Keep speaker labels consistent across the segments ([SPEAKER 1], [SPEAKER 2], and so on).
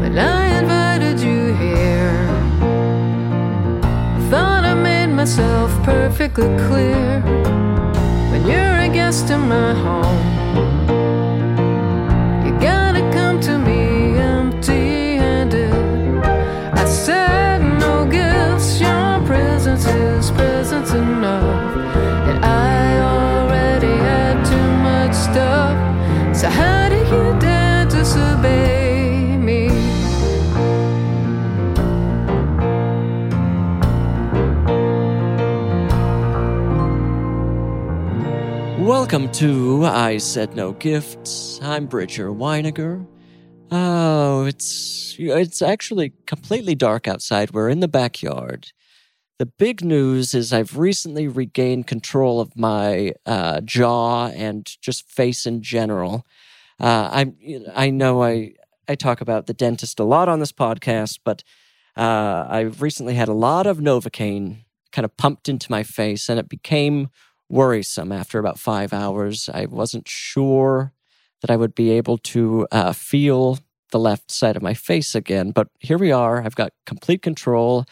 [SPEAKER 1] But I invited you here. I thought I made myself perfectly clear. When you're a guest in my home, you gotta come to me empty handed. I said no gifts, your presence is presence enough. And I already had too much stuff. So how do you dare disobey me?
[SPEAKER 2] Welcome to I Said No Gifts. I'm Bridger Weiniger. Oh, it's it's actually completely dark outside. We're in the backyard. The big news is I've recently regained control of my uh, jaw and just face in general. Uh, I'm I know I I talk about the dentist a lot on this podcast, but uh, I've recently had a lot of Novocaine kind of pumped into my face, and it became worrisome after about five hours. I wasn't sure that I would be able to uh, feel the left side of my face again. But here we are. I've got complete control,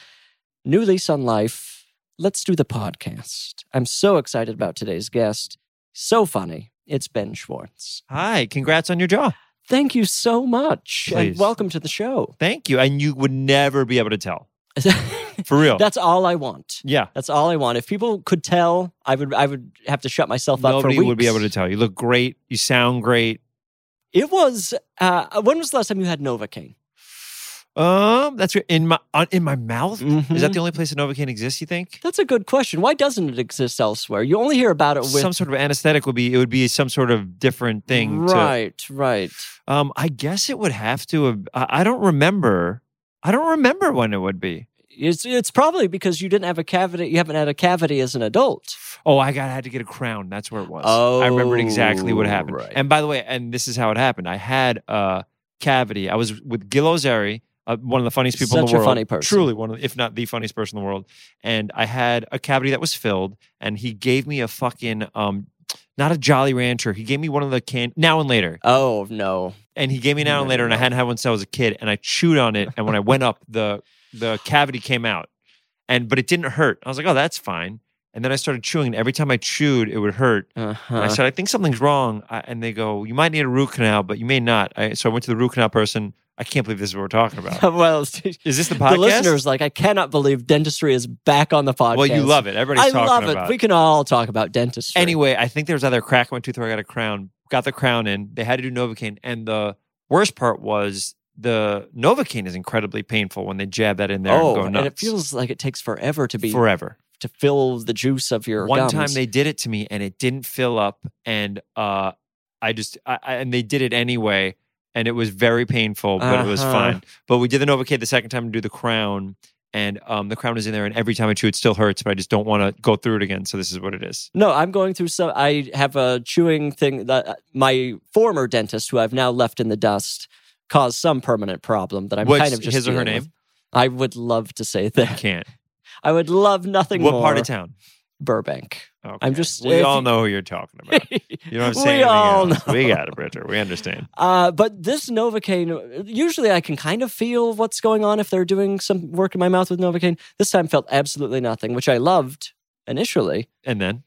[SPEAKER 2] new lease on life. Let's do the podcast. I'm so excited about today's guest. So funny. It's Ben Schwartz.
[SPEAKER 3] Hi, congrats on your jaw.
[SPEAKER 2] Thank you so much. And
[SPEAKER 3] Please.
[SPEAKER 2] welcome to the show.
[SPEAKER 3] Thank you. And you would never be able to tell. For real.
[SPEAKER 2] That's all I want.
[SPEAKER 3] yeah.
[SPEAKER 2] That's all I want. If people could tell, I would I would have to shut myself up for
[SPEAKER 3] Nobody
[SPEAKER 2] weeks.
[SPEAKER 3] would be able to tell. You look great. You sound great.
[SPEAKER 2] It was uh, when was the last time you had Novocaine?
[SPEAKER 3] Um, that's your in my on, in my mouth.
[SPEAKER 2] Mhm.
[SPEAKER 3] Is that the only place that Novocaine exists? You think?
[SPEAKER 2] That's a good question. Why doesn't it exist elsewhere? You only hear about it with
[SPEAKER 3] some sort of anesthetic would be. It would be some sort of different thing.
[SPEAKER 2] Right, right.
[SPEAKER 3] To, um, I guess it would have to. Have, I, I don't remember. I don't remember when it would be.
[SPEAKER 2] It's it's probably because you didn't have a cavity. You haven't had a cavity as an adult.
[SPEAKER 3] Oh, I got I had to get a crown. That's where it was. I remembered exactly what
[SPEAKER 2] Oh,
[SPEAKER 3] happened.
[SPEAKER 2] right.
[SPEAKER 3] And by the way, and this is how it happened. I had a cavity. I was with Gil Ozeri, uh, one of the funniest people in
[SPEAKER 2] Such
[SPEAKER 3] the
[SPEAKER 2] a
[SPEAKER 3] world.
[SPEAKER 2] funny person.
[SPEAKER 3] Truly one of, the, if not the funniest person in the world. And I had a cavity that was filled, and he gave me a fucking um, not a Jolly Rancher. He gave me one of the can now and later
[SPEAKER 2] Oh no!
[SPEAKER 3] and he gave me an
[SPEAKER 2] No,
[SPEAKER 3] hour later,
[SPEAKER 2] no,
[SPEAKER 3] and I
[SPEAKER 2] no.
[SPEAKER 3] hadn't had one since I was a kid. And I chewed on it, and when I went up, the the cavity came out, and but it didn't hurt. I was like, oh, that's fine. And then I started chewing, and every time I chewed, it would hurt.
[SPEAKER 2] Uh-huh.
[SPEAKER 3] And I said, I think something's wrong. I, and they go, you might need a root canal, but you may not. I, so I went to the root canal person. I can't believe this is what we're talking about.
[SPEAKER 2] well, the
[SPEAKER 3] Is this the podcast?
[SPEAKER 2] listeners like I cannot believe dentistry is back on the podcast.
[SPEAKER 3] well, you love it. Everybody's
[SPEAKER 2] I
[SPEAKER 3] talking
[SPEAKER 2] love it.
[SPEAKER 3] about
[SPEAKER 2] We can all talk about dentistry.
[SPEAKER 3] Anyway, I think there was either a crack in my tooth or I got a crown. Got the crown in. They had to do Novocaine. And the worst part was the Novocaine is incredibly painful when they jab that in there and
[SPEAKER 2] oh,
[SPEAKER 3] go
[SPEAKER 2] and,
[SPEAKER 3] nuts.
[SPEAKER 2] it feels like it takes forever to be
[SPEAKER 3] forever.
[SPEAKER 2] to fill the juice of your
[SPEAKER 3] One
[SPEAKER 2] gums.
[SPEAKER 3] time they did it to me and it didn't fill up. And uh, I just, I, I- and they did it anyway. And it was very painful, but it was
[SPEAKER 2] Uh-huh.
[SPEAKER 3] fine. But we did the Novocaine the second time to do the crown. And um, the crown is in there. And every time I chew, it still hurts, but I just don't want to go through it again. So this is what it is.
[SPEAKER 2] No, I'm going through some. I have a chewing thing that uh, my former dentist, who I've now left in the dust, caused some permanent problem that I'm
[SPEAKER 3] What's
[SPEAKER 2] kind of just
[SPEAKER 3] his or her
[SPEAKER 2] dealing with.
[SPEAKER 3] name?
[SPEAKER 2] I would love to say
[SPEAKER 3] I
[SPEAKER 2] that.
[SPEAKER 3] can't.
[SPEAKER 2] I would love nothing
[SPEAKER 3] What
[SPEAKER 2] more.
[SPEAKER 3] part of town?
[SPEAKER 2] Burbank.
[SPEAKER 3] Okay.
[SPEAKER 2] just-
[SPEAKER 3] We
[SPEAKER 2] if
[SPEAKER 3] all
[SPEAKER 2] you-
[SPEAKER 3] know who you're talking about. You know what I'm saying?
[SPEAKER 2] We
[SPEAKER 3] Anything
[SPEAKER 2] all
[SPEAKER 3] else.
[SPEAKER 2] know.
[SPEAKER 3] We got it, Bridger. We understand.
[SPEAKER 2] Uh, but this Novocaine, usually I can kind of feel what's going on if they're doing some work in my mouth with Novocaine. This time felt absolutely nothing, which I loved initially.
[SPEAKER 3] And then,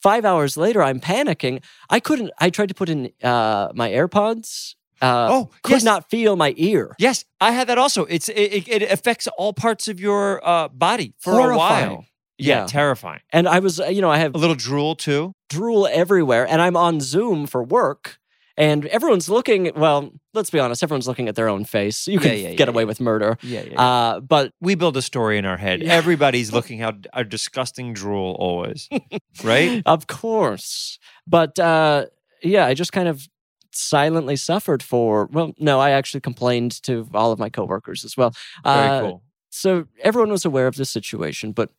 [SPEAKER 2] Five hours later, I'm panicking. I couldn't. I tried to put in uh, my AirPods. Uh,
[SPEAKER 3] oh,
[SPEAKER 2] could
[SPEAKER 3] yes,
[SPEAKER 2] not feel my ear.
[SPEAKER 3] yes, I had that also. It's it, it it affects all parts of your uh, body for a
[SPEAKER 2] Horrifying.
[SPEAKER 3] while. Yeah,
[SPEAKER 2] Yeah.
[SPEAKER 3] terrifying. Oh.
[SPEAKER 2] And I was, uh, you know, I have
[SPEAKER 3] A little drool too.
[SPEAKER 2] drool everywhere and I'm on Zoom for work And everyone's looking, well, let's be honest, everyone's looking at their own face. You can
[SPEAKER 3] Yeah, yeah, yeah,
[SPEAKER 2] get away with murder.
[SPEAKER 3] Yeah, yeah.
[SPEAKER 2] Uh, but
[SPEAKER 3] we build a story in our head.
[SPEAKER 2] Yeah.
[SPEAKER 3] Everybody's looking how our disgusting drool always, right?
[SPEAKER 2] Of course. But uh, yeah, I just kind of silently suffered for, well, no, I actually complained to all of my coworkers as well.
[SPEAKER 3] Very
[SPEAKER 2] Uh,
[SPEAKER 3] cool.
[SPEAKER 2] So everyone was aware of this situation, but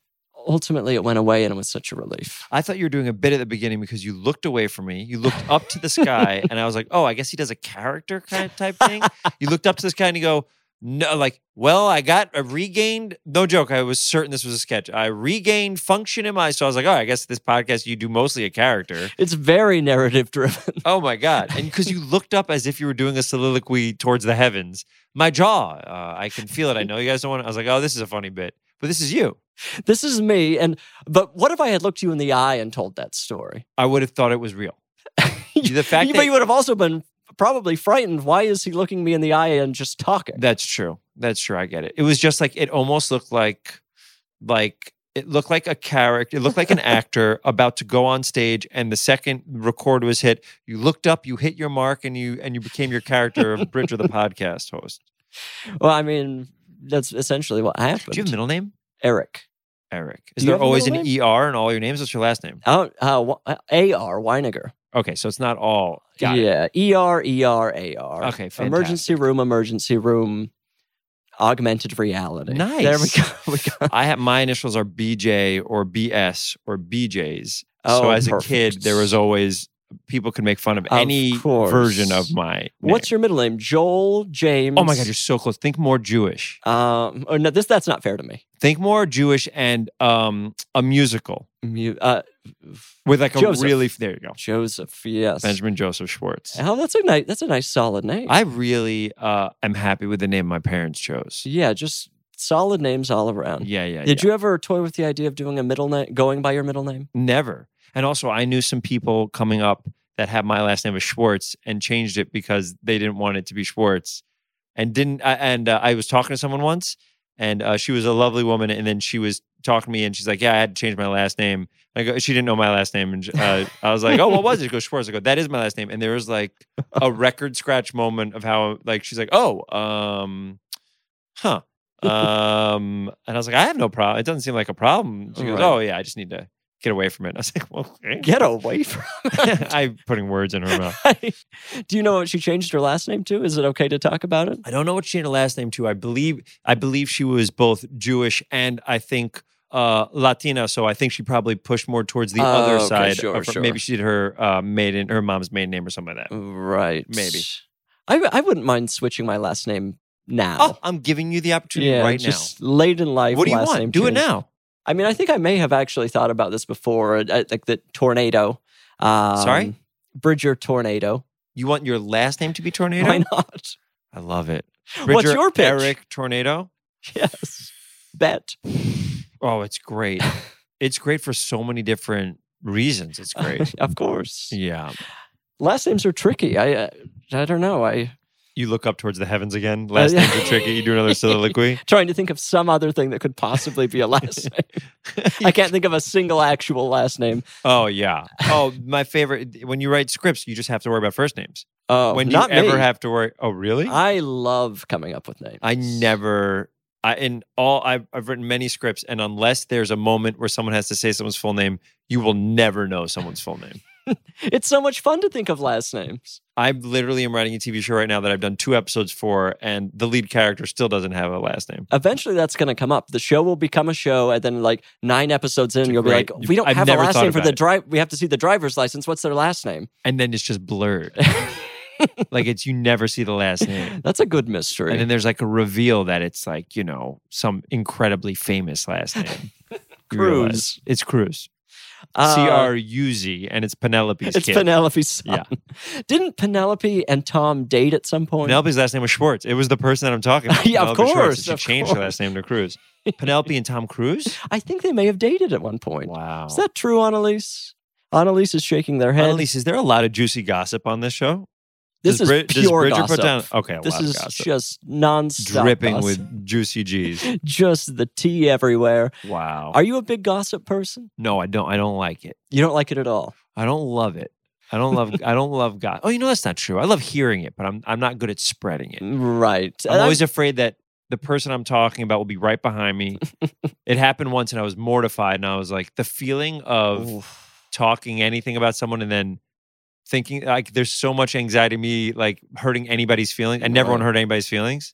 [SPEAKER 2] ultimately it went away and it was such a relief.
[SPEAKER 3] I thought you were doing a bit at the beginning because you looked away from me. You looked up to the sky, and I was like, "Oh, I guess he does a character kind of type thing." you looked up to the sky and you go, "No, like, well, I got I regained. No joke. I was certain this was a sketch. I regained function in my. So I was like, "Oh, I guess this podcast you do mostly a character."
[SPEAKER 2] It's very narrative driven.
[SPEAKER 3] Oh my god! And because you looked up as if you were doing a soliloquy towards the heavens, my jaw. Uh, I can feel it. I know you guys don't want. I was like, "Oh, this is a funny bit," but this is you.
[SPEAKER 2] this is me. And, but what if I had looked you in the eye and told that story?
[SPEAKER 3] I would have thought it was real. The fact
[SPEAKER 2] You-
[SPEAKER 3] that-
[SPEAKER 2] but you would have also been probably frightened. Why is he looking me in the eye and just talking?
[SPEAKER 3] That's true. That's true. I get it. It was just like it almost looked like like it looked like a character. It looked like an actor about to go on stage, and the second record was hit, you looked up, you hit your mark, and you and you became your character of Bridger, the podcast host.
[SPEAKER 2] Well, I mean, that's essentially what happened.
[SPEAKER 3] Do you have a middle name?
[SPEAKER 2] Eric.
[SPEAKER 3] Eric. Is
[SPEAKER 2] Do you
[SPEAKER 3] there
[SPEAKER 2] have a
[SPEAKER 3] always an
[SPEAKER 2] middle
[SPEAKER 3] ER in all your names? What's your last name?
[SPEAKER 2] Oh, uh, Wa- uh, A.R. Weiniger.
[SPEAKER 3] Okay, so it's not all. Got it.
[SPEAKER 2] yeah, E.R., E.R., A.R.
[SPEAKER 3] Okay,
[SPEAKER 2] Emergency room, emergency room, augmented reality. There we
[SPEAKER 3] Nice.
[SPEAKER 2] go. we go.
[SPEAKER 3] I have my initials are BJ or BS or BJ's. so
[SPEAKER 2] Oh,
[SPEAKER 3] as a
[SPEAKER 2] perfect.
[SPEAKER 3] kid, there was always people could make fun of,
[SPEAKER 2] Of
[SPEAKER 3] any
[SPEAKER 2] course.
[SPEAKER 3] version of my. Name.
[SPEAKER 2] What's your middle name? Joel James.
[SPEAKER 3] Oh my God, you're so close. Think more Jewish.
[SPEAKER 2] Um, oh, no, this, that's not fair to me.
[SPEAKER 3] Think more Jewish and um, a musical
[SPEAKER 2] Mu- uh, f-
[SPEAKER 3] with like a
[SPEAKER 2] Joseph.
[SPEAKER 3] really. There you go,
[SPEAKER 2] Joseph, yes.
[SPEAKER 3] Benjamin Joseph Schwartz.
[SPEAKER 2] Oh, that's a nice, that's a nice solid name.
[SPEAKER 3] I really uh, am happy with the name my parents chose.
[SPEAKER 2] yeah, just solid names all around.
[SPEAKER 3] Yeah, yeah.
[SPEAKER 2] Did
[SPEAKER 3] yeah.
[SPEAKER 2] you ever toy with the idea of doing a middle name, going by your middle name?
[SPEAKER 3] Never. And also, I knew some people coming up that had my last name as Schwartz and changed it because they didn't want it to be Schwartz, and didn't. I and uh, I was talking to someone once, and uh, she was a lovely woman, and then she was talking to me, and she's like, "Yeah, I had to change my last name." I go, she didn't know my last name, and uh, I was like, "Oh, what was it?" She goes Schwartz. I go, "That is my last name," and there was like a record scratch moment of how like she's like, "Oh, um, huh." um and I was like, I have no problem. It doesn't seem like a problem. She goes,
[SPEAKER 2] Right.
[SPEAKER 3] Oh yeah, I just need to get away from it. And I was like, well, okay.
[SPEAKER 2] Get away from it.
[SPEAKER 3] I'm putting words in her mouth.
[SPEAKER 2] Do you know what she changed her last name to? Is it okay to talk about it?
[SPEAKER 3] I don't know what she had a last name to. I believe I believe she was both Jewish and I think uh, Latina. So I think she probably pushed more towards the
[SPEAKER 2] Oh,
[SPEAKER 3] other
[SPEAKER 2] okay,
[SPEAKER 3] side.
[SPEAKER 2] sure,
[SPEAKER 3] of her-
[SPEAKER 2] sure.
[SPEAKER 3] Maybe she did her uh, maiden, her mom's maiden name or something like that.
[SPEAKER 2] Right.
[SPEAKER 3] Maybe.
[SPEAKER 2] I, I wouldn't mind switching my last name now.
[SPEAKER 3] Oh, I'm giving you the opportunity
[SPEAKER 2] yeah,
[SPEAKER 3] right
[SPEAKER 2] just late in
[SPEAKER 3] now.
[SPEAKER 2] life.
[SPEAKER 3] What do you
[SPEAKER 2] last
[SPEAKER 3] want?
[SPEAKER 2] name
[SPEAKER 3] do it
[SPEAKER 2] change.
[SPEAKER 3] now.
[SPEAKER 2] I mean, I think I may have actually thought about this before, uh, like the tornado. Um,
[SPEAKER 3] Sorry?
[SPEAKER 2] Bridger Tornado.
[SPEAKER 3] You want your last name to be Tornado?
[SPEAKER 2] Why not?
[SPEAKER 3] I love it.
[SPEAKER 2] What's
[SPEAKER 3] Bridger
[SPEAKER 2] your pitch?
[SPEAKER 3] Eric Tornado.
[SPEAKER 2] Yes. Bet.
[SPEAKER 3] Oh, it's great. it's great for so many different reasons. It's great.
[SPEAKER 2] of course.
[SPEAKER 3] yeah.
[SPEAKER 2] Last names are tricky. I uh, I don't know. I
[SPEAKER 3] You look up towards the heavens again. Last
[SPEAKER 2] yeah.
[SPEAKER 3] names are tricky. You do another soliloquy.
[SPEAKER 2] trying to think of some other thing that could possibly be a last name. I can't think of a single actual last name.
[SPEAKER 3] Oh yeah. Oh, my favorite. When you write scripts, you just have to worry about first names.
[SPEAKER 2] Oh,
[SPEAKER 3] when
[SPEAKER 2] not
[SPEAKER 3] you ever
[SPEAKER 2] me.
[SPEAKER 3] have to worry. Oh, really? I,
[SPEAKER 2] I love coming up with names.
[SPEAKER 3] never. I in all I've, I've written many scripts, and unless there's a moment where someone has to say someone's full name, you will never know someone's full name.
[SPEAKER 2] It's so much fun to think of last names.
[SPEAKER 3] I literally am writing a TV show right now that I've done two episodes for, and the lead character still doesn't have a last name.
[SPEAKER 2] Eventually, that's going to come up. The show will become a show, and then like nine episodes in,
[SPEAKER 3] a
[SPEAKER 2] you'll
[SPEAKER 3] great-
[SPEAKER 2] be like, "We don't
[SPEAKER 3] I've
[SPEAKER 2] have a
[SPEAKER 3] never
[SPEAKER 2] last
[SPEAKER 3] thought
[SPEAKER 2] name for
[SPEAKER 3] about
[SPEAKER 2] the
[SPEAKER 3] it.
[SPEAKER 2] drive. We have to see the driver's license. What's their last name?"
[SPEAKER 3] and then it's just blurred. like it's you never see the last name.
[SPEAKER 2] That's a good mystery.
[SPEAKER 3] And then there's like a reveal that it's like, you know, some incredibly famous last name. You realize.
[SPEAKER 2] Cruz.
[SPEAKER 3] It's Cruz.
[SPEAKER 2] Uh,
[SPEAKER 3] C R U Z and it's Penelope's
[SPEAKER 2] It's
[SPEAKER 3] kid.
[SPEAKER 2] Penelope's son.
[SPEAKER 3] Yeah.
[SPEAKER 2] Didn't Penelope and Tom date at some point?
[SPEAKER 3] Penelope's last name was Schwartz. It was the person that I'm talking about.
[SPEAKER 2] Yeah, of
[SPEAKER 3] Penelope Schwartz.
[SPEAKER 2] course,
[SPEAKER 3] She
[SPEAKER 2] of
[SPEAKER 3] changed her last name to Cruz. Penelope and Tom Cruise?
[SPEAKER 2] I think they may have dated at one point.
[SPEAKER 3] Wow.
[SPEAKER 2] Is that true, Annalise? Annalise is shaking their head.
[SPEAKER 3] Annalise, is there a lot of juicy gossip on this show?
[SPEAKER 2] this is
[SPEAKER 3] does Brid- does
[SPEAKER 2] pure
[SPEAKER 3] Bridger
[SPEAKER 2] gossip.
[SPEAKER 3] put down- okay, a
[SPEAKER 2] this
[SPEAKER 3] lot of
[SPEAKER 2] is
[SPEAKER 3] gossip.
[SPEAKER 2] just nonstop.
[SPEAKER 3] Dripping
[SPEAKER 2] gossip.
[SPEAKER 3] with Oh. juicy G's.
[SPEAKER 2] just the tea everywhere.
[SPEAKER 3] Wow.
[SPEAKER 2] Are you a big gossip person?
[SPEAKER 3] no, I don't I don't like it.
[SPEAKER 2] You don't like it at all.
[SPEAKER 3] I don't love it. I don't love I don't love God. Oh, you know that's not true. I love hearing it, but I'm I'm not good at spreading it.
[SPEAKER 2] Right.
[SPEAKER 3] I'm
[SPEAKER 2] Mm, And
[SPEAKER 3] always afraid that the person I'm talking about will be right behind me. it happened once and I was mortified and I was like the feeling of
[SPEAKER 2] Oof.
[SPEAKER 3] talking anything about someone and then thinking like there's so much anxiety in me like hurting anybody's feelings. I never
[SPEAKER 2] Right.
[SPEAKER 3] want to hurt anybody's feelings.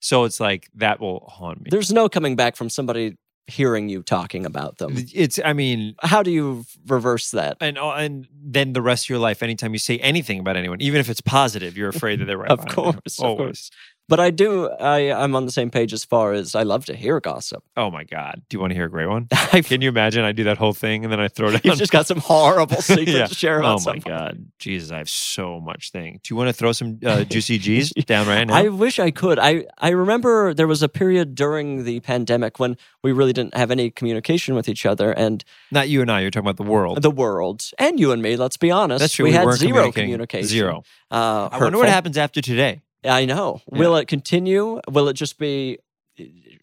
[SPEAKER 3] So it's like that will haunt me.
[SPEAKER 2] There's no coming back from somebody hearing you talking about them.
[SPEAKER 3] it's I mean
[SPEAKER 2] How do you reverse that?
[SPEAKER 3] and oh, and then the rest of your life, anytime you say anything about anyone, even if it's positive, you're afraid that they're right.
[SPEAKER 2] Of
[SPEAKER 3] behind you.
[SPEAKER 2] course, of
[SPEAKER 3] always.
[SPEAKER 2] course. But I do. I I'm on the same page as far as I love to hear gossip.
[SPEAKER 3] Oh my god, do you want to hear a great one?
[SPEAKER 2] I've,
[SPEAKER 3] Can you imagine? I do that whole thing and then I throw it
[SPEAKER 2] you've
[SPEAKER 3] out.
[SPEAKER 2] just got some horrible secret
[SPEAKER 3] Yeah.
[SPEAKER 2] to share about
[SPEAKER 3] Oh my
[SPEAKER 2] someone.
[SPEAKER 3] god, Jesus! I have so much thing. Do you want to throw some uh, juicy G's down right now?
[SPEAKER 2] I wish I could. I, I remember there was a period during the pandemic when we really didn't have any communication with each other and
[SPEAKER 3] Not you and I. You're talking about the world.
[SPEAKER 2] the world and you and me. Let's be honest.
[SPEAKER 3] That's true.
[SPEAKER 2] We, had
[SPEAKER 3] weren't
[SPEAKER 2] zero
[SPEAKER 3] communicating.
[SPEAKER 2] communication.
[SPEAKER 3] Zero.
[SPEAKER 2] Uh,
[SPEAKER 3] I wonder what
[SPEAKER 2] hurtful.
[SPEAKER 3] happens after today.
[SPEAKER 2] I know.
[SPEAKER 3] Yeah.
[SPEAKER 2] Will it continue? Will it just be?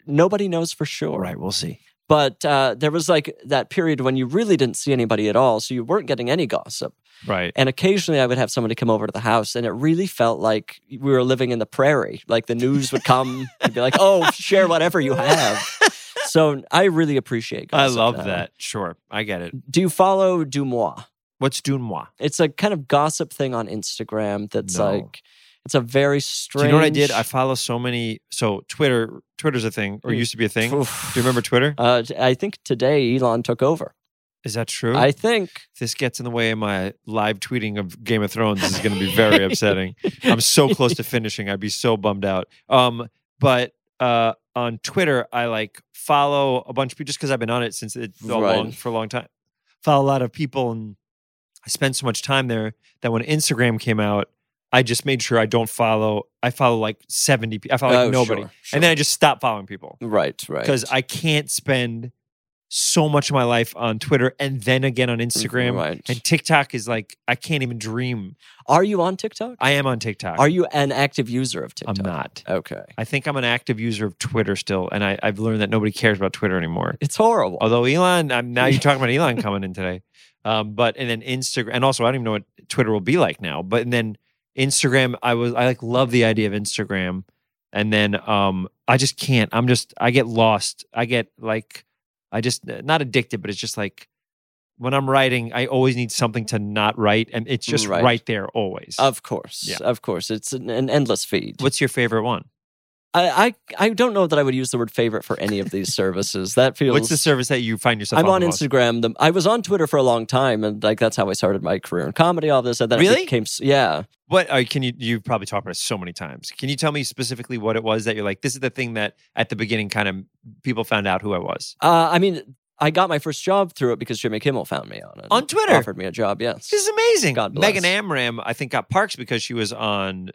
[SPEAKER 2] Nobody knows for
[SPEAKER 3] All
[SPEAKER 2] sure.
[SPEAKER 3] right, we'll see.
[SPEAKER 2] But uh, there was like that period when you really didn't see anybody at all, so you weren't getting any gossip.
[SPEAKER 3] Right.
[SPEAKER 2] And occasionally, I would have somebody come over to the house, and it really felt like we were living in the prairie. Like the news would come and be like, "Oh, share whatever you have." So I really appreciate.
[SPEAKER 3] I
[SPEAKER 2] gossip
[SPEAKER 3] love
[SPEAKER 2] now.
[SPEAKER 3] that. Sure, I get it.
[SPEAKER 2] Do you follow Dumois?
[SPEAKER 3] What's Dunwa?
[SPEAKER 2] It's a kind of gossip thing on Instagram that's
[SPEAKER 3] No.
[SPEAKER 2] like, it's a very
[SPEAKER 3] Do
[SPEAKER 2] strange.
[SPEAKER 3] you know what I did? I follow so many. So Twitter, Twitter's a thing, or
[SPEAKER 2] Mm.
[SPEAKER 3] used to be a thing. Do
[SPEAKER 2] Oof.
[SPEAKER 3] you remember Twitter?
[SPEAKER 2] Uh, t- I think today Elon took over.
[SPEAKER 3] Is that true?
[SPEAKER 2] I think.
[SPEAKER 3] this gets in the way of my live tweeting of Game of Thrones. This is going to be very upsetting. I'm so close to finishing. I'd be so bummed out. Um, but uh, on Twitter, I like follow a bunch of people just because I've been on it since it's a
[SPEAKER 2] Right.
[SPEAKER 3] long for a long time. Follow a lot of people, and I spend so much time there that when Instagram came out, I just made sure I don't follow. I follow like 70. pe- I follow like
[SPEAKER 2] Oh,
[SPEAKER 3] nobody,
[SPEAKER 2] sure,
[SPEAKER 3] and then I just stop following people
[SPEAKER 2] Right, right.
[SPEAKER 3] because I can't spend so much of my life on Twitter and then again on Instagram.
[SPEAKER 2] Right.
[SPEAKER 3] And TikTok is like, I can't even dream.
[SPEAKER 2] Are you on TikTok?
[SPEAKER 3] I am on TikTok.
[SPEAKER 2] Are you an active user of
[SPEAKER 3] I'm
[SPEAKER 2] TikTok?
[SPEAKER 3] not.
[SPEAKER 2] Okay.
[SPEAKER 3] I think I'm an active user of Twitter still, and I, I've learned that nobody cares about Twitter anymore.
[SPEAKER 2] It's horrible.
[SPEAKER 3] Although Elon, I'm, now you're talking about Elon coming in today, um, but and then Instagram, and also I don't even know what Twitter will be like now. But and then Instagram, I was I like love the idea of Instagram, and then um, I just can't. I'm just I get lost. I get like I just uh, not addicted, but it's just like when I'm writing, I always need something to not write, and it's just
[SPEAKER 2] Right.
[SPEAKER 3] right, there always.
[SPEAKER 2] Of course.
[SPEAKER 3] Yeah.
[SPEAKER 2] Of course. It's an, an endless feed.
[SPEAKER 3] What's your favorite one?
[SPEAKER 2] I, I I don't know that I would use the word favorite for any of these services. That feels
[SPEAKER 3] What's the service that you find yourself?
[SPEAKER 2] I'm on
[SPEAKER 3] the most?
[SPEAKER 2] Instagram. The, I was on Twitter for a long time, and like that's how I started my career in comedy. All this, and then
[SPEAKER 3] Really?
[SPEAKER 2] it became s- yeah.
[SPEAKER 3] What uh, can you? You've probably talked about it so many times. Can you tell me specifically what it was that you're like? This is the thing that at the beginning, kind of people found out who I was
[SPEAKER 2] Uh, I mean, I got my first job through it because Jimmy Kimmel found me on it.
[SPEAKER 3] on Twitter.
[SPEAKER 2] offered me a job. Yes,
[SPEAKER 3] This is amazing.
[SPEAKER 2] God
[SPEAKER 3] Megan
[SPEAKER 2] bless.
[SPEAKER 3] Amram, I think, got Parks because she was on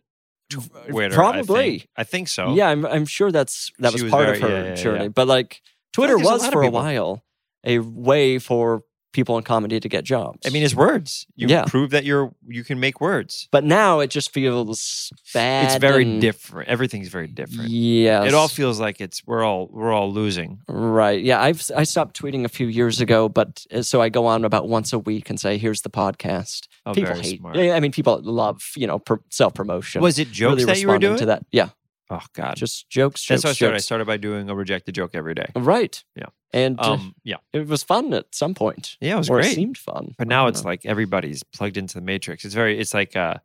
[SPEAKER 3] Twitter. I
[SPEAKER 2] probably.
[SPEAKER 3] think. I think, so.
[SPEAKER 2] Yeah, I'm, I'm sure that's that
[SPEAKER 3] She
[SPEAKER 2] was,
[SPEAKER 3] was
[SPEAKER 2] part
[SPEAKER 3] very-
[SPEAKER 2] of her
[SPEAKER 3] yeah, yeah, yeah,
[SPEAKER 2] journey.
[SPEAKER 3] yeah.
[SPEAKER 2] But like Twitter
[SPEAKER 3] there's a
[SPEAKER 2] was
[SPEAKER 3] lot of
[SPEAKER 2] for a
[SPEAKER 3] people.
[SPEAKER 2] while a way for people in comedy to get jobs.
[SPEAKER 3] I mean, it's words. You
[SPEAKER 2] Yeah.
[SPEAKER 3] prove that you're you can make words.
[SPEAKER 2] but now it just feels bad.
[SPEAKER 3] It's very
[SPEAKER 2] and-
[SPEAKER 3] different. Everything's very different.
[SPEAKER 2] Yes,
[SPEAKER 3] It all feels like it's we're all we're all losing.
[SPEAKER 2] right. Yeah, I've I stopped tweeting a few years ago, but uh, so I go on about once a week and say, "Here's the podcast."
[SPEAKER 3] Oh,
[SPEAKER 2] people
[SPEAKER 3] very
[SPEAKER 2] hate.
[SPEAKER 3] smart.
[SPEAKER 2] yeah, I mean, people love you know pr- self promotion.
[SPEAKER 3] Was it jokes
[SPEAKER 2] really
[SPEAKER 3] that you were
[SPEAKER 2] responding
[SPEAKER 3] doing?
[SPEAKER 2] to that? Yeah,
[SPEAKER 3] Oh God,
[SPEAKER 2] just jokes.
[SPEAKER 3] that's
[SPEAKER 2] jokes
[SPEAKER 3] how I started. I
[SPEAKER 2] jokes.
[SPEAKER 3] started by doing a rejected joke every day.
[SPEAKER 2] Right.
[SPEAKER 3] Yeah.
[SPEAKER 2] and uh,
[SPEAKER 3] Um, yeah,
[SPEAKER 2] it was fun at some point.
[SPEAKER 3] yeah, it was
[SPEAKER 2] or
[SPEAKER 3] great.
[SPEAKER 2] it seemed fun.
[SPEAKER 3] But now
[SPEAKER 2] I
[SPEAKER 3] it's
[SPEAKER 2] dunno.
[SPEAKER 3] like everybody's plugged into the matrix. It's very, it's like uh,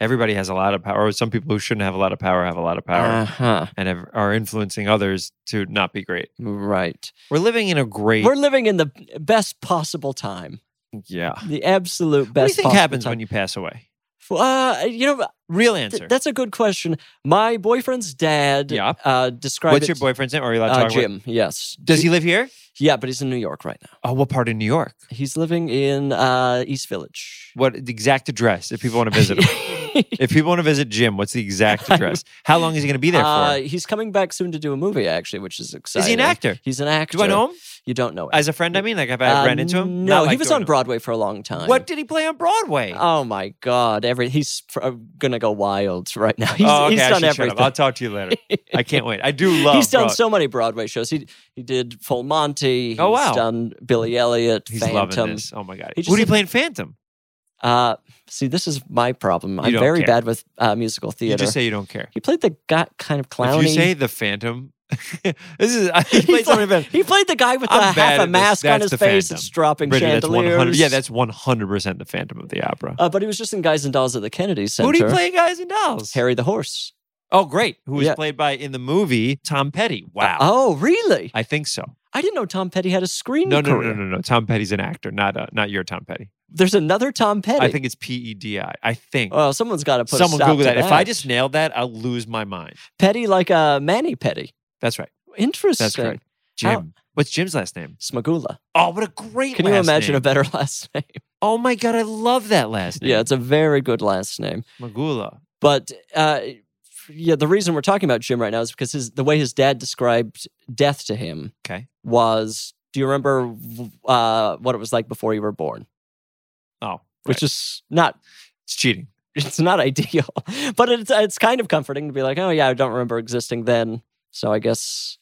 [SPEAKER 3] everybody has a lot of power. Or some people who shouldn't have a lot of power have a lot of power
[SPEAKER 2] uh-huh.
[SPEAKER 3] and have, are influencing others to not be great.
[SPEAKER 2] right.
[SPEAKER 3] We're living in a great.
[SPEAKER 2] We're living in the best possible time,
[SPEAKER 3] yeah.
[SPEAKER 2] the absolute best.
[SPEAKER 3] What do you think
[SPEAKER 2] possible
[SPEAKER 3] happens
[SPEAKER 2] time.
[SPEAKER 3] when you pass away?
[SPEAKER 2] you? Uh, you know,
[SPEAKER 3] Real
[SPEAKER 2] th-
[SPEAKER 3] answer.
[SPEAKER 2] that's a good question. My boyfriend's dad.
[SPEAKER 3] Yeah.
[SPEAKER 2] Uh, described.
[SPEAKER 3] What's your
[SPEAKER 2] it-
[SPEAKER 3] boyfriend's name? Are you allowed to
[SPEAKER 2] Uh,
[SPEAKER 3] talk about-
[SPEAKER 2] Jim. Yes.
[SPEAKER 3] Does
[SPEAKER 2] Ji-
[SPEAKER 3] he live here?
[SPEAKER 2] Yeah, but he's in New York right now.
[SPEAKER 3] Oh, what part of New York?
[SPEAKER 2] He's living in uh, East Village.
[SPEAKER 3] What the exact address if people want to visit him? if people want to visit Jim, what's the exact address? How long is he going to be there for?
[SPEAKER 2] uh, he's coming back soon to do a movie, actually, which is exciting.
[SPEAKER 3] is he an actor?
[SPEAKER 2] He's an actor.
[SPEAKER 3] Do I know him?
[SPEAKER 2] You don't know him.
[SPEAKER 3] As a friend, I mean, like I've I
[SPEAKER 2] Uh,
[SPEAKER 3] ran into him.
[SPEAKER 2] No,
[SPEAKER 3] Not
[SPEAKER 2] he
[SPEAKER 3] like,
[SPEAKER 2] was
[SPEAKER 3] do I
[SPEAKER 2] on
[SPEAKER 3] know-
[SPEAKER 2] Broadway for a long time.
[SPEAKER 3] What did he play on Broadway?
[SPEAKER 2] Oh my God! Every he's fr- uh, gonna go wild right now. He's,
[SPEAKER 3] oh, okay,
[SPEAKER 2] he's
[SPEAKER 3] I
[SPEAKER 2] done
[SPEAKER 3] should shut up. I'll
[SPEAKER 2] everything.
[SPEAKER 3] talk to you later. I can't wait. I do love.
[SPEAKER 2] He's done
[SPEAKER 3] Broad-
[SPEAKER 2] so many Broadway shows. He he did Full Monty. He's
[SPEAKER 3] Oh, wow.
[SPEAKER 2] done Billy Elliot.
[SPEAKER 3] He's
[SPEAKER 2] Phantom.
[SPEAKER 3] loving this. Oh my god.
[SPEAKER 2] He
[SPEAKER 3] Who
[SPEAKER 2] just
[SPEAKER 3] do you
[SPEAKER 2] said-
[SPEAKER 3] play in Phantom?
[SPEAKER 2] Uh, see, this is my problem. I'm
[SPEAKER 3] don't
[SPEAKER 2] very
[SPEAKER 3] care.
[SPEAKER 2] bad with uh, musical theater.
[SPEAKER 3] You just say you don't care.
[SPEAKER 2] he played the guy kind of clowny.
[SPEAKER 3] If you say the Phantom, this is he
[SPEAKER 2] He's
[SPEAKER 3] played so many
[SPEAKER 2] like-
[SPEAKER 3] Phantoms.
[SPEAKER 2] he played the guy with
[SPEAKER 3] I'm
[SPEAKER 2] the
[SPEAKER 3] bad
[SPEAKER 2] half
[SPEAKER 3] at
[SPEAKER 2] a
[SPEAKER 3] this.
[SPEAKER 2] mask on
[SPEAKER 3] That's
[SPEAKER 2] his
[SPEAKER 3] the
[SPEAKER 2] face
[SPEAKER 3] Phantom.
[SPEAKER 2] that's dropping
[SPEAKER 3] Bridget, that's 100
[SPEAKER 2] chandeliers.
[SPEAKER 3] yeah, that's 100% the Phantom of the Opera.
[SPEAKER 2] Uh, but he was just in Guys and Dolls at the Kennedy Center.
[SPEAKER 3] Who do you play Guys and Dolls?
[SPEAKER 2] Harry the Horse.
[SPEAKER 3] Oh, great. Who was
[SPEAKER 2] Yeah.
[SPEAKER 3] played by in the movie Tom Petty. Wow.
[SPEAKER 2] Oh, really?
[SPEAKER 3] I think so.
[SPEAKER 2] I didn't know Tom Petty had a screen
[SPEAKER 3] No, no,
[SPEAKER 2] career.
[SPEAKER 3] no, no, no, no. Tom Petty's an actor, not uh, not your Tom Petty.
[SPEAKER 2] There's another Tom Petty.
[SPEAKER 3] I think it's P E D I. I think.
[SPEAKER 2] Well, someone's got to put.
[SPEAKER 3] Someone
[SPEAKER 2] a stop
[SPEAKER 3] Google
[SPEAKER 2] to
[SPEAKER 3] that. If I just nailed that, I'll lose my mind.
[SPEAKER 2] Petty like uh, Manny Petty.
[SPEAKER 3] That's right.
[SPEAKER 2] Interesting.
[SPEAKER 3] That's correct. Jim.
[SPEAKER 2] How-
[SPEAKER 3] What's Jim's last name?
[SPEAKER 2] Smagula.
[SPEAKER 3] Oh, what a great
[SPEAKER 2] Can you
[SPEAKER 3] last
[SPEAKER 2] imagine a
[SPEAKER 3] name.
[SPEAKER 2] better last name?
[SPEAKER 3] Oh my God, I love that last name.
[SPEAKER 2] Yeah, it's a very good last name.
[SPEAKER 3] Magula.
[SPEAKER 2] But uh, yeah, the reason we're talking about Jim right now is because his the way his dad described death to him
[SPEAKER 3] Okay.
[SPEAKER 2] was. Do you remember uh, what it was like before you were born?
[SPEAKER 3] Oh, right.
[SPEAKER 2] Which is not.
[SPEAKER 3] it's cheating.
[SPEAKER 2] It's not ideal, but it's it's kind of comforting to be like, oh yeah, I don't remember existing then, so I guess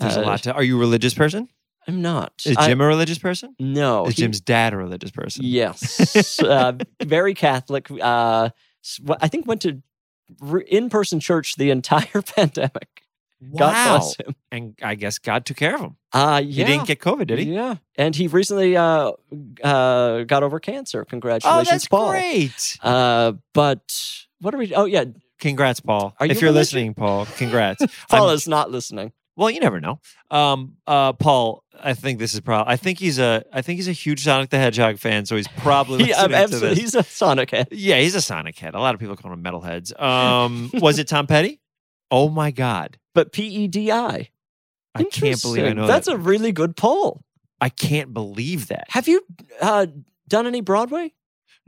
[SPEAKER 3] There's
[SPEAKER 2] uh,
[SPEAKER 3] a lot to. Are you a religious person?
[SPEAKER 2] I'm not.
[SPEAKER 3] Is
[SPEAKER 2] I-
[SPEAKER 3] Jim a religious person?
[SPEAKER 2] no,
[SPEAKER 3] Is
[SPEAKER 2] he-
[SPEAKER 3] Jim's dad a religious person?
[SPEAKER 2] Yes, uh, very Catholic. Uh, s- wh- I think went to re- in-person church the entire pandemic.
[SPEAKER 3] Wow.
[SPEAKER 2] God bless him.
[SPEAKER 3] And I guess God took care of him.
[SPEAKER 2] Uh, yeah.
[SPEAKER 3] He didn't get COVID, did he?
[SPEAKER 2] Yeah, and he recently uh, uh, got over cancer. Congratulations,
[SPEAKER 3] Oh, that's
[SPEAKER 2] Paul.
[SPEAKER 3] great.
[SPEAKER 2] Uh, but what are we? Oh yeah,
[SPEAKER 3] Congrats, Paul.
[SPEAKER 2] Are
[SPEAKER 3] if
[SPEAKER 2] you
[SPEAKER 3] you're
[SPEAKER 2] religious?
[SPEAKER 3] listening, Paul, congrats.
[SPEAKER 2] Paul
[SPEAKER 3] I'm-
[SPEAKER 2] is not listening.
[SPEAKER 3] Well, you never know. Um, uh, Paul, I think this is probably. I think he's a. I think he's a huge Sonic the Hedgehog fan, so he's probably
[SPEAKER 2] He, I'm
[SPEAKER 3] listening to
[SPEAKER 2] absolutely,
[SPEAKER 3] this.
[SPEAKER 2] he's a Sonic head.
[SPEAKER 3] yeah, he's a Sonic head. A lot of people call him metalheads. Um, was it Tom Petty? Oh my God!
[SPEAKER 2] But P E D I.
[SPEAKER 3] I can't believe I know
[SPEAKER 2] that's
[SPEAKER 3] that.
[SPEAKER 2] a really good poll.
[SPEAKER 3] I can't believe that.
[SPEAKER 2] Have you uh, done any Broadway?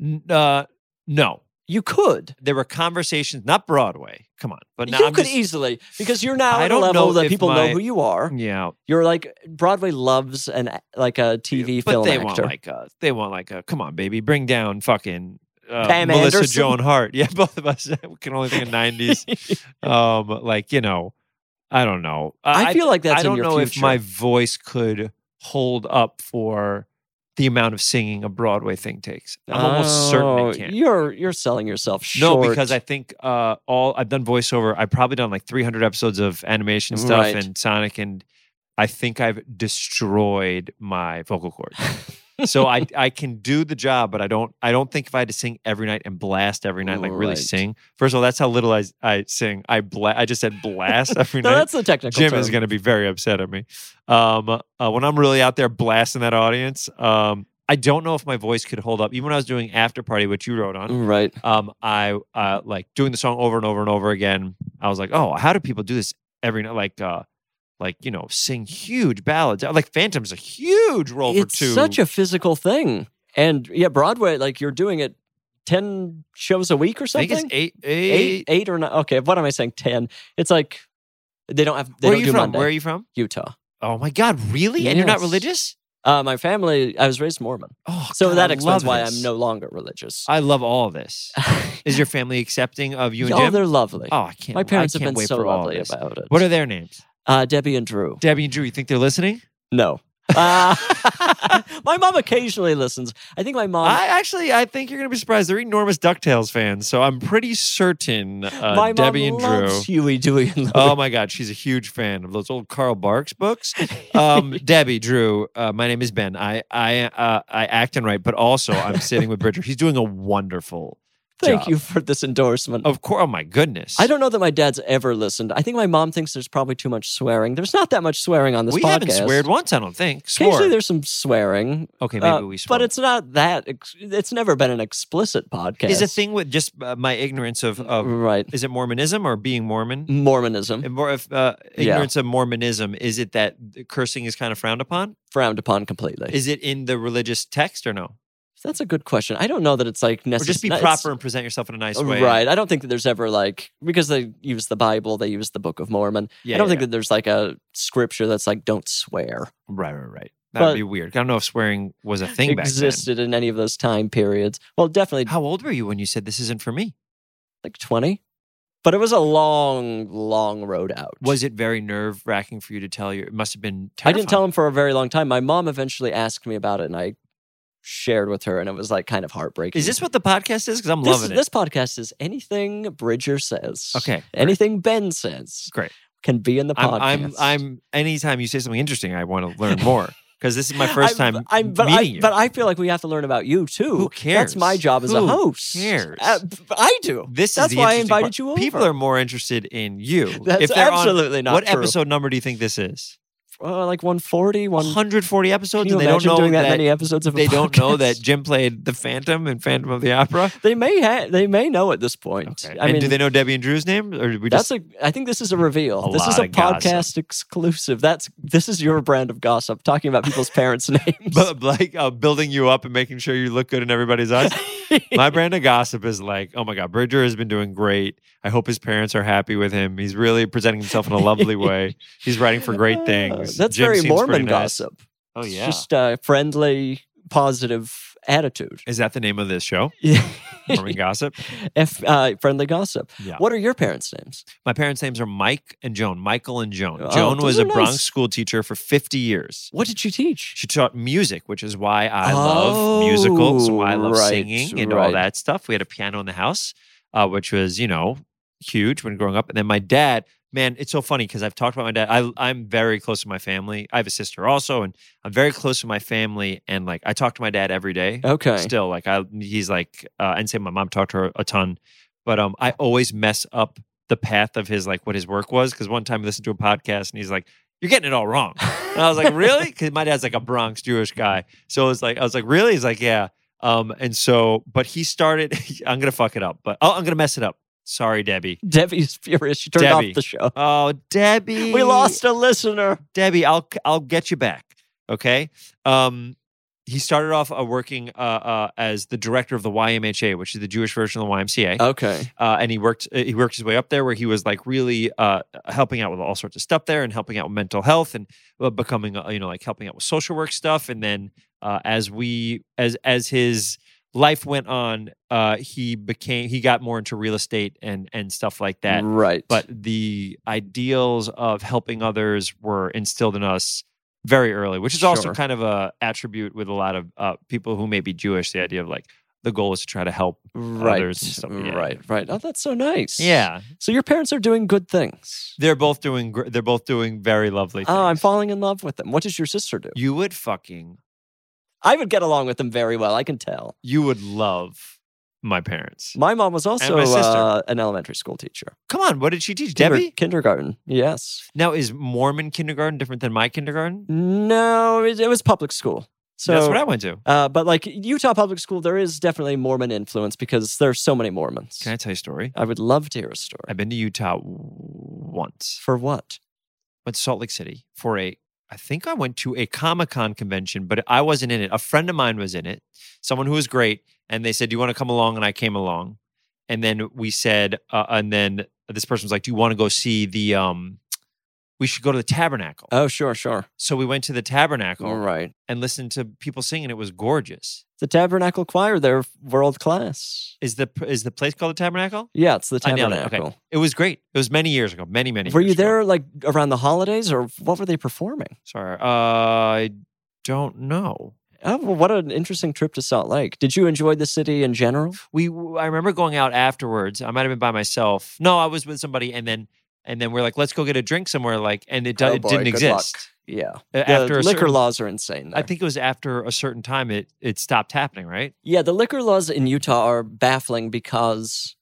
[SPEAKER 3] N- Uh, no,
[SPEAKER 2] You could.
[SPEAKER 3] there were conversations, not Broadway. Come on, but now
[SPEAKER 2] you
[SPEAKER 3] I'm
[SPEAKER 2] could e
[SPEAKER 3] just,
[SPEAKER 2] easily because you're now
[SPEAKER 3] I
[SPEAKER 2] at a
[SPEAKER 3] don't
[SPEAKER 2] level
[SPEAKER 3] know
[SPEAKER 2] that
[SPEAKER 3] if
[SPEAKER 2] people know
[SPEAKER 3] my- Mm.
[SPEAKER 2] who you are.
[SPEAKER 3] yeah.
[SPEAKER 2] You're like Broadway loves an a- like a TV
[SPEAKER 3] but
[SPEAKER 2] film
[SPEAKER 3] they want
[SPEAKER 2] actor.
[SPEAKER 3] like a, they want like a come on baby bring down fucking uh,
[SPEAKER 2] Pam
[SPEAKER 3] Melissa
[SPEAKER 2] Anderson.
[SPEAKER 3] Joan Hart yeah both of us we can only think of nineties um like you know I don't know
[SPEAKER 2] I, feel like that's
[SPEAKER 3] I don't
[SPEAKER 2] in your
[SPEAKER 3] know
[SPEAKER 2] future.
[SPEAKER 3] if my voice could hold up for the amount of singing a Broadway thing takes I'm almost certain
[SPEAKER 2] Oh,
[SPEAKER 3] it can't.
[SPEAKER 2] You're you're selling yourself
[SPEAKER 3] No,
[SPEAKER 2] short.
[SPEAKER 3] because I think uh, all I've done voiceover. I've probably done like 300 episodes of animation stuff
[SPEAKER 2] Right.
[SPEAKER 3] and Sonic, and I think I've destroyed my vocal cords. so I I can do the job, but I don't I don't think if I had to sing every night and blast every night, like really
[SPEAKER 2] Right.
[SPEAKER 3] sing. First of all, that's how little I I sing. I bla- I just said blast every
[SPEAKER 2] no,
[SPEAKER 3] night.
[SPEAKER 2] that's the technical
[SPEAKER 3] Jim
[SPEAKER 2] term.
[SPEAKER 3] is going to be very upset at me. Um, uh, when I'm really out there blasting that audience, um, I don't know if my voice could hold up. Even when I was doing After Party, which you wrote on,
[SPEAKER 2] right.
[SPEAKER 3] um, I uh, like doing the song over and over and over again. I was like, oh, how do people do this every night? Like, uh, like you know, sing huge ballads. uh, Like Phantom's a huge role
[SPEAKER 2] It's
[SPEAKER 3] for two.
[SPEAKER 2] such a physical thing, and yeah, Broadway. Like you're doing it ten shows a week or
[SPEAKER 3] I
[SPEAKER 2] something.
[SPEAKER 3] think it's eight, eight.
[SPEAKER 2] eight, eight or nine. Okay, what am I saying? Ten. It's like they don't have. They
[SPEAKER 3] Where are
[SPEAKER 2] don't
[SPEAKER 3] you
[SPEAKER 2] do
[SPEAKER 3] from?
[SPEAKER 2] Monday.
[SPEAKER 3] Where are you from?
[SPEAKER 2] Utah.
[SPEAKER 3] Oh my God, really? And you're not
[SPEAKER 2] Yes.
[SPEAKER 3] religious?
[SPEAKER 2] Uh, my family. I was raised Mormon.
[SPEAKER 3] Oh,
[SPEAKER 2] So
[SPEAKER 3] God,
[SPEAKER 2] that
[SPEAKER 3] I
[SPEAKER 2] explains
[SPEAKER 3] love
[SPEAKER 2] why
[SPEAKER 3] this.
[SPEAKER 2] I'm no longer religious.
[SPEAKER 3] I love all this. Is your family accepting of you and
[SPEAKER 2] oh,
[SPEAKER 3] Jim?
[SPEAKER 2] they're lovely.
[SPEAKER 3] Oh, I can't.
[SPEAKER 2] My parents
[SPEAKER 3] I
[SPEAKER 2] have
[SPEAKER 3] can't
[SPEAKER 2] been
[SPEAKER 3] wait
[SPEAKER 2] so
[SPEAKER 3] for all
[SPEAKER 2] lovely
[SPEAKER 3] this.
[SPEAKER 2] about it.
[SPEAKER 3] What are their names?
[SPEAKER 2] uh, Debbie and Drew?
[SPEAKER 3] Debbie and Drew. You think they're listening?
[SPEAKER 2] No. Uh, my mom occasionally listens. I think my mom.
[SPEAKER 3] I actually, I think you're gonna be surprised. They're enormous Ducktales fans, so I'm pretty certain uh,
[SPEAKER 2] my mom
[SPEAKER 3] Debbie and Drew.
[SPEAKER 2] loves Huey, Dewey, and Louie.
[SPEAKER 3] Oh my God, she's a huge fan of those old Carl Barks books. Um, Debbie Drew, uh, my name is Ben. I I uh, I act and write, but also I'm sitting with Bridger. He's doing a wonderful.
[SPEAKER 2] Thank
[SPEAKER 3] job.
[SPEAKER 2] you for this endorsement.
[SPEAKER 3] Of course. Oh my goodness.
[SPEAKER 2] I don't know that my dad's ever listened. I think my mom thinks there's probably too much swearing. There's not that much swearing on this
[SPEAKER 3] We
[SPEAKER 2] podcast.
[SPEAKER 3] haven't sweared once. I don't think. Swore.
[SPEAKER 2] Occasionally, there's some swearing,
[SPEAKER 3] Okay, maybe
[SPEAKER 2] uh,
[SPEAKER 3] we swore.
[SPEAKER 2] but it's not that. ex- It's never been an explicit podcast.
[SPEAKER 3] is a thing with just uh, my ignorance of, of
[SPEAKER 2] Mm, right?
[SPEAKER 3] is it Mormonism or being Mormon?
[SPEAKER 2] Mormonism
[SPEAKER 3] And more of uh,
[SPEAKER 2] Yeah.
[SPEAKER 3] ignorance of Mormonism, is it that cursing is kind of frowned upon?
[SPEAKER 2] frowned upon completely.
[SPEAKER 3] Is it in the religious text or no?
[SPEAKER 2] That's a good question. I don't know that it's like
[SPEAKER 3] Or
[SPEAKER 2] necessary.
[SPEAKER 3] just be proper and present yourself in a nice way.
[SPEAKER 2] Right. I don't think that there's ever like because they use the Bible, they use the Book of Mormon.
[SPEAKER 3] Yeah.
[SPEAKER 2] I don't
[SPEAKER 3] yeah,
[SPEAKER 2] think that there's like a scripture that's like don't swear
[SPEAKER 3] yeah. Right, right, right. That would
[SPEAKER 2] But-
[SPEAKER 3] be weird. I don't know if swearing was a thing
[SPEAKER 2] existed in any of those time periods. Well,
[SPEAKER 3] back
[SPEAKER 2] definitely
[SPEAKER 3] then. How old were you when you said this isn't for me?
[SPEAKER 2] like 20. But it was a long, long road out.
[SPEAKER 3] Was it very nerve wracking for you to tell your? It must have been.
[SPEAKER 2] I
[SPEAKER 3] Terrifying.
[SPEAKER 2] didn't tell him for a very long time. My mom eventually asked me about it and I shared with her, and it was like kind of heartbreaking.
[SPEAKER 3] Is this what the podcast is? Because I'm
[SPEAKER 2] this,
[SPEAKER 3] loving it.
[SPEAKER 2] this podcast is anything Bridger says.
[SPEAKER 3] okay.
[SPEAKER 2] Anything Ben says
[SPEAKER 3] Great.
[SPEAKER 2] can be in the
[SPEAKER 3] I'm,
[SPEAKER 2] podcast.
[SPEAKER 3] I'm, I'm, anytime you say something interesting, I want to learn more because this is my 1st
[SPEAKER 2] I'm-
[SPEAKER 3] time
[SPEAKER 2] I'm, but
[SPEAKER 3] meeting
[SPEAKER 2] I,
[SPEAKER 3] you.
[SPEAKER 2] But I feel like we have to learn about you too.
[SPEAKER 3] Who
[SPEAKER 2] That's my
[SPEAKER 3] cares?
[SPEAKER 2] job as a
[SPEAKER 3] Who
[SPEAKER 2] host.
[SPEAKER 3] cares?
[SPEAKER 2] Uh, b- I do.
[SPEAKER 3] this
[SPEAKER 2] That's
[SPEAKER 3] is the
[SPEAKER 2] why I
[SPEAKER 3] interesting
[SPEAKER 2] invited
[SPEAKER 3] part.
[SPEAKER 2] you over.
[SPEAKER 3] People are more interested in you.
[SPEAKER 2] That's
[SPEAKER 3] if they're
[SPEAKER 2] absolutely
[SPEAKER 3] on,
[SPEAKER 2] not
[SPEAKER 3] What
[SPEAKER 2] true.
[SPEAKER 3] episode number do you think this is?
[SPEAKER 2] Uh, like 140, one.
[SPEAKER 3] 140 episodes,
[SPEAKER 2] Can you
[SPEAKER 3] and they don't
[SPEAKER 2] imagine
[SPEAKER 3] know
[SPEAKER 2] doing that, many episodes of a
[SPEAKER 3] they don't know
[SPEAKER 2] podcast?
[SPEAKER 3] that Jim played the Phantom and Phantom of the Opera.
[SPEAKER 2] They may ha- they may know at this point.
[SPEAKER 3] Okay.
[SPEAKER 2] I
[SPEAKER 3] and
[SPEAKER 2] mean,
[SPEAKER 3] do they know Debbie and Drew's name, or did we
[SPEAKER 2] that's
[SPEAKER 3] just?
[SPEAKER 2] a. I think this is a reveal.
[SPEAKER 3] A
[SPEAKER 2] this is
[SPEAKER 3] lot
[SPEAKER 2] a
[SPEAKER 3] of gossip.
[SPEAKER 2] podcast exclusive. That's this is your brand of gossip. Talking about people's parents' names.
[SPEAKER 3] but like uh, building you up and making sure you look good in everybody's eyes. My brand of gossip is like, oh my God, Bridger has been doing great. I hope his parents are happy with him. He's really presenting himself in a lovely way. He's writing for great
[SPEAKER 2] Uh,
[SPEAKER 3] things.
[SPEAKER 2] that's
[SPEAKER 3] Jim
[SPEAKER 2] very
[SPEAKER 3] seems pretty
[SPEAKER 2] Mormon
[SPEAKER 3] nice.
[SPEAKER 2] gossip.
[SPEAKER 3] Oh,
[SPEAKER 2] It's
[SPEAKER 3] yeah.
[SPEAKER 2] just a friendly, positive attitude.
[SPEAKER 3] is that the name of this show?
[SPEAKER 2] Yeah.
[SPEAKER 3] Mormon gossip?
[SPEAKER 2] F, uh, friendly gossip.
[SPEAKER 3] Yeah.
[SPEAKER 2] What are your parents' names?
[SPEAKER 3] My parents' names are Mike and Joan, Michael and Joan.
[SPEAKER 2] Oh,
[SPEAKER 3] Joan
[SPEAKER 2] those
[SPEAKER 3] was
[SPEAKER 2] are
[SPEAKER 3] a Bronx
[SPEAKER 2] nice.
[SPEAKER 3] school teacher for 50 years.
[SPEAKER 2] What did you teach?
[SPEAKER 3] She taught music, which is why I love musicals,
[SPEAKER 2] Oh,
[SPEAKER 3] why I love
[SPEAKER 2] right,
[SPEAKER 3] singing and
[SPEAKER 2] right.
[SPEAKER 3] all that stuff. We had a piano in the house, uh, which was, you know, huge when growing up. And then my dad, man, it's so funny because I've talked about my dad. I, I'm very close to my family. I have a sister also, and I'm very close to my family. And like, I talk to my dad every day
[SPEAKER 2] Okay.
[SPEAKER 3] still. Like, I he's like, uh, and say my mom talked to her a ton, but um, I always mess up the path of his like what his work was because one time I listened to a podcast and he's like, "You're getting it all wrong." And I was like, really? Because my dad's like a Bronx Jewish guy. So it's like, I was like, really? He's like, yeah. Um, and so, but he started, I'm going to fuck it up, but oh, I'm going to mess it up. Sorry, Debbie.
[SPEAKER 2] Debbie's furious. She turned
[SPEAKER 3] Debbie.
[SPEAKER 2] off the show.
[SPEAKER 3] Oh, Debbie.
[SPEAKER 2] We lost a listener.
[SPEAKER 3] Debbie, I'll, I'll get you back. Okay. Um, he started off uh, working uh, uh, as the director of the YMHA, which is the Jewish version of the YMCA
[SPEAKER 2] Okay.
[SPEAKER 3] uh, and he worked uh, he worked his way up there where he was like really uh, helping out with all sorts of stuff there and helping out with mental health and uh, becoming uh, you know like helping out with social work stuff and then uh, as we as as his life went on uh, he became he got more into real estate and and stuff like that
[SPEAKER 2] right.
[SPEAKER 3] but the ideals of helping others were instilled in us very early which is also
[SPEAKER 2] Sure.
[SPEAKER 3] kind of a attribute with a lot of uh, people who may be jewish the idea of like the goal is to try to help
[SPEAKER 2] right.
[SPEAKER 3] others and stuff, yeah.
[SPEAKER 2] Right. Right. Oh, that's so nice.
[SPEAKER 3] yeah
[SPEAKER 2] So your parents are doing good things.
[SPEAKER 3] They're both doing. gr- They're both doing very lovely. Things.
[SPEAKER 2] Oh, I'm falling in love with them. What does your sister do?
[SPEAKER 3] You would fucking.
[SPEAKER 2] I would get along with them very well. I can tell.
[SPEAKER 3] You would love my parents.
[SPEAKER 2] My mom was also
[SPEAKER 3] my sister.
[SPEAKER 2] uh, an elementary school teacher.
[SPEAKER 3] Come on, what did she teach,
[SPEAKER 2] Kinder-
[SPEAKER 3] Debbie?
[SPEAKER 2] kindergarten. Yes.
[SPEAKER 3] Now is Mormon kindergarten different than my kindergarten?
[SPEAKER 2] No, it, it was public school. So
[SPEAKER 3] That's what I went to.
[SPEAKER 2] Uh, but like Utah public school, there is definitely Mormon influence because there are so many Mormons.
[SPEAKER 3] Can I tell you a story?
[SPEAKER 2] I would love to hear a story.
[SPEAKER 3] I've been to Utah w- once.
[SPEAKER 2] For what?
[SPEAKER 3] Went to Salt Lake City for a. I think I went to a Comic Con convention, but I wasn't in it. A friend of mine was in it. Someone who was great, and they said, "Do you want to come along?" And I came along, and then we said, uh, and then this person was like, "Do you want to go see the?" um We should go to the Tabernacle.
[SPEAKER 2] Oh, sure, sure.
[SPEAKER 3] So we went to the tabernacle
[SPEAKER 2] All right.
[SPEAKER 3] and listened to people singing. It was gorgeous.
[SPEAKER 2] The Tabernacle Choir, they're world class.
[SPEAKER 3] Is the is the place called the tabernacle?
[SPEAKER 2] Yeah, it's the
[SPEAKER 3] I nailed it. Okay.
[SPEAKER 2] Tabernacle.
[SPEAKER 3] It was great. It was many years ago. Many many.
[SPEAKER 2] Were
[SPEAKER 3] years
[SPEAKER 2] you
[SPEAKER 3] ago.
[SPEAKER 2] there like around the holidays or what were they performing?
[SPEAKER 3] Sorry, uh, I don't know.
[SPEAKER 2] Oh, well, what an interesting trip to Salt Lake. Did you enjoy the city in general?
[SPEAKER 3] We I remember going out afterwards. I might have been by myself. No, I was with somebody, and then and then we're like, let's go get a drink somewhere. Like, and it, do-
[SPEAKER 2] Oh
[SPEAKER 3] it
[SPEAKER 2] boy,
[SPEAKER 3] didn't
[SPEAKER 2] good luck.
[SPEAKER 3] exist
[SPEAKER 2] Yeah.
[SPEAKER 3] Uh,
[SPEAKER 2] The
[SPEAKER 3] after a
[SPEAKER 2] liquor
[SPEAKER 3] certain,
[SPEAKER 2] laws are insane.
[SPEAKER 3] I
[SPEAKER 2] there.
[SPEAKER 3] think it was after a certain time. It it stopped happening. Right?
[SPEAKER 2] Yeah, the liquor laws in Utah are baffling because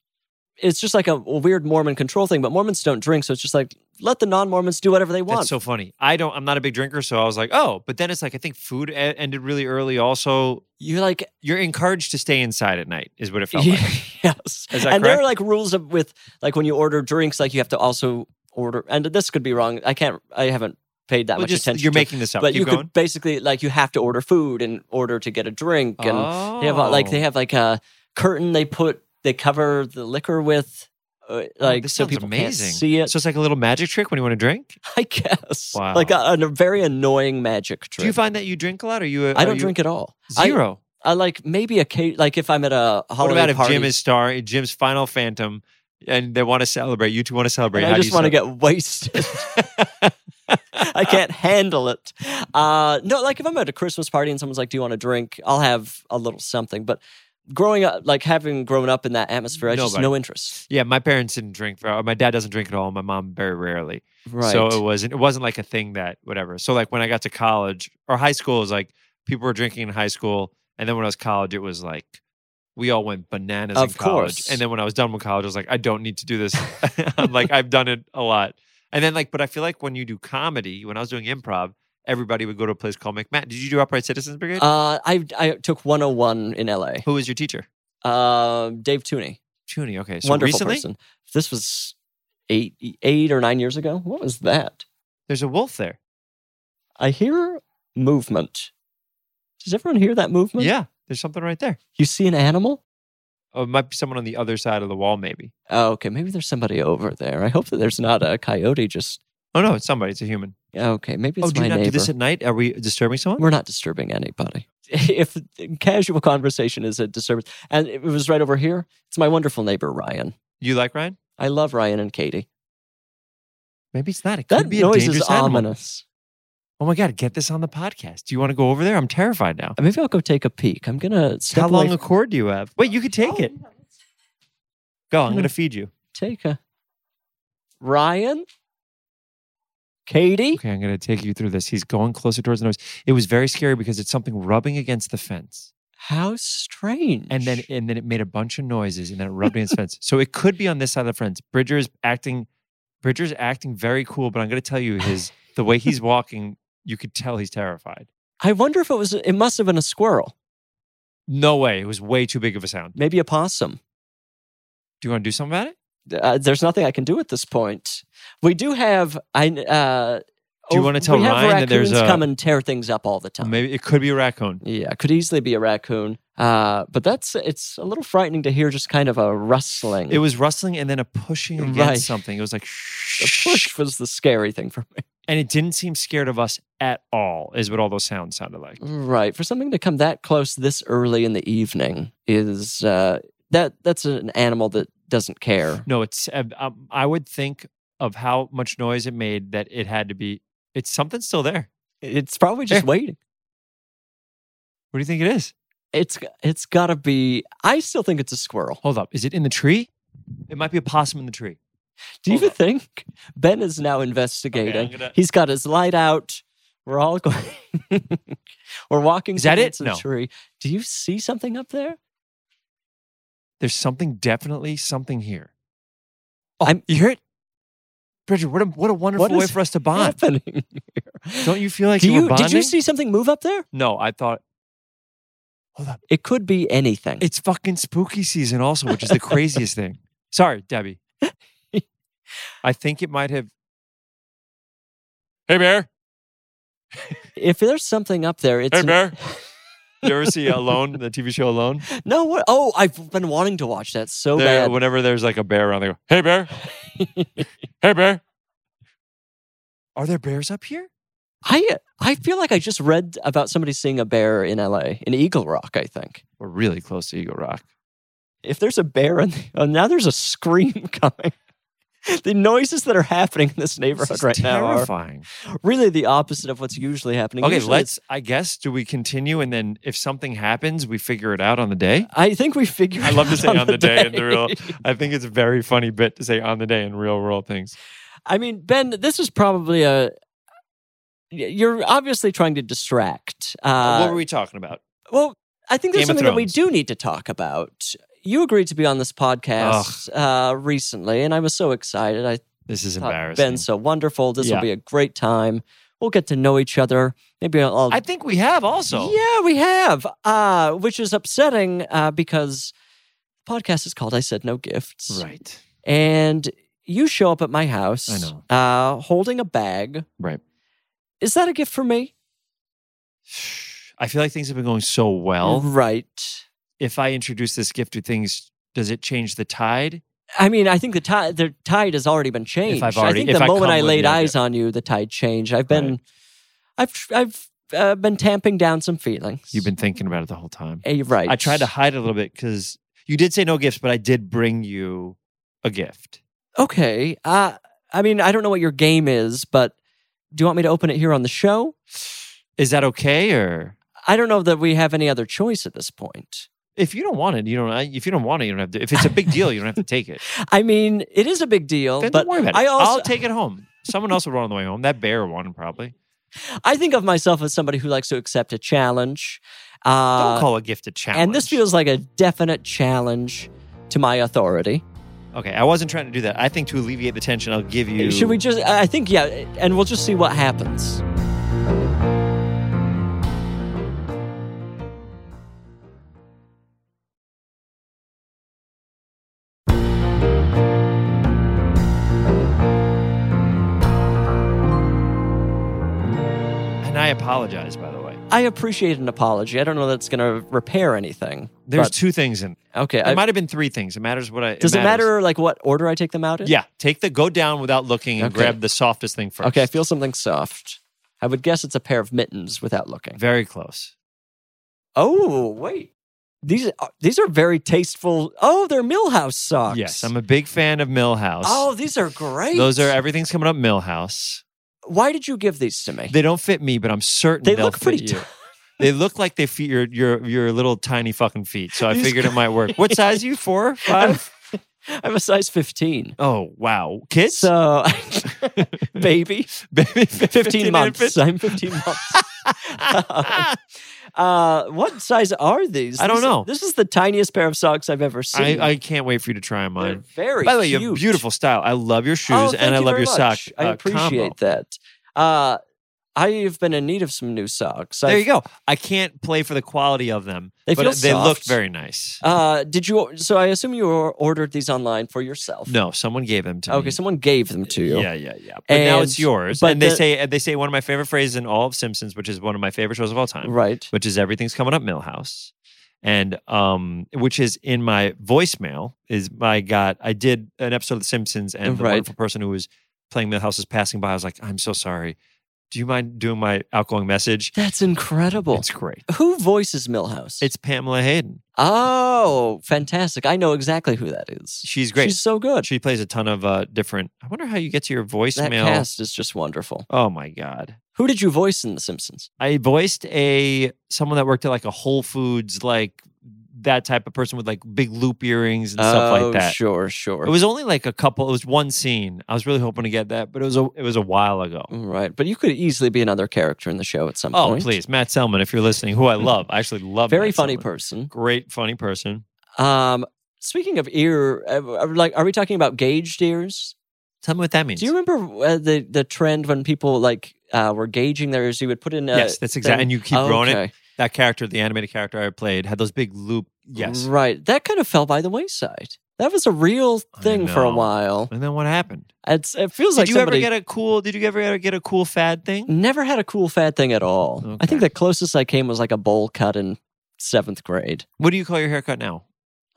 [SPEAKER 2] it's just like a weird Mormon control thing, but Mormons don't drink, so it's just like let the non-Mormons do whatever they want.
[SPEAKER 3] That's so funny. I don't. I'm not a big drinker, so I was like, oh. But then it's like I think food e- ended really early. Also,
[SPEAKER 2] You're like
[SPEAKER 3] you're encouraged to stay inside at night is what it felt like
[SPEAKER 2] yes.
[SPEAKER 3] Oh,
[SPEAKER 2] And
[SPEAKER 3] Is that
[SPEAKER 2] there are like
[SPEAKER 3] correct?
[SPEAKER 2] rules of, with like when you order drinks like you have to also order and this could be wrong. I can't I haven't paid that
[SPEAKER 3] Well,
[SPEAKER 2] much
[SPEAKER 3] just-
[SPEAKER 2] attention
[SPEAKER 3] you're
[SPEAKER 2] to it,
[SPEAKER 3] making this up
[SPEAKER 2] but
[SPEAKER 3] keep
[SPEAKER 2] you
[SPEAKER 3] going
[SPEAKER 2] could basically like you have to order food in order to get a drink and They have a, like
[SPEAKER 3] Oh.
[SPEAKER 2] they have like a curtain they put they cover the liquor with, uh, like
[SPEAKER 3] Oh, this
[SPEAKER 2] so
[SPEAKER 3] sounds
[SPEAKER 2] people
[SPEAKER 3] amazing.
[SPEAKER 2] can't see it.
[SPEAKER 3] so it's like a little magic trick when you want to drink
[SPEAKER 2] I guess
[SPEAKER 3] Wow.
[SPEAKER 2] like a, a very annoying magic trick.
[SPEAKER 3] do you find that you drink a lot or you
[SPEAKER 2] I don't drink at all. I-
[SPEAKER 3] zero
[SPEAKER 2] I like maybe a case, like if I'm at a
[SPEAKER 3] what
[SPEAKER 2] holiday
[SPEAKER 3] about if
[SPEAKER 2] party.
[SPEAKER 3] jim is star jim's final phantom and they want to celebrate you two want to celebrate
[SPEAKER 2] and
[SPEAKER 3] How
[SPEAKER 2] I
[SPEAKER 3] do
[SPEAKER 2] just
[SPEAKER 3] you
[SPEAKER 2] want to
[SPEAKER 3] celebrate?
[SPEAKER 2] get wasted. I can't handle it. Uh, no, like if I'm at a Christmas party and someone's like, "Do you want a drink?" I'll have a little something. But growing up, like having grown up in that atmosphere, I just
[SPEAKER 3] Nobody.
[SPEAKER 2] no interest.
[SPEAKER 3] Yeah, my parents didn't drink. uh, My dad doesn't drink at all. My mom very rarely. So it wasn't. It wasn't like a thing that whatever. So like when I got to college or high school, it was like people were drinking in high school, and then when I was college, it was like we all went bananas in
[SPEAKER 2] Of
[SPEAKER 3] college.
[SPEAKER 2] course.
[SPEAKER 3] And then when I was done with college, I was like, I don't need to do this. I'm like I've done it a lot. And then like, but I feel like when you do comedy, when I was doing improv, everybody would go to a place called McMatt. Did you do Upright Citizens Brigade?
[SPEAKER 2] uh, I I took 101 in LA.
[SPEAKER 3] Who was your teacher?
[SPEAKER 2] Uh, Dave Tooney,
[SPEAKER 3] Tooney. Okay, so
[SPEAKER 2] wonderful
[SPEAKER 3] recently
[SPEAKER 2] person. This was eight eight or nine years ago. What was that?
[SPEAKER 3] there's a wolf there.
[SPEAKER 2] I hear movement. Does everyone hear that movement?
[SPEAKER 3] Yeah, there's something right there.
[SPEAKER 2] You see an animal?
[SPEAKER 3] Oh, it might be someone on the other side of the wall, maybe.
[SPEAKER 2] Oh, okay, maybe there's somebody over there. I hope that there's not a coyote just.
[SPEAKER 3] Oh no, it's somebody. It's a human.
[SPEAKER 2] Okay, maybe
[SPEAKER 3] oh,
[SPEAKER 2] it's
[SPEAKER 3] do
[SPEAKER 2] my
[SPEAKER 3] you not
[SPEAKER 2] neighbor.
[SPEAKER 3] do this at night? Are we disturbing someone?
[SPEAKER 2] We're not disturbing anybody. If casual conversation is a disturbance, and it was right over here, it's my wonderful neighbor Ryan.
[SPEAKER 3] You like Ryan?
[SPEAKER 2] I love Ryan and Katie.
[SPEAKER 3] Maybe it's not. It
[SPEAKER 2] That
[SPEAKER 3] could be a
[SPEAKER 2] noise is
[SPEAKER 3] dangerous animal.
[SPEAKER 2] ominous.
[SPEAKER 3] Oh my god, get this on the podcast. Do you want to go over there? I'm terrified now.
[SPEAKER 2] Uh, Maybe I'll go take a peek. I'm gonna step
[SPEAKER 3] How
[SPEAKER 2] away
[SPEAKER 3] long a
[SPEAKER 2] from- Oh,
[SPEAKER 3] cord do you have? Wait, you could take it. Go. I'm
[SPEAKER 2] Yeah.
[SPEAKER 3] going to feed you.
[SPEAKER 2] take a Ryan, Katie.
[SPEAKER 3] Okay, I'm going to take you through this. He's going closer towards the noise. It was very scary because it's something rubbing against the fence,
[SPEAKER 2] How strange!
[SPEAKER 3] and then and then it made a bunch of noises, and then it rubbed against the fence. So it could be on this side of the fence. Bridger is acting, Bridger's acting very cool, but I'm going to tell you his the way he's walking. You could tell he's terrified.
[SPEAKER 2] I wonder if it was. It must have been a squirrel,
[SPEAKER 3] No way. It was way too big of a sound.
[SPEAKER 2] maybe a possum.
[SPEAKER 3] Do you want to do something about it?
[SPEAKER 2] uh, there's nothing I can do at this point. We do have I. Uh,
[SPEAKER 3] Do you
[SPEAKER 2] ov-
[SPEAKER 3] wanna tell
[SPEAKER 2] we have
[SPEAKER 3] Ryan that there's uh,
[SPEAKER 2] raccoons
[SPEAKER 3] a-
[SPEAKER 2] come and tear things up all the time?
[SPEAKER 3] Maybe it could be a raccoon.
[SPEAKER 2] Yeah, could easily be a raccoon. Uh, but that's it's a little frightening to hear just kind of a rustling.
[SPEAKER 3] It was rustling and then a pushing against
[SPEAKER 2] Mm. Right.
[SPEAKER 3] something. It was like
[SPEAKER 2] the
[SPEAKER 3] shh,
[SPEAKER 2] push was the scary thing for me.
[SPEAKER 3] and it didn't seem scared of us at all. Is what all those sounds sounded like.
[SPEAKER 2] Mm. Right, for something to come that close this early in the evening is uh, that that's an animal that doesn't care.
[SPEAKER 3] No, it's. uh, Um, I would think of how much noise it made that it had to be. It's something still there.
[SPEAKER 2] It's probably just
[SPEAKER 3] Yeah.
[SPEAKER 2] waiting.
[SPEAKER 3] What do you think it is?
[SPEAKER 2] It's it's got to be. I still think it's a squirrel.
[SPEAKER 3] Hold up. Is it in the tree? It might be a possum in the tree.
[SPEAKER 2] Do you
[SPEAKER 3] Hold
[SPEAKER 2] even think Ben is now investigating?
[SPEAKER 3] gonna-
[SPEAKER 2] He's got his light out. We're all going. We're walking.
[SPEAKER 3] Is that it?
[SPEAKER 2] towards the
[SPEAKER 3] No.
[SPEAKER 2] Tree. Do you see something up there?
[SPEAKER 3] There's something definitely something here. Oh,
[SPEAKER 2] I'm-
[SPEAKER 3] you hear it, Bridger? What a what a wonderful way
[SPEAKER 2] is
[SPEAKER 3] for us to bond.
[SPEAKER 2] Happening here.
[SPEAKER 3] Don't you feel like
[SPEAKER 2] Do
[SPEAKER 3] you,
[SPEAKER 2] you?
[SPEAKER 3] were bonding?
[SPEAKER 2] Did you see something move up there?
[SPEAKER 3] No, I thought. Hold up.
[SPEAKER 2] It could be anything.
[SPEAKER 3] It's fucking spooky season, also, which is the craziest thing. Sorry, Debbie. I think it might have. Hey, Bear.
[SPEAKER 2] if there's something up there, it's
[SPEAKER 3] Hey,
[SPEAKER 2] an-
[SPEAKER 3] Bear. You ever see Alone, the TV show Alone?
[SPEAKER 2] no. What? Oh, I've been wanting to watch that so
[SPEAKER 3] There-
[SPEAKER 2] bad.
[SPEAKER 3] whenever there's like a bear around, they go, Hey, Bear. hey, Bear. Are there bears up here?
[SPEAKER 2] I I feel like I just read about somebody seeing a bear in L.A. in Eagle Rock. I think
[SPEAKER 3] We're really close to Eagle Rock.
[SPEAKER 2] if there's a bear in the, oh, now there's a scream coming. the noises that are happening in this
[SPEAKER 3] This
[SPEAKER 2] neighborhood
[SPEAKER 3] is
[SPEAKER 2] right now are
[SPEAKER 3] terrifying.
[SPEAKER 2] really the opposite of what's usually happening.
[SPEAKER 3] Okay,
[SPEAKER 2] Usually
[SPEAKER 3] let's, I guess, do we continue? And then if something happens, we figure it out on the day?
[SPEAKER 2] it's- I think we figured.
[SPEAKER 3] I love to
[SPEAKER 2] it
[SPEAKER 3] say
[SPEAKER 2] out
[SPEAKER 3] on the day in the real.
[SPEAKER 2] day.
[SPEAKER 3] I think it's a very funny bit to say on the day in real world things.
[SPEAKER 2] I mean, Ben, this is probably a. You're obviously trying to distract. Uh,
[SPEAKER 3] we talking about?
[SPEAKER 2] well, I think there's
[SPEAKER 3] Game of
[SPEAKER 2] something that we
[SPEAKER 3] Thrones.
[SPEAKER 2] do need to talk about. You agreed to be on this podcast uh, recently, and I was so excited. I
[SPEAKER 3] This is
[SPEAKER 2] thought
[SPEAKER 3] embarrassing.
[SPEAKER 2] Ben's so wonderful. This will
[SPEAKER 3] Yeah.
[SPEAKER 2] be a great time. We'll get to know each other. Maybe I'll
[SPEAKER 3] I think we have also.
[SPEAKER 2] Yeah, we have, uh, which is upsetting uh, because the podcast is called I Said No Gifts.
[SPEAKER 3] Right.
[SPEAKER 2] And you show up at my house
[SPEAKER 3] I know.
[SPEAKER 2] Uh, holding a bag.
[SPEAKER 3] Right.
[SPEAKER 2] Is that a gift for me?
[SPEAKER 3] I feel like things have been going so well.
[SPEAKER 2] Mm-hmm. Right.
[SPEAKER 3] If I introduce this gift to things, does it change the tide?
[SPEAKER 2] I mean, I think the tide the tide has already been changed.
[SPEAKER 3] I've
[SPEAKER 2] I
[SPEAKER 3] already-
[SPEAKER 2] think
[SPEAKER 3] if
[SPEAKER 2] the
[SPEAKER 3] I
[SPEAKER 2] moment
[SPEAKER 3] come
[SPEAKER 2] I
[SPEAKER 3] with
[SPEAKER 2] laid
[SPEAKER 3] no
[SPEAKER 2] eyes
[SPEAKER 3] gift.
[SPEAKER 2] on you, the tide changed. I've been, I've, tr- I've uh, been tamping down some feelings.
[SPEAKER 3] You've been thinking about it the whole time.
[SPEAKER 2] Eh, right.
[SPEAKER 3] I tried to hide it a little bit because you did say no gifts, but I did bring you a gift.
[SPEAKER 2] Okay. Uh, I mean, I don't know what your game is, but do you want me to open it here on the show?
[SPEAKER 3] Is that okay? Or
[SPEAKER 2] I don't know that we have any other choice at this point.
[SPEAKER 3] if you don't want it, you don't. I- If you don't want it, you don't have to. If it's a big deal, you don't have to take it.
[SPEAKER 2] I mean, it is a big deal,
[SPEAKER 3] Then
[SPEAKER 2] but
[SPEAKER 3] don't worry about it.
[SPEAKER 2] I also
[SPEAKER 3] I'll take it home. Someone else would run on the way home. That bear one probably.
[SPEAKER 2] I think of myself as somebody who likes to accept a challenge.
[SPEAKER 3] Don't
[SPEAKER 2] Uh,
[SPEAKER 3] call a gift a challenge.
[SPEAKER 2] and this feels like a definite challenge to my authority.
[SPEAKER 3] okay. I wasn't trying to do that. I think to alleviate the tension, I'll give you.
[SPEAKER 2] Should we just? I think yeah, and we'll just see what happens.
[SPEAKER 3] And I apologize, by the way.
[SPEAKER 2] I appreciate an apology. I don't know that's going to repair anything.
[SPEAKER 3] There's
[SPEAKER 2] but-
[SPEAKER 3] two things in.
[SPEAKER 2] okay.
[SPEAKER 3] It
[SPEAKER 2] I-
[SPEAKER 3] might have been three things. It matters what I.
[SPEAKER 2] does it
[SPEAKER 3] matters.
[SPEAKER 2] matter like what order I take them out in?
[SPEAKER 3] Yeah, take the go down without looking and
[SPEAKER 2] Okay.
[SPEAKER 3] grab the softest thing first.
[SPEAKER 2] Okay, I feel something soft. I would guess it's a pair of mittens without looking.
[SPEAKER 3] very close.
[SPEAKER 2] Oh wait, these are, these are very tasteful. Oh, they're Millhouse socks.
[SPEAKER 3] Yes, I'm a big fan of Millhouse.
[SPEAKER 2] Oh, these are great.
[SPEAKER 3] those are everything's coming up Millhouse.
[SPEAKER 2] Why did you give these to me?
[SPEAKER 3] They don't fit me, but I'm certain
[SPEAKER 2] They
[SPEAKER 3] they'll
[SPEAKER 2] look pretty
[SPEAKER 3] Fit you. They look like they fit your your your little tiny fucking feet. So I figured it might work. What size are you? Four, five?
[SPEAKER 2] I'm a size 15.
[SPEAKER 3] Oh wow, kids.
[SPEAKER 2] So, baby,
[SPEAKER 3] Baby,
[SPEAKER 2] 15
[SPEAKER 3] and
[SPEAKER 2] months.
[SPEAKER 3] 15.
[SPEAKER 2] I'm 15 months. uh, what size are these?
[SPEAKER 3] I don't
[SPEAKER 2] This-
[SPEAKER 3] know.
[SPEAKER 2] This is the tiniest pair of socks I've ever
[SPEAKER 3] I,
[SPEAKER 2] seen.
[SPEAKER 3] I can't wait for you to try them
[SPEAKER 2] They're
[SPEAKER 3] on.
[SPEAKER 2] very
[SPEAKER 3] By the way, you have
[SPEAKER 2] cute.
[SPEAKER 3] beautiful style. I love your shoes
[SPEAKER 2] Oh, thank
[SPEAKER 3] and I
[SPEAKER 2] you
[SPEAKER 3] love
[SPEAKER 2] very
[SPEAKER 3] your sock.
[SPEAKER 2] much. I
[SPEAKER 3] uh,
[SPEAKER 2] appreciate
[SPEAKER 3] combo.
[SPEAKER 2] that. Uh, I've been in need of some new socks.
[SPEAKER 3] There
[SPEAKER 2] I've-
[SPEAKER 3] you go. I can't play for the quality of them.
[SPEAKER 2] They
[SPEAKER 3] but
[SPEAKER 2] feel
[SPEAKER 3] they look
[SPEAKER 2] soft.
[SPEAKER 3] very nice.
[SPEAKER 2] Uh, did you? So I assume you or- ordered these online for yourself.
[SPEAKER 3] No, someone gave them to me.
[SPEAKER 2] Okay, someone gave them to you.
[SPEAKER 3] Yeah, yeah, yeah. But now
[SPEAKER 2] And-
[SPEAKER 3] it's yours.
[SPEAKER 2] but
[SPEAKER 3] and they
[SPEAKER 2] the-
[SPEAKER 3] say they say one of my favorite phrases in all of Simpsons, which is one of my favorite shows of all time,
[SPEAKER 2] Right.
[SPEAKER 3] which is everything's coming up Millhouse. And um, which is in my voicemail is my God. I did an episode of The Simpsons, and the
[SPEAKER 2] Right.
[SPEAKER 3] wonderful person who was playing Millhouse is passing by. I was like, I'm so sorry. Do you mind doing my outgoing message?
[SPEAKER 2] That's incredible.
[SPEAKER 3] It's great.
[SPEAKER 2] Who voices Millhouse?
[SPEAKER 3] It's Pamela Hayden.
[SPEAKER 2] oh, fantastic! I know exactly who that is.
[SPEAKER 3] She's great.
[SPEAKER 2] She's so good.
[SPEAKER 3] she plays a ton of uh, different. I wonder how you get to your
[SPEAKER 2] that
[SPEAKER 3] voicemail.
[SPEAKER 2] cast is just wonderful.
[SPEAKER 3] Oh my god!
[SPEAKER 2] Who did you voice in The Simpsons?
[SPEAKER 3] I voiced a someone that worked at like a Whole Foods, like that type of person with like big loop earrings and stuff
[SPEAKER 2] Oh,
[SPEAKER 3] like that.
[SPEAKER 2] Sure, sure.
[SPEAKER 3] It was only like a couple. It was one scene. I was really hoping to get that, but it was a it was a while ago.
[SPEAKER 2] right, but you could easily be another character in the show at some
[SPEAKER 3] Oh
[SPEAKER 2] point.
[SPEAKER 3] please, Matt Selman, if you're listening, who I love, I actually love.
[SPEAKER 2] Very
[SPEAKER 3] Matt
[SPEAKER 2] funny
[SPEAKER 3] Selman.
[SPEAKER 2] person.
[SPEAKER 3] Great funny person.
[SPEAKER 2] Um, speaking of ear, uh, uh, like, are we talking about gauged ears?
[SPEAKER 3] Tell me what that means.
[SPEAKER 2] Do you remember uh, the the trend when people like uh, were gauging their ears? You would put in a
[SPEAKER 3] yes, that's exactly.
[SPEAKER 2] thing-
[SPEAKER 3] And you keep growing it.
[SPEAKER 2] Okay.
[SPEAKER 3] That character, the animated character I played, had those big loop. Yes.
[SPEAKER 2] right. That kind of fell by the wayside. That was a real
[SPEAKER 3] I
[SPEAKER 2] thing for a
[SPEAKER 3] know.
[SPEAKER 2] while.
[SPEAKER 3] And then what happened?
[SPEAKER 2] It's, it feels like
[SPEAKER 3] did you
[SPEAKER 2] somebody Mm.
[SPEAKER 3] ever get a cool? Did you ever ever get a cool fad thing?
[SPEAKER 2] never had a cool fad thing at all. I
[SPEAKER 3] Okay.
[SPEAKER 2] think the closest I came was like a bowl cut in seventh grade.
[SPEAKER 3] What do you call your haircut now?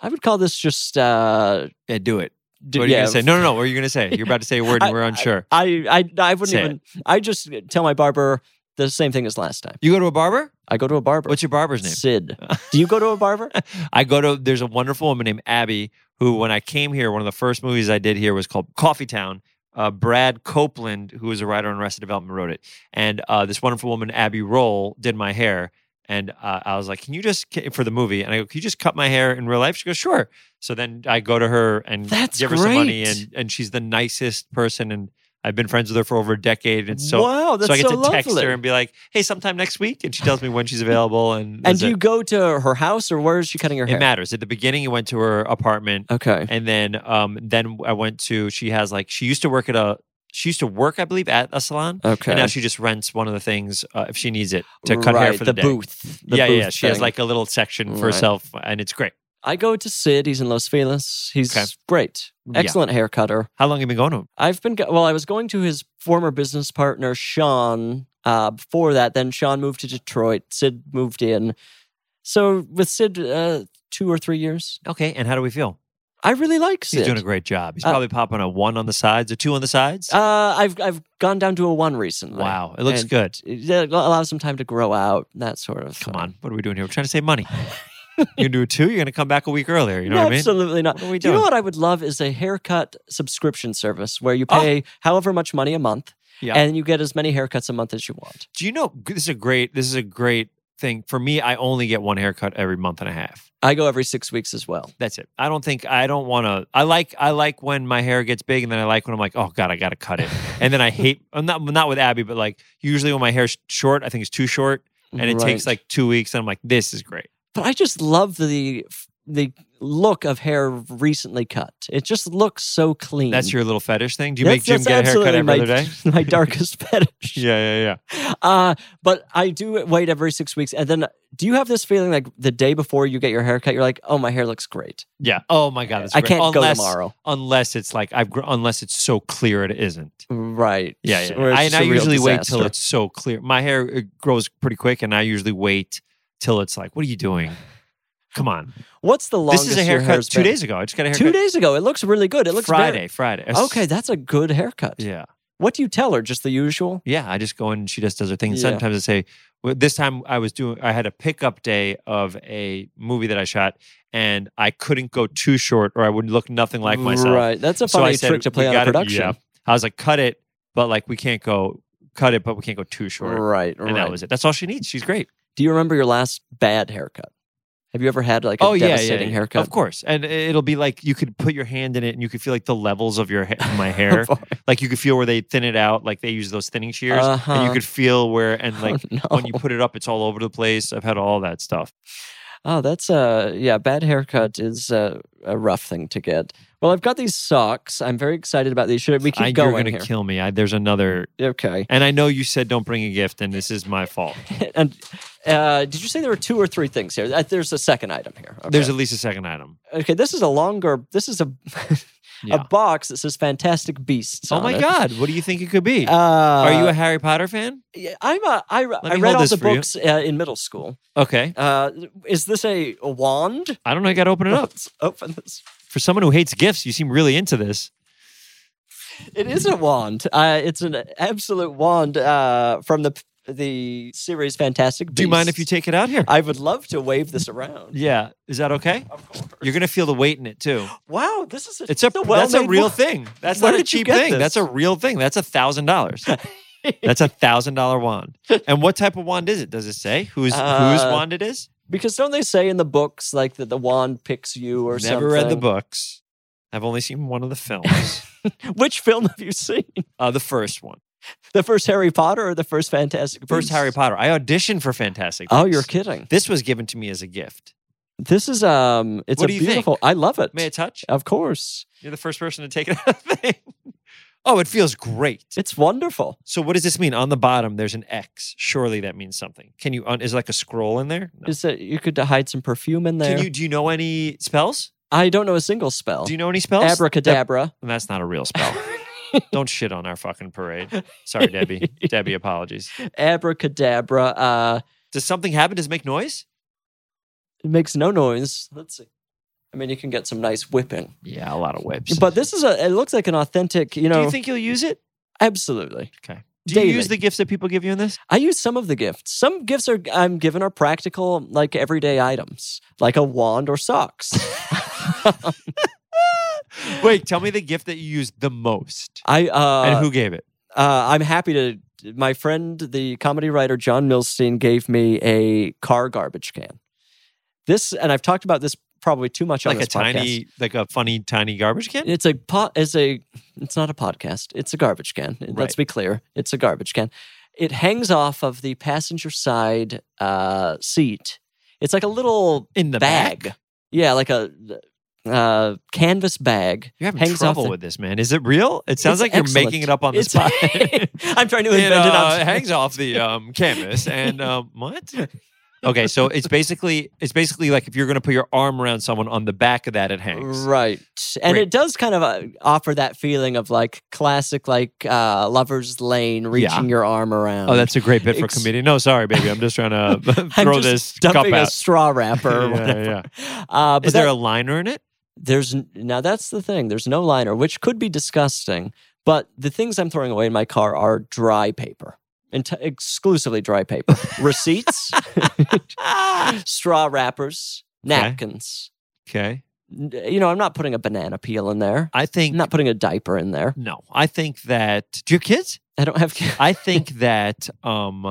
[SPEAKER 2] I would call this just uh,
[SPEAKER 3] Yeah, do it.
[SPEAKER 2] d-
[SPEAKER 3] what are you
[SPEAKER 2] yeah,
[SPEAKER 3] gonna say? No, no, no. What are you gonna say? You're about to say a word, and
[SPEAKER 2] I-
[SPEAKER 3] we're unsure.
[SPEAKER 2] I I I wouldn't
[SPEAKER 3] Say it.
[SPEAKER 2] even. I just tell my barber the same thing as last time.
[SPEAKER 3] you go to a barber.
[SPEAKER 2] I go to a barber.
[SPEAKER 3] What's your barber's name?
[SPEAKER 2] Sid. Do you go to a barber?
[SPEAKER 3] I go to. There's a wonderful woman named Abby who, when I came here, one of the first movies I did here was called Coffee Town. Uh, Brad Copeland, who was a writer on Arrested Development, wrote it, and uh, this wonderful woman Abby Roll did my hair. And uh, I was like, "Can you just ca- for the movie?" And I go, "Can you just cut my hair in real life?" She goes, "Sure." So then I go to her and
[SPEAKER 2] That's
[SPEAKER 3] give her some money,
[SPEAKER 2] great.
[SPEAKER 3] and and she's the nicest person, and I've been friends with her for over a decade, and so
[SPEAKER 2] wow, that's
[SPEAKER 3] so I get to
[SPEAKER 2] lovely.
[SPEAKER 3] text her and be like, "Hey, sometime next week," and she tells me when she's available. And
[SPEAKER 2] And
[SPEAKER 3] that's
[SPEAKER 2] do
[SPEAKER 3] it.
[SPEAKER 2] you go to her house or where is she cutting her hair?
[SPEAKER 3] It matters. At the beginning, it went to her apartment,
[SPEAKER 2] Okay.
[SPEAKER 3] and then um, then I went to. She has like she used to work at a she used to work, I believe, at a salon,
[SPEAKER 2] Okay.
[SPEAKER 3] and now she just rents one of the things uh, if she needs it to cut hair
[SPEAKER 2] Right,
[SPEAKER 3] for
[SPEAKER 2] the,
[SPEAKER 3] the, day.
[SPEAKER 2] booth. The
[SPEAKER 3] yeah, yeah, yeah.
[SPEAKER 2] booth
[SPEAKER 3] She has
[SPEAKER 2] thing.
[SPEAKER 3] like a little section for
[SPEAKER 2] Right.
[SPEAKER 3] herself, and it's great.
[SPEAKER 2] I go to Sid. He's in Los Feliz. He's
[SPEAKER 3] Okay.
[SPEAKER 2] great.
[SPEAKER 3] Yeah.
[SPEAKER 2] Excellent hair haircutter.
[SPEAKER 3] How long have you been going to? him?
[SPEAKER 2] I've been go- well. I was going to his former business partner Sean. Uh, before that, then Sean moved to Detroit. Sid moved in. So with Sid, uh, two or three years.
[SPEAKER 3] Okay, and how do we feel?
[SPEAKER 2] I really like Sid.
[SPEAKER 3] He's doing a great job. He's
[SPEAKER 2] Uh,
[SPEAKER 3] probably popping a one on the sides, a two on the sides.
[SPEAKER 2] uh, I've I've gone down to a one recently.
[SPEAKER 3] wow, it looks
[SPEAKER 2] and-
[SPEAKER 3] good.
[SPEAKER 2] It uh, allows some time to grow out. That sort of.
[SPEAKER 3] Come
[SPEAKER 2] thing.
[SPEAKER 3] on, what are we doing here? We're trying to save money. you're gonna do a two. You're gonna come back a week earlier. You know what I mean?
[SPEAKER 2] Absolutely not.
[SPEAKER 3] What are we
[SPEAKER 2] Do you know
[SPEAKER 3] doing?
[SPEAKER 2] what I would love is a haircut subscription service where you
[SPEAKER 3] Oh.
[SPEAKER 2] pay however much money a month
[SPEAKER 3] Yeah.
[SPEAKER 2] and you get as many haircuts a month as you want.
[SPEAKER 3] Do you know this is a great this is a great thing for me? I only get one haircut every month and a half.
[SPEAKER 2] I go every six weeks as well.
[SPEAKER 3] That's it. I don't think I don't want to. I like I like when my hair gets big, and then I like when I'm like, oh god, I gotta cut it. And then I hate. I'm not not with Abby, but like usually when my hair's short, I think it's too short, and it takes
[SPEAKER 2] Right.
[SPEAKER 3] like two weeks, and I'm like, this is great.
[SPEAKER 2] But I just love the the look of hair recently cut. It just looks so clean.
[SPEAKER 3] That's your little fetish thing. Do you
[SPEAKER 2] Mm. That's-
[SPEAKER 3] make Jim
[SPEAKER 2] that's
[SPEAKER 3] get a haircut
[SPEAKER 2] absolutely
[SPEAKER 3] every
[SPEAKER 2] my,
[SPEAKER 3] other day?
[SPEAKER 2] my darkest fetish.
[SPEAKER 3] Yeah, yeah, yeah.
[SPEAKER 2] Uh, but I do wait every six weeks. And then do you have this feeling like the day before you get your haircut, you're like, oh, my hair looks great.
[SPEAKER 3] Yeah. Oh my god, that's
[SPEAKER 2] I
[SPEAKER 3] great.
[SPEAKER 2] can't
[SPEAKER 3] unless,
[SPEAKER 2] go tomorrow.
[SPEAKER 3] Unless it's like I've gr- unless it's so clear it isn't.
[SPEAKER 2] Right.
[SPEAKER 3] Yeah, yeah.
[SPEAKER 2] Or it's
[SPEAKER 3] I,
[SPEAKER 2] just
[SPEAKER 3] and I
[SPEAKER 2] a real
[SPEAKER 3] usually wait till
[SPEAKER 2] disaster.
[SPEAKER 3] it's so clear. My hair it grows pretty quick, and I usually wait till it's like, "What are you doing? Come on!"
[SPEAKER 2] What's the longest
[SPEAKER 3] This is a
[SPEAKER 2] your
[SPEAKER 3] haircut
[SPEAKER 2] hair's
[SPEAKER 3] two
[SPEAKER 2] been?
[SPEAKER 3] days ago. I just got a haircut.
[SPEAKER 2] Two days ago. It looks really good. It looks very-
[SPEAKER 3] Friday. Friday.
[SPEAKER 2] okay, that's a good haircut.
[SPEAKER 3] Yeah,
[SPEAKER 2] What do you tell her? Just the usual?
[SPEAKER 3] yeah. I just go in and she just does her thing. And
[SPEAKER 2] Yeah.
[SPEAKER 3] Sometimes I say, well, "This time I was doing. I had a pickup day of a movie that I shot, and I couldn't go too short, or I would look nothing like myself."
[SPEAKER 2] Right. That's a
[SPEAKER 3] So
[SPEAKER 2] funny
[SPEAKER 3] I said,
[SPEAKER 2] trick to play
[SPEAKER 3] "We
[SPEAKER 2] on a
[SPEAKER 3] gotta-
[SPEAKER 2] production.
[SPEAKER 3] yeah. I was like, "Cut it," but like we can't go cut it, but we can't go too short.
[SPEAKER 2] Right.
[SPEAKER 3] And
[SPEAKER 2] right.
[SPEAKER 3] that was it. That's all she needs. She's great.
[SPEAKER 2] Do you remember your last bad haircut? Have you ever had like a
[SPEAKER 3] Oh,
[SPEAKER 2] devastating haircut?
[SPEAKER 3] Of course. And it'll be like you could put your hand in it and you could feel like the levels of your ha-
[SPEAKER 2] Oh,
[SPEAKER 3] my hair. like you could feel where they thin it out, like they use those thinning shears. And you
[SPEAKER 2] Uh-huh.
[SPEAKER 3] could feel where and like
[SPEAKER 2] oh, no.
[SPEAKER 3] when you put it up, it's all over the place. I've had all that stuff.
[SPEAKER 2] Oh, that's uh yeah, bad haircut is uh, a rough thing to get. Well, I've got these socks. I'm very excited about these. Should we keep
[SPEAKER 3] I, you're
[SPEAKER 2] going
[SPEAKER 3] gonna
[SPEAKER 2] here?
[SPEAKER 3] kill me. I, there's another
[SPEAKER 2] okay.
[SPEAKER 3] and I know you said don't bring a gift, and this is my fault.
[SPEAKER 2] and uh, did you say there were two or three things here? Uh, There's a second item here. Okay.
[SPEAKER 3] There's at least a second item.
[SPEAKER 2] okay. This is a longer. This is a
[SPEAKER 3] Yeah.
[SPEAKER 2] a box that says "Fantastic Beasts."
[SPEAKER 3] oh
[SPEAKER 2] on
[SPEAKER 3] my
[SPEAKER 2] it.
[SPEAKER 3] god, what do you think it could be?
[SPEAKER 2] Uh,
[SPEAKER 3] Are you a Harry Potter fan?
[SPEAKER 2] yeah, I'm a. I,
[SPEAKER 3] me
[SPEAKER 2] I
[SPEAKER 3] hold
[SPEAKER 2] read all
[SPEAKER 3] this
[SPEAKER 2] the
[SPEAKER 3] for you.
[SPEAKER 2] books uh, in middle school.
[SPEAKER 3] Okay.
[SPEAKER 2] Uh, is this a, a wand?
[SPEAKER 3] I don't know. I got to open it up.
[SPEAKER 2] Let's open this.
[SPEAKER 3] For someone who hates gifts, you seem really into this.
[SPEAKER 2] It is a wand. Uh, it's an absolute wand uh, from the the series Fantastic Beasts.
[SPEAKER 3] Do you mind if you take it out here?
[SPEAKER 2] I would love to wave this around.
[SPEAKER 3] yeah. Is that okay?
[SPEAKER 2] Of course.
[SPEAKER 3] You're going to feel the weight in it too.
[SPEAKER 2] Wow, this is a,
[SPEAKER 3] It's a
[SPEAKER 2] well
[SPEAKER 3] that's a real thing. That's
[SPEAKER 2] Where
[SPEAKER 3] not a
[SPEAKER 2] did you
[SPEAKER 3] cheap
[SPEAKER 2] get
[SPEAKER 3] thing.
[SPEAKER 2] this?
[SPEAKER 3] That's a real thing. That's a thousand dollars. That's a thousand dollar wand. And what type of wand is it? Does it say whose whose
[SPEAKER 2] Uh,
[SPEAKER 3] wand it is?
[SPEAKER 2] Because don't they say in the books like that the wand picks you or
[SPEAKER 3] Never
[SPEAKER 2] something?
[SPEAKER 3] read the books. I've only seen one of the films.
[SPEAKER 2] Which film have you seen?
[SPEAKER 3] uh, the first one,
[SPEAKER 2] The first Harry Potter or the first Fantastic
[SPEAKER 3] first
[SPEAKER 2] Beasts?
[SPEAKER 3] Harry Potter. I auditioned for Fantastic.
[SPEAKER 2] Oh,
[SPEAKER 3] Beasts.
[SPEAKER 2] you're kidding.
[SPEAKER 3] This was given to me as a gift.
[SPEAKER 2] This is um it's
[SPEAKER 3] What
[SPEAKER 2] a
[SPEAKER 3] do you think?
[SPEAKER 2] beautiful I love it.
[SPEAKER 3] May I touch?
[SPEAKER 2] of course.
[SPEAKER 3] You're the first person to take it out of the thing. Oh, it feels great.
[SPEAKER 2] It's wonderful.
[SPEAKER 3] So what does this mean? On the bottom, there's an X. Surely that means something. Can you? Un- is it like a scroll in there? No.
[SPEAKER 2] Is that you could hide some perfume in there?
[SPEAKER 3] Can you? Do you know any spells?
[SPEAKER 2] I don't know a single spell.
[SPEAKER 3] Do you know any spells?
[SPEAKER 2] Abracadabra.
[SPEAKER 3] That- that's not a real spell. Don't shit on our fucking parade. Sorry, Debbie. Debbie, apologies.
[SPEAKER 2] Abracadabra. Uh,
[SPEAKER 3] Does something happen? Does it make noise?
[SPEAKER 2] it makes no noise. Let's see. I mean, you can get some nice whipping,
[SPEAKER 3] Yeah, a lot of whips.
[SPEAKER 2] but this is a. It looks like an authentic. You know,
[SPEAKER 3] do you think you'll use it?
[SPEAKER 2] absolutely.
[SPEAKER 3] Okay. Do you
[SPEAKER 2] David.
[SPEAKER 3] use the gifts that people give you in this?
[SPEAKER 2] I use some of the gifts. Some gifts are I'm given are practical, like everyday items, like a wand or socks.
[SPEAKER 3] Wait, tell me the gift that you used the most
[SPEAKER 2] I uh,
[SPEAKER 3] and who gave it.
[SPEAKER 2] uh, I'm happy to. My friend, the comedy writer John Milstein, gave me a car garbage can. This, and I've talked about this probably too much on
[SPEAKER 3] Like a
[SPEAKER 2] this podcast.
[SPEAKER 3] tiny, like a funny tiny garbage can.
[SPEAKER 2] It's a pot. It's a. It's not a podcast. It's a garbage can. Let's
[SPEAKER 3] Right.
[SPEAKER 2] be clear. It's a garbage can. It hangs off of the passenger side uh, seat. It's like a little
[SPEAKER 3] in the
[SPEAKER 2] bag.
[SPEAKER 3] back?
[SPEAKER 2] Yeah, like a uh, canvas bag.
[SPEAKER 3] You're having
[SPEAKER 2] hangs off
[SPEAKER 3] trouble
[SPEAKER 2] the-
[SPEAKER 3] with this, man. Is it real? It
[SPEAKER 2] It's
[SPEAKER 3] sounds like
[SPEAKER 2] excellent.
[SPEAKER 3] you're making it up on the
[SPEAKER 2] It's-
[SPEAKER 3] spot.
[SPEAKER 2] I'm trying to
[SPEAKER 3] it
[SPEAKER 2] invent it.
[SPEAKER 3] uh,
[SPEAKER 2] on-
[SPEAKER 3] hangs off the um, canvas and um, what? Okay, so it's basically it's basically like if you're going to put your arm around someone on the back of that, it hangs.
[SPEAKER 2] Right. And
[SPEAKER 3] Great.
[SPEAKER 2] it does kind of uh, offer that feeling of like classic, like uh, lover's lane, reaching your arm around.
[SPEAKER 3] Oh, that's a great bit for
[SPEAKER 2] Ex-
[SPEAKER 3] comedian. No, sorry, baby, I'm just trying to
[SPEAKER 2] I'm
[SPEAKER 3] throw
[SPEAKER 2] just
[SPEAKER 3] this cup
[SPEAKER 2] dumping a
[SPEAKER 3] out.
[SPEAKER 2] straw wrapper. Or
[SPEAKER 3] Yeah,
[SPEAKER 2] whatever.
[SPEAKER 3] yeah.
[SPEAKER 2] Uh, but
[SPEAKER 3] Is there
[SPEAKER 2] that-
[SPEAKER 3] a liner in it?
[SPEAKER 2] there's n- now that's the thing. There's no liner, which could be disgusting. But the things I'm throwing away in my car are dry paper, ent- exclusively dry paper, receipts, straw wrappers, napkins.
[SPEAKER 3] Okay,
[SPEAKER 2] N- You know, I'm not putting a banana peel in there.
[SPEAKER 3] I think
[SPEAKER 2] I'm not putting a diaper in there.
[SPEAKER 3] no. I think that do your kids?
[SPEAKER 2] I don't have kids.
[SPEAKER 3] I think that um,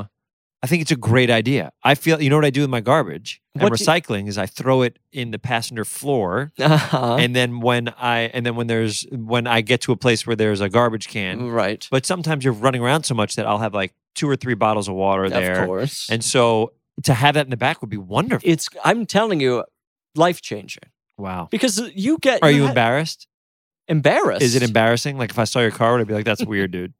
[SPEAKER 3] I think it's a great idea. I feel you know what I do with my garbage and
[SPEAKER 2] What do you-
[SPEAKER 3] recycling is I throw it in the passenger floor,
[SPEAKER 2] Uh-huh.
[SPEAKER 3] and then when I and then when there's when I get to a place where there's a garbage can,
[SPEAKER 2] right.
[SPEAKER 3] but sometimes you're running around so much that I'll have like two or three bottles of water
[SPEAKER 2] Of
[SPEAKER 3] there,
[SPEAKER 2] course.
[SPEAKER 3] and so to have that in the back would be wonderful.
[SPEAKER 2] it's I'm telling you, life changing.
[SPEAKER 3] wow.
[SPEAKER 2] Because you get
[SPEAKER 3] Are you
[SPEAKER 2] ha-
[SPEAKER 3] embarrassed?
[SPEAKER 2] embarrassed?
[SPEAKER 3] Is it embarrassing? Like if I saw your car, would I be like, "That's weird, dude"?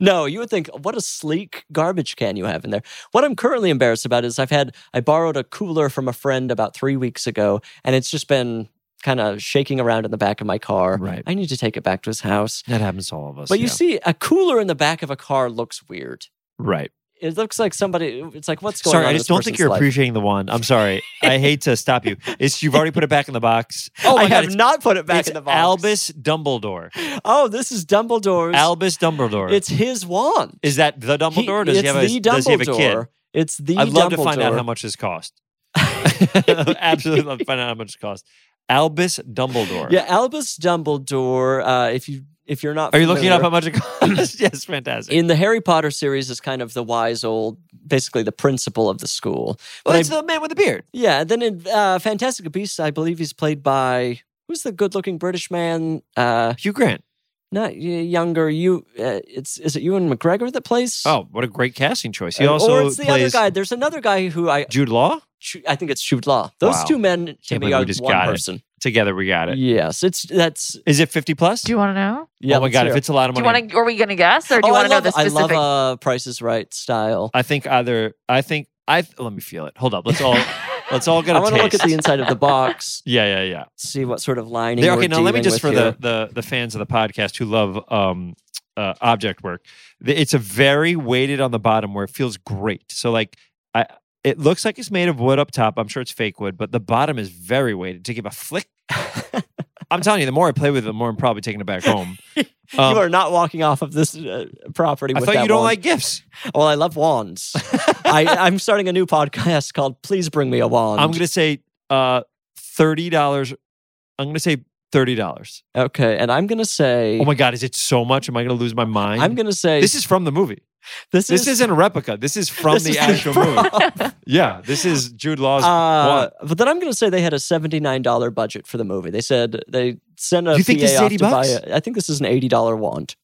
[SPEAKER 2] No, you would think what a sleek garbage can you have in there. What I'm currently embarrassed about is I've had I borrowed a cooler from a friend about 3 weeks ago and it's just been kind of shaking around in the back of my car.
[SPEAKER 3] Right.
[SPEAKER 2] I need to take it back to his house.
[SPEAKER 3] That happens to all of us.
[SPEAKER 2] But you
[SPEAKER 3] yeah.
[SPEAKER 2] see a cooler in the back of a car looks weird.
[SPEAKER 3] right?
[SPEAKER 2] It looks like somebody it's like what's going
[SPEAKER 3] sorry,
[SPEAKER 2] on?
[SPEAKER 3] I
[SPEAKER 2] in
[SPEAKER 3] just
[SPEAKER 2] this
[SPEAKER 3] don't think
[SPEAKER 2] person's
[SPEAKER 3] you're
[SPEAKER 2] life?
[SPEAKER 3] appreciating the one. I'm sorry. I hate to stop you. It's you've already put it back in the box.
[SPEAKER 2] Oh, I
[SPEAKER 3] God,
[SPEAKER 2] have
[SPEAKER 3] it's-
[SPEAKER 2] not put it back
[SPEAKER 3] it's
[SPEAKER 2] in the box.
[SPEAKER 3] Albus Dumbledore.
[SPEAKER 2] Oh, this is Dumbledore's.
[SPEAKER 3] Albus Dumbledore.
[SPEAKER 2] It's his wand.
[SPEAKER 3] is that the Dumbledore?
[SPEAKER 2] He-
[SPEAKER 3] or does he
[SPEAKER 2] it's
[SPEAKER 3] have a
[SPEAKER 2] the
[SPEAKER 3] does he have a kid?
[SPEAKER 2] Dumbledore. It's the
[SPEAKER 3] I'd love
[SPEAKER 2] Dumbledore.
[SPEAKER 3] to find out how much this cost. Absolutely love to find out how much it cost. Albus Dumbledore.
[SPEAKER 2] Yeah, Albus Dumbledore. Uh, if you if you're not,
[SPEAKER 3] Are you looking it up
[SPEAKER 2] familiar,
[SPEAKER 3] how much it costs? yes, fantastic.
[SPEAKER 2] in the Harry Potter series is kind of the wise old, basically the principal of the school.
[SPEAKER 3] well,
[SPEAKER 2] but
[SPEAKER 3] it's the man with the beard.
[SPEAKER 2] Yeah, then in uh, Fantastic Beasts, I believe he's played by who's the good-looking British man? Uh,
[SPEAKER 3] Hugh Grant.
[SPEAKER 2] not y- younger. You, uh, it's is it Ewan McGregor that plays?
[SPEAKER 3] Oh, what a great casting choice. He
[SPEAKER 2] Uh,
[SPEAKER 3] also
[SPEAKER 2] or it's the
[SPEAKER 3] plays
[SPEAKER 2] other guy. There's another guy who I
[SPEAKER 3] Jude Law.
[SPEAKER 2] I think it's Jude Law. Those
[SPEAKER 3] Wow.
[SPEAKER 2] two men to
[SPEAKER 3] Can't
[SPEAKER 2] me
[SPEAKER 3] believe we
[SPEAKER 2] are
[SPEAKER 3] just
[SPEAKER 2] one
[SPEAKER 3] got it.
[SPEAKER 2] person.
[SPEAKER 3] Together we got it.
[SPEAKER 2] Yes, it's that's
[SPEAKER 3] Is it 50 plus?
[SPEAKER 4] Do you want to know?
[SPEAKER 2] yeah.
[SPEAKER 3] oh my
[SPEAKER 2] let's
[SPEAKER 3] god,
[SPEAKER 2] hear
[SPEAKER 3] if
[SPEAKER 2] it.
[SPEAKER 3] it's a lot of
[SPEAKER 4] Do
[SPEAKER 3] money.
[SPEAKER 4] you want to? Are we going to guess, or do
[SPEAKER 2] oh,
[SPEAKER 4] you
[SPEAKER 2] I
[SPEAKER 4] want to know
[SPEAKER 2] love,
[SPEAKER 4] the specific?
[SPEAKER 2] I love uh, Price is Right style.
[SPEAKER 3] I think either I think I th- let me feel it. Hold up. Let's all let's all get
[SPEAKER 2] I
[SPEAKER 3] a
[SPEAKER 2] want to look
[SPEAKER 3] taste.
[SPEAKER 2] at the inside of the box,
[SPEAKER 3] yeah, yeah, yeah.
[SPEAKER 2] see what sort of lining.
[SPEAKER 3] There-
[SPEAKER 2] we're
[SPEAKER 3] okay, now let me
[SPEAKER 2] dealing
[SPEAKER 3] just
[SPEAKER 2] with
[SPEAKER 3] for
[SPEAKER 2] here.
[SPEAKER 3] the, the the fans of the podcast who love um uh, object work. th- It's a very weighted on the bottom where it feels great. So like I it looks like it's made of wood up top. I'm sure it's fake wood, but the bottom is very weighted to give a flick. I'm telling you, the more I play with it, the more I'm probably taking it back home. Um,
[SPEAKER 2] you are not walking off of this uh, property.
[SPEAKER 3] I
[SPEAKER 2] with
[SPEAKER 3] thought
[SPEAKER 2] that
[SPEAKER 3] you don't
[SPEAKER 2] wand.
[SPEAKER 3] like gifts.
[SPEAKER 2] Well, I love wands. I, I'm starting a new podcast called "Please Bring Me a Wand."
[SPEAKER 3] I'm gonna say uh thirty dollars. I'm gonna say thirty dollars.
[SPEAKER 2] okay, and I'm gonna say,
[SPEAKER 3] Oh my god, is it so much? Am I going to lose my mind?
[SPEAKER 2] I'm gonna say
[SPEAKER 3] This is from the movie.
[SPEAKER 2] this,
[SPEAKER 3] This
[SPEAKER 2] is
[SPEAKER 3] isn't a replica. This is from
[SPEAKER 2] this
[SPEAKER 3] the
[SPEAKER 2] is
[SPEAKER 3] actual movie.
[SPEAKER 2] prop.
[SPEAKER 3] Yeah, this is Jude Law's
[SPEAKER 2] Uh,
[SPEAKER 3] wand.
[SPEAKER 2] but then I'm going to say they had a $79 budget for the movie. They said they sent a
[SPEAKER 3] You think
[SPEAKER 2] PA
[SPEAKER 3] this is
[SPEAKER 2] off
[SPEAKER 3] 80
[SPEAKER 2] to buy
[SPEAKER 3] bucks?
[SPEAKER 2] a- I think this is an $80 wand.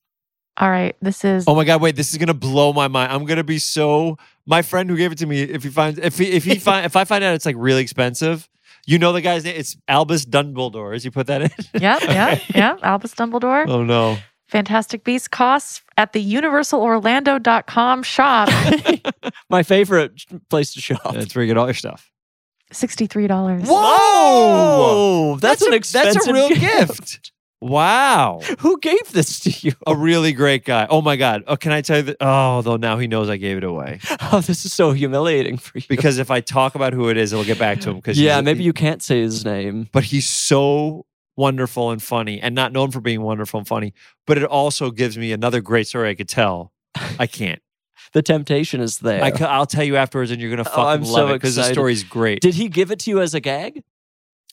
[SPEAKER 4] All right, this is.
[SPEAKER 3] Oh my god, wait, this is going to blow my mind. I'm going to be so my friend who gave it to me if he finds if he if he find if I find out it's like really expensive, you know the guy's name it's Albus Dumbledore. Is he put that in?
[SPEAKER 4] Yep, yep, yep. Albus Dumbledore.
[SPEAKER 3] Oh no.
[SPEAKER 4] Fantastic Beast costs at the universalorlando.com shop
[SPEAKER 2] My favorite place to shop.
[SPEAKER 3] That's where you get all your stuff.
[SPEAKER 4] $63.
[SPEAKER 2] Whoa! That's, an
[SPEAKER 3] a-
[SPEAKER 2] expensive
[SPEAKER 3] That's a real gift. Wow.
[SPEAKER 2] Who gave this to you?
[SPEAKER 3] A really great guy. Oh my god. Oh, can I tell you that? Oh, though now he knows I gave it away.
[SPEAKER 2] Oh, this is so humiliating for you.
[SPEAKER 3] because if I talk about who it is, it'll get back to him. Because
[SPEAKER 2] yeah, maybe you can't say his name.
[SPEAKER 3] But he's so wonderful and funny, and not known for being wonderful and funny. But it also gives me another great story I could tell. I can't.
[SPEAKER 2] The temptation is there.
[SPEAKER 3] I, will tell you afterwards, and you're gonna
[SPEAKER 2] Oh,
[SPEAKER 3] fucking
[SPEAKER 2] I'm
[SPEAKER 3] love
[SPEAKER 2] so
[SPEAKER 3] it because the
[SPEAKER 2] excited.
[SPEAKER 3] story's great.
[SPEAKER 2] Did he give it to you as a gag?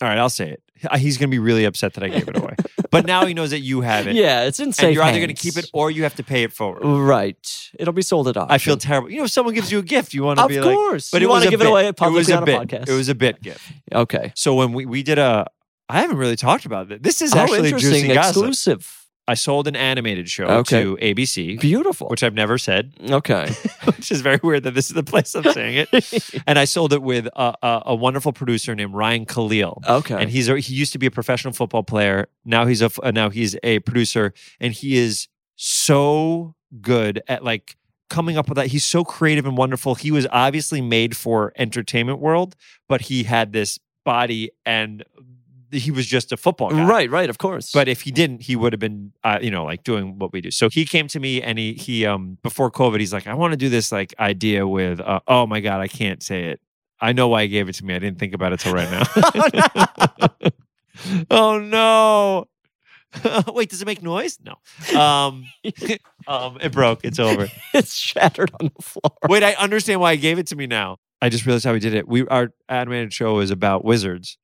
[SPEAKER 3] All right, I'll say it. Uh, He's gonna be really upset that I gave it away. but now he knows that you have it.
[SPEAKER 2] Yeah, it's
[SPEAKER 3] and
[SPEAKER 2] insane.
[SPEAKER 3] you're either gonna keep it or you have to pay it forward.
[SPEAKER 2] Right. It'll be sold at auction.
[SPEAKER 3] I feel terrible. You know, if someone gives you a gift, you want to
[SPEAKER 2] Of
[SPEAKER 3] be like,
[SPEAKER 2] course. you
[SPEAKER 3] it
[SPEAKER 2] want
[SPEAKER 3] was
[SPEAKER 2] to
[SPEAKER 3] a
[SPEAKER 2] give
[SPEAKER 3] bit.
[SPEAKER 2] it away publicly
[SPEAKER 3] was a
[SPEAKER 2] on a
[SPEAKER 3] bit.
[SPEAKER 2] podcast.
[SPEAKER 3] It was a bit gift.
[SPEAKER 2] okay.
[SPEAKER 3] So when we we did a, I haven't really talked about this. This is
[SPEAKER 2] Oh,
[SPEAKER 3] actually
[SPEAKER 2] interesting.
[SPEAKER 3] juicy gossip.
[SPEAKER 2] Exclusive.
[SPEAKER 3] I sold an animated show
[SPEAKER 2] Okay.
[SPEAKER 3] to ABC,
[SPEAKER 2] Beautiful.
[SPEAKER 3] which I've never said,
[SPEAKER 2] okay.
[SPEAKER 3] which is very weird that this is the place I'm saying it. and I sold it with a, a, a wonderful producer named Ryan Khalil.
[SPEAKER 2] Okay.
[SPEAKER 3] And he's a, he used to be a professional football player. Now he's a f- uh, now he's a producer, and he is so good at like coming up with that. He's so creative and wonderful. He was obviously made for entertainment world, but he had this body, and he was just a football guy.
[SPEAKER 2] right, right, of course.
[SPEAKER 3] But if he didn't, he would have been, uh, you know, like doing what we do. So he came to me and he he um before COVID, he's like, I want to do this like idea with. Uh, oh my god, I can't say it. I know why he gave it to me. I didn't think about it till right now. oh no. Wait, does it make noise? No. Um, um, it broke. It's over.
[SPEAKER 2] it's shattered on the floor.
[SPEAKER 3] Wait, I understand why he gave it to me now. I just realized how we did it. We our animated show is about wizards.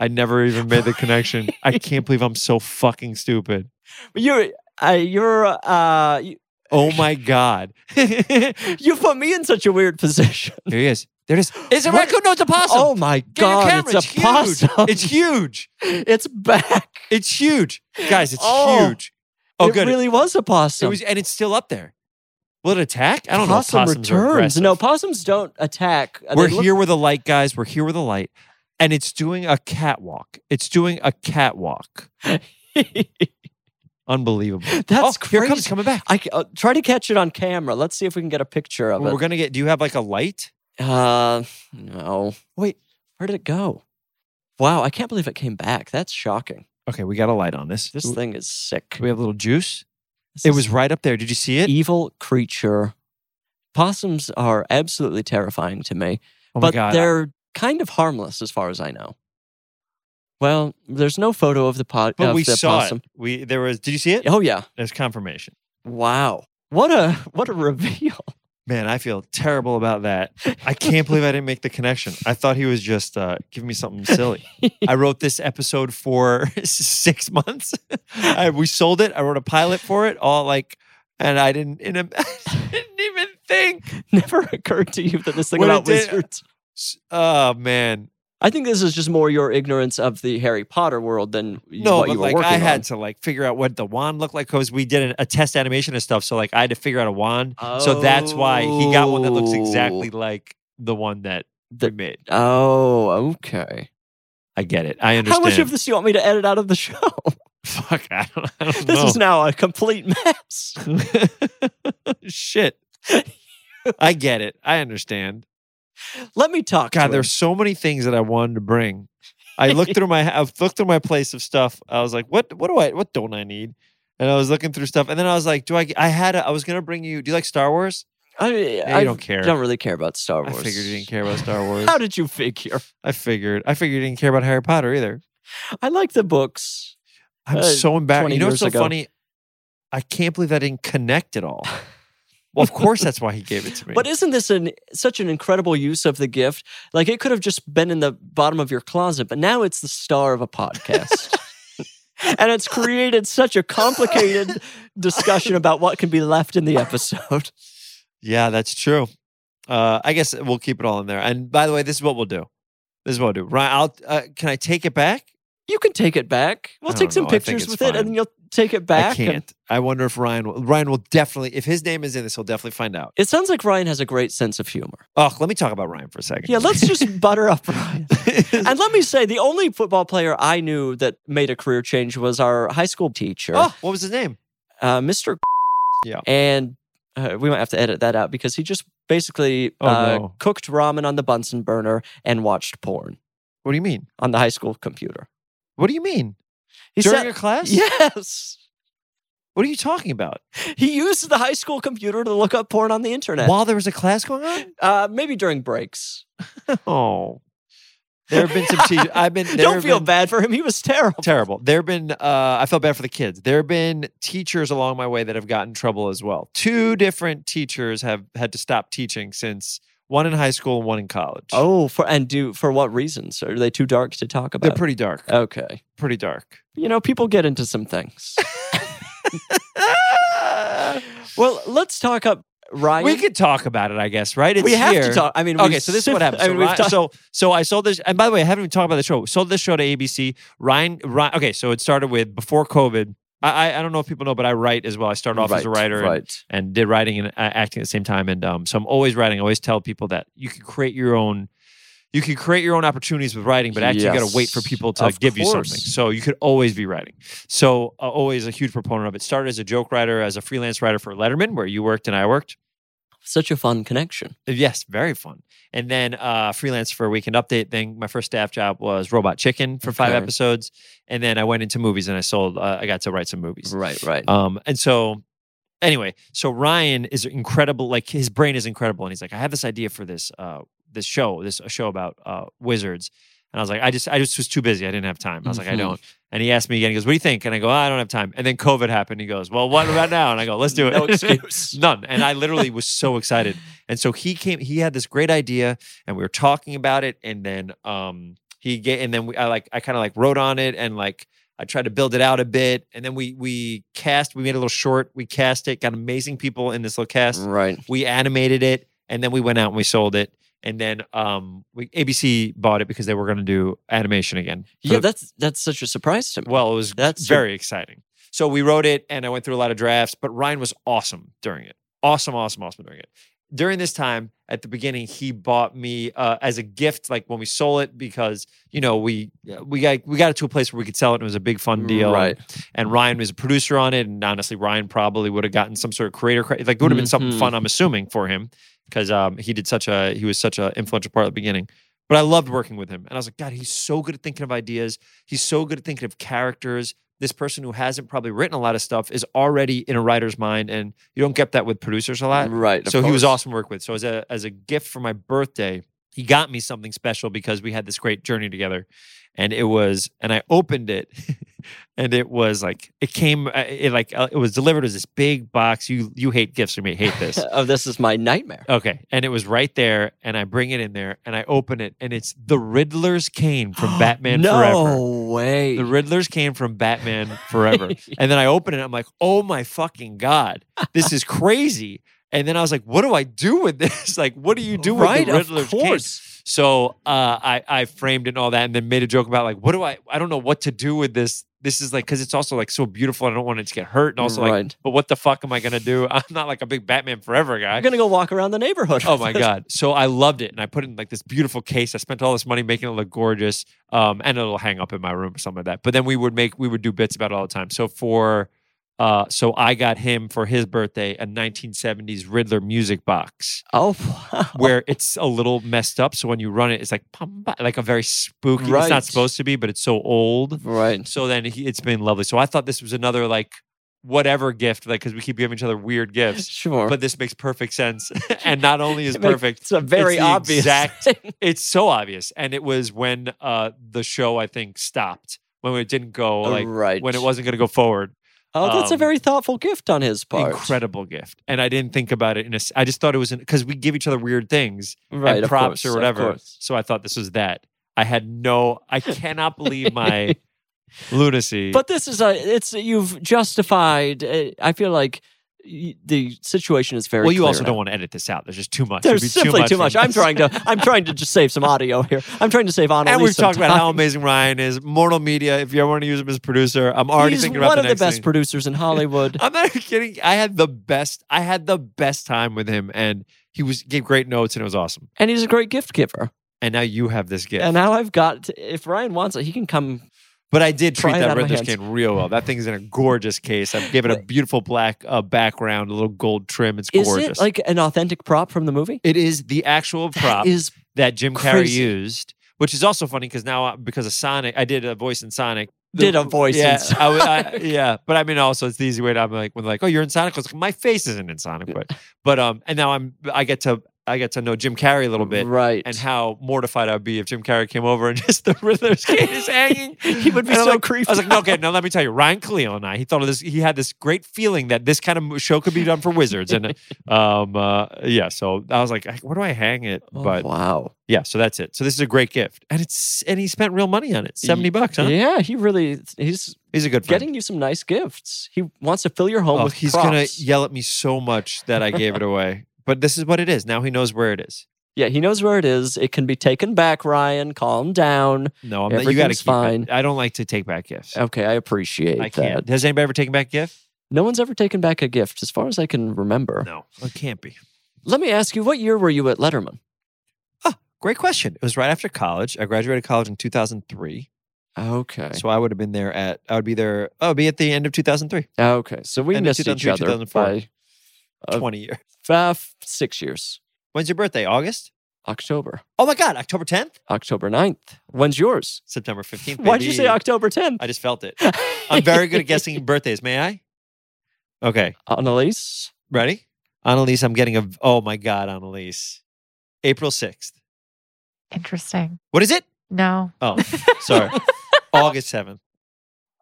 [SPEAKER 3] I never even made the connection. I can't believe I'm so fucking stupid.
[SPEAKER 2] But You're uh, you're uh you,
[SPEAKER 3] Oh my God. Here
[SPEAKER 2] you put me in such a weird position.
[SPEAKER 3] he is. There it is. It's a
[SPEAKER 2] What?
[SPEAKER 3] raccoon. No, it's a possum.
[SPEAKER 2] Oh my
[SPEAKER 3] Get your
[SPEAKER 2] God,
[SPEAKER 3] camera.
[SPEAKER 2] it's a possum.
[SPEAKER 3] huge. It's huge.
[SPEAKER 2] It's back.
[SPEAKER 3] It's huge. Guys, it's
[SPEAKER 2] Oh.
[SPEAKER 3] huge. Oh,
[SPEAKER 2] it
[SPEAKER 3] good.
[SPEAKER 2] really was a
[SPEAKER 3] it
[SPEAKER 2] possum.
[SPEAKER 3] was, and it's still up there. Will it attack? I don't
[SPEAKER 2] possum
[SPEAKER 3] know. if Possums Are
[SPEAKER 2] returns.
[SPEAKER 3] aggressive.
[SPEAKER 2] no, possums don't attack. They
[SPEAKER 3] We're
[SPEAKER 2] look-
[SPEAKER 3] here with a light, guys. We're here with a light. And it's doing a catwalk. It's doing a catwalk. Unbelievable.
[SPEAKER 2] That's
[SPEAKER 3] oh, Here it comes
[SPEAKER 2] crazy.
[SPEAKER 3] coming back.
[SPEAKER 2] I ca- uh, try to catch it on camera. Let's see if we can get a picture of
[SPEAKER 3] We're
[SPEAKER 2] it.
[SPEAKER 3] gonna get. Do you have like a light?
[SPEAKER 2] Uh, no. Wait, where did it go? Wow, I can't believe it came back. That's shocking.
[SPEAKER 3] Okay, we got a light on this.
[SPEAKER 2] This
[SPEAKER 3] Do
[SPEAKER 2] thing is sick.
[SPEAKER 3] we have a little juice.
[SPEAKER 2] This
[SPEAKER 3] It
[SPEAKER 2] is E
[SPEAKER 3] was right up there. Did you see it?
[SPEAKER 2] evil creature. Possums are absolutely terrifying to me,
[SPEAKER 3] Oh my
[SPEAKER 2] but
[SPEAKER 3] god!
[SPEAKER 2] they're kind of harmless as far as I know. Well, there's no photo of the pot.
[SPEAKER 3] but
[SPEAKER 2] of
[SPEAKER 3] we
[SPEAKER 2] the
[SPEAKER 3] saw
[SPEAKER 2] possum.
[SPEAKER 3] it. We there was. Did you see it?
[SPEAKER 2] Oh yeah!
[SPEAKER 3] There's confirmation.
[SPEAKER 2] Wow, what a what a reveal.
[SPEAKER 3] Man, I feel terrible about that. I can't believe I didn't make the connection. I thought he was just uh, giving me something silly. I wrote this episode for six months. I, we sold it. I wrote a pilot for it. All like, and I didn't. In a, I didn't even think.
[SPEAKER 2] Never occurred to you that this thing
[SPEAKER 3] When it
[SPEAKER 2] about
[SPEAKER 3] did- uh
[SPEAKER 2] wizards.
[SPEAKER 3] S- Oh man,
[SPEAKER 2] I think this is just more your ignorance of the Harry Potter world than you-
[SPEAKER 3] no,
[SPEAKER 2] what
[SPEAKER 3] but
[SPEAKER 2] you were
[SPEAKER 3] like
[SPEAKER 2] working
[SPEAKER 3] I had
[SPEAKER 2] on.
[SPEAKER 3] to like figure out what the wand looked like because we did an, a test animation and stuff. So like I had to figure out a wand. So that's why he got one that looks exactly
[SPEAKER 2] Oh.
[SPEAKER 3] like the one that we
[SPEAKER 2] The-
[SPEAKER 3] made.
[SPEAKER 2] Oh, okay.
[SPEAKER 3] I get it. I
[SPEAKER 2] How
[SPEAKER 3] understand.
[SPEAKER 2] much of this do you want me to edit out of the show?
[SPEAKER 3] Fuck, I don't, I don't
[SPEAKER 2] This
[SPEAKER 3] know.
[SPEAKER 2] is now a complete mess.
[SPEAKER 3] Shit. I get it. I understand.
[SPEAKER 2] Let me talk. to
[SPEAKER 3] God,
[SPEAKER 2] him.
[SPEAKER 3] there's so many things that I wanted to bring. I looked through my I've looked through my place of stuff. I was like, what what do I what don't I need? And I was looking through stuff. And then I was like, do I I had a, I was gonna bring you do you like Star Wars?
[SPEAKER 2] I,
[SPEAKER 3] Yeah,
[SPEAKER 2] I
[SPEAKER 3] you don't care.
[SPEAKER 2] Don't really care about Star
[SPEAKER 3] I
[SPEAKER 2] Wars.
[SPEAKER 3] figured you didn't care about Star Wars.
[SPEAKER 2] How did you figure?
[SPEAKER 3] I figured I figured you didn't care about Harry Potter either.
[SPEAKER 2] I like the books.
[SPEAKER 3] I'm
[SPEAKER 2] Uh,
[SPEAKER 3] so embarrassed.
[SPEAKER 2] 20
[SPEAKER 3] You know what's
[SPEAKER 2] years
[SPEAKER 3] so
[SPEAKER 2] ago.
[SPEAKER 3] funny? I can't believe I didn't connect at all. well, of course that's why he gave it to me.
[SPEAKER 2] But isn't this an such an incredible use of the gift? Like it could have just been in the bottom of your closet, but now it's the star of a podcast. and it's created such a complicated discussion about what can be left in the episode.
[SPEAKER 3] Yeah, that's true. Uh, I guess we'll keep it all in there. And by the way, this is what we'll do. This is what we'll do. Ryan, I'll, uh, can I take it back?
[SPEAKER 2] You can take it back. We'll
[SPEAKER 3] I
[SPEAKER 2] take
[SPEAKER 3] don't
[SPEAKER 2] some
[SPEAKER 3] know. I think
[SPEAKER 2] pictures
[SPEAKER 3] it's
[SPEAKER 2] with it
[SPEAKER 3] fine.
[SPEAKER 2] and you'll take it back.
[SPEAKER 3] I
[SPEAKER 2] and-
[SPEAKER 3] can't. I wonder if Ryan will. Ryan will definitely, if his name is in this, he'll definitely find out.
[SPEAKER 2] It sounds like Ryan has a great sense of humor.
[SPEAKER 3] Oh, let me talk about Ryan for a second.
[SPEAKER 2] Yeah, let's just butter up Ryan. And let me say, the only football player I knew that made a career change was our high school teacher,
[SPEAKER 3] oh, what was his name?
[SPEAKER 2] uh, Mr.
[SPEAKER 3] Yeah.
[SPEAKER 2] And uh, we might have to edit that out because he just basically
[SPEAKER 3] Oh,
[SPEAKER 2] uh,
[SPEAKER 3] no.
[SPEAKER 2] cooked ramen on the Bunsen burner and watched porn
[SPEAKER 3] What do you mean?
[SPEAKER 2] on the high school computer.
[SPEAKER 3] What do you mean?
[SPEAKER 2] He
[SPEAKER 3] During
[SPEAKER 2] said-
[SPEAKER 3] your class?
[SPEAKER 2] Yes.
[SPEAKER 3] What are you talking about?
[SPEAKER 2] He used the high school computer to look up porn on the internet.
[SPEAKER 3] While there was a class going on?
[SPEAKER 2] Uh, maybe during breaks.
[SPEAKER 3] Oh, there have been some teachers. I've been. there
[SPEAKER 2] Don't
[SPEAKER 3] have
[SPEAKER 2] feel
[SPEAKER 3] been-
[SPEAKER 2] bad for him. He was terrible.
[SPEAKER 3] terrible. There have been, uh, I felt bad for the kids. There have been teachers along my way that have gotten in trouble as well. Two different teachers have had to stop teaching since one in high school and one in college.
[SPEAKER 2] Oh, for and do for what reasons? Are they too dark to talk about?
[SPEAKER 3] they're pretty dark.
[SPEAKER 2] okay.
[SPEAKER 3] pretty dark.
[SPEAKER 2] You know, people get into some things. well, let's talk up Ryan.
[SPEAKER 3] we could talk about it, I guess, right? It's
[SPEAKER 2] we have
[SPEAKER 3] here.
[SPEAKER 2] to talk. I mean,
[SPEAKER 3] Okay,
[SPEAKER 2] we've
[SPEAKER 3] so this is what
[SPEAKER 2] sift-
[SPEAKER 3] happened.
[SPEAKER 2] I
[SPEAKER 3] So,
[SPEAKER 2] mean, we've
[SPEAKER 3] Ryan-
[SPEAKER 2] talked-
[SPEAKER 3] so, so I sold this, and by the way, I haven't even talked about the show. Sold this show to ABC. Ryan, Ryan. Okay, so it started with before COVID. I, I I don't know if people know, but I write as well. I started off as a
[SPEAKER 2] Right,
[SPEAKER 3] writer, and
[SPEAKER 2] Right.
[SPEAKER 3] and did writing and uh, acting at the same time. And um, so I'm always writing. I always tell people that you can create your own. You can create your own opportunities with writing, but actually you got
[SPEAKER 2] Yes,
[SPEAKER 3] to wait for people to
[SPEAKER 2] of
[SPEAKER 3] give you something.
[SPEAKER 2] course.
[SPEAKER 3] So you could always be writing. So uh, always a huge proponent of it. Started as a joke writer, as a freelance writer for Letterman, where you worked and I worked.
[SPEAKER 2] Such a fun connection.
[SPEAKER 3] Yes, very fun. And then uh, freelance for a weekend update. Then my first staff job was Robot Chicken for five
[SPEAKER 2] Okay.
[SPEAKER 3] episodes, and then I went into movies and I sold. Uh, I got to write some movies.
[SPEAKER 2] Right, right.
[SPEAKER 3] Um, and so anyway, so Ryan is incredible. Like his brain is incredible, and he's like, I have this idea for this uh this show, this show about uh wizards. And I was like, I just I just was too busy. I didn't have time. I was like, I
[SPEAKER 2] Mhm.
[SPEAKER 3] don't. And he asked me again. He goes, What do you think? And I go, "Ah, I don't have time. And then COVID happened. He goes, Well, what about now? And I go, Let's do it.
[SPEAKER 2] No excuse.
[SPEAKER 3] None. And I literally was so excited. And so he came. He had this great idea, and we were talking about it. And then um he get and then we, I like I kind of like wrote on it and like I tried to build it out a bit, and then we we cast. We made a little short. We cast it. Got amazing people in this little cast.
[SPEAKER 2] Right.
[SPEAKER 3] We animated it, and then we went out and we sold it. And then um, we, ABC bought it because they were going to do animation again. for
[SPEAKER 2] Yeah,
[SPEAKER 3] the-
[SPEAKER 2] that's that's such a surprise to me.
[SPEAKER 3] well, it was
[SPEAKER 2] That's your-
[SPEAKER 3] very exciting. So we wrote it and I went through a lot of drafts, but Ryan was awesome during it. Awesome, awesome, awesome during it. During this time, at the beginning, he bought me uh, as a gift, like when we sold it, because you know we uh, we got we got it to a place where we could sell it, and it was a big fun deal.
[SPEAKER 2] Right.
[SPEAKER 3] And Ryan was a producer on it, and honestly, Ryan probably would have gotten some sort of creator credit. Like it would have been something
[SPEAKER 2] Mhm.
[SPEAKER 3] fun, I'm assuming, for him, because um, he did such a he was such an influential part at the beginning. But I loved working with him, and I was like, God, he's so good at thinking of ideas. He's so good at thinking of characters. This person who hasn't probably written a lot of stuff is already in a writer's mind, and you don't get that with producers a lot.
[SPEAKER 2] Right. of
[SPEAKER 3] So he was
[SPEAKER 2] course.
[SPEAKER 3] awesome to work with. So as a as a gift for my birthday, he got me something special because we had this great journey together, and it was and I opened it, and it was like it came uh, it like uh, it was delivered as this big box. You you hate gifts or me hate this.
[SPEAKER 2] oh, this is my nightmare.
[SPEAKER 3] Okay, and it was right there, and I bring it in there, and I open it, and it's the Riddler's cane from Batman
[SPEAKER 2] no
[SPEAKER 3] Forever.
[SPEAKER 2] way.
[SPEAKER 3] The Riddler's cane from Batman Forever. and then I open it. I'm like, oh my fucking God, this is crazy. And then I was like, what do I do with this? Like, what do you do
[SPEAKER 2] right,
[SPEAKER 3] with the Riddler's
[SPEAKER 2] of
[SPEAKER 3] cane?
[SPEAKER 2] course.
[SPEAKER 3] So uh, I, I framed it and all that and then made a joke about like, what do I, I don't know what to do with this. This is like, cause it's also like so beautiful. I don't want it to get hurt. And also like,
[SPEAKER 2] Right.
[SPEAKER 3] but what the fuck am I going to do? I'm not like a big Batman Forever guy.
[SPEAKER 2] I'm gonna go walk around the neighborhood.
[SPEAKER 3] Oh my god! So I loved it, and I put it in like this beautiful case. I spent all this money making it look gorgeous, um, and it'll hang up in my room or something like that. But then we would make we would do bits about it all the time. So for, uh, so I got him for his birthday a 1970s Riddler music box
[SPEAKER 2] Oh wow.
[SPEAKER 3] where it's a little messed up. So when you run it, it's like pum, ba- like a very spooky. It's
[SPEAKER 2] Right.
[SPEAKER 3] not supposed to be, but it's so old.
[SPEAKER 2] Right.
[SPEAKER 3] So then he, it's been lovely. So I thought this was another like whatever gift, like because we keep giving each other weird gifts.
[SPEAKER 2] Sure.
[SPEAKER 3] But this makes perfect sense, and not only is
[SPEAKER 2] It makes-
[SPEAKER 3] perfect,
[SPEAKER 2] it's a very
[SPEAKER 3] the
[SPEAKER 2] obvious
[SPEAKER 3] exact-
[SPEAKER 2] thing.
[SPEAKER 3] it's so obvious and it was when uh the show i think stopped when it didn't go like
[SPEAKER 2] Oh, right.
[SPEAKER 3] when it wasn't going to go forward
[SPEAKER 2] Oh, that's a
[SPEAKER 3] um,
[SPEAKER 2] very thoughtful gift on his part.
[SPEAKER 3] incredible gift and i didn't think about it in a s- i just thought it was because we give each other weird things
[SPEAKER 2] Right.
[SPEAKER 3] and
[SPEAKER 2] of
[SPEAKER 3] props
[SPEAKER 2] course,
[SPEAKER 3] or
[SPEAKER 2] of
[SPEAKER 3] whatever
[SPEAKER 2] course.
[SPEAKER 3] so i thought this was that i had no i cannot believe my lunacy
[SPEAKER 2] But this is a. It's you've justified. uh, I feel like y- the situation is very.
[SPEAKER 3] well you
[SPEAKER 2] clear
[SPEAKER 3] also
[SPEAKER 2] now.
[SPEAKER 3] don't want to edit this out there's just too much There'd be
[SPEAKER 2] There's simply too
[SPEAKER 3] from
[SPEAKER 2] much. I'm
[SPEAKER 3] this.
[SPEAKER 2] trying to. I'm trying to just save some audio here. I'm trying to save on.
[SPEAKER 3] and we've talked about how amazing Ryan is. Mortal Media, if you ever want to use him as a producer, I'm already
[SPEAKER 2] he's
[SPEAKER 3] thinking
[SPEAKER 2] one
[SPEAKER 3] about the
[SPEAKER 2] of
[SPEAKER 3] next
[SPEAKER 2] the best
[SPEAKER 3] thing.
[SPEAKER 2] producers in Hollywood.
[SPEAKER 3] I'm not even kidding. I had the best. I had the best time with him, and he was gave great notes, and it was awesome.
[SPEAKER 2] and he's a great gift giver.
[SPEAKER 3] And now you have this gift.
[SPEAKER 2] And now I've got. To, if Ryan wants it, he can come.
[SPEAKER 3] but I did treat
[SPEAKER 2] Pry it out
[SPEAKER 3] that
[SPEAKER 2] of my
[SPEAKER 3] Riddler's
[SPEAKER 2] hands.
[SPEAKER 3] cane real well. That thing's in a gorgeous case. I've given it a beautiful black uh, background, a little gold trim. It's
[SPEAKER 2] Is
[SPEAKER 3] gorgeous.
[SPEAKER 2] it like an authentic prop from the movie?
[SPEAKER 3] it is the actual prop
[SPEAKER 2] That is
[SPEAKER 3] that Jim Carrey
[SPEAKER 2] crazy.
[SPEAKER 3] used, which is also funny because now uh, because of Sonic, I did a voice in Sonic.
[SPEAKER 2] did a voice. in
[SPEAKER 3] Yeah,
[SPEAKER 2] s-
[SPEAKER 3] I would- I- yeah, but I mean, also it's the easy way to I'm like when like, oh, you're in Sonic. I was like, my face isn't in Sonic, but but um, and now I'm I get to I get to know Jim Carrey a little bit
[SPEAKER 2] right.
[SPEAKER 3] and how mortified I'd be if Jim Carrey came over and just the Riddler's cane is hanging.
[SPEAKER 2] he would be
[SPEAKER 3] And I'm
[SPEAKER 2] so
[SPEAKER 3] like-
[SPEAKER 2] creepy.
[SPEAKER 3] I was like, no, okay, now let me tell you, Ryan Cleo and I, he thought of this. He had this great feeling that this kind of mo- show could be done for wizards, and um, uh, yeah. So I was like, "I- where do I hang it?
[SPEAKER 2] Oh,
[SPEAKER 3] but
[SPEAKER 2] wow.
[SPEAKER 3] yeah, so that's it. So this is a great gift, and it's and he spent real money on it, seventy bucks, huh?
[SPEAKER 2] Yeah, he really. He's
[SPEAKER 3] He's a good friend.
[SPEAKER 2] getting you some nice gifts. He wants to fill your home
[SPEAKER 3] Oh,
[SPEAKER 2] with
[SPEAKER 3] he's gonna
[SPEAKER 2] props.
[SPEAKER 3] yell at me so much that I gave it away. But this is what it is. Now he knows where it is.
[SPEAKER 2] yeah, he knows where it is. It can be taken back, Ryan. Calm down.
[SPEAKER 3] No, I'm not, you got to
[SPEAKER 2] Everything's
[SPEAKER 3] keep
[SPEAKER 2] fine.
[SPEAKER 3] it. I don't like to take back gifts.
[SPEAKER 2] Okay, I appreciate
[SPEAKER 3] I
[SPEAKER 2] that.
[SPEAKER 3] can't. Has anybody ever taken back a gift?
[SPEAKER 2] No one's ever taken back a gift, as far as I can remember.
[SPEAKER 3] No, it can't be.
[SPEAKER 2] Let me ask you, what year were you at Letterman?
[SPEAKER 3] Great question. It was right after college. I graduated college in 2003,
[SPEAKER 2] Okay.
[SPEAKER 3] so I would have been there at. I would be there. I would be at the end of 2003.
[SPEAKER 2] okay. So we
[SPEAKER 3] End of
[SPEAKER 2] missed each
[SPEAKER 3] 2003,
[SPEAKER 2] other
[SPEAKER 3] 2004.
[SPEAKER 2] by Uh,
[SPEAKER 3] 20 year.
[SPEAKER 2] uh, six years.
[SPEAKER 3] When's your birthday? August.
[SPEAKER 2] October.
[SPEAKER 3] Oh my God! October 10th.
[SPEAKER 2] October 9th. When's yours?
[SPEAKER 3] September 15th.
[SPEAKER 2] Why'd you say
[SPEAKER 3] baby.
[SPEAKER 2] October 10th?
[SPEAKER 3] I just felt it. I'm very good at guessing birthdays. May I? Okay.
[SPEAKER 2] Annalise?
[SPEAKER 3] Ready? Annalise, I'm getting a. Oh my God, Annalise. April 6th.
[SPEAKER 4] Interesting.
[SPEAKER 3] What is it?
[SPEAKER 4] No.
[SPEAKER 3] Oh, sorry. August 7th.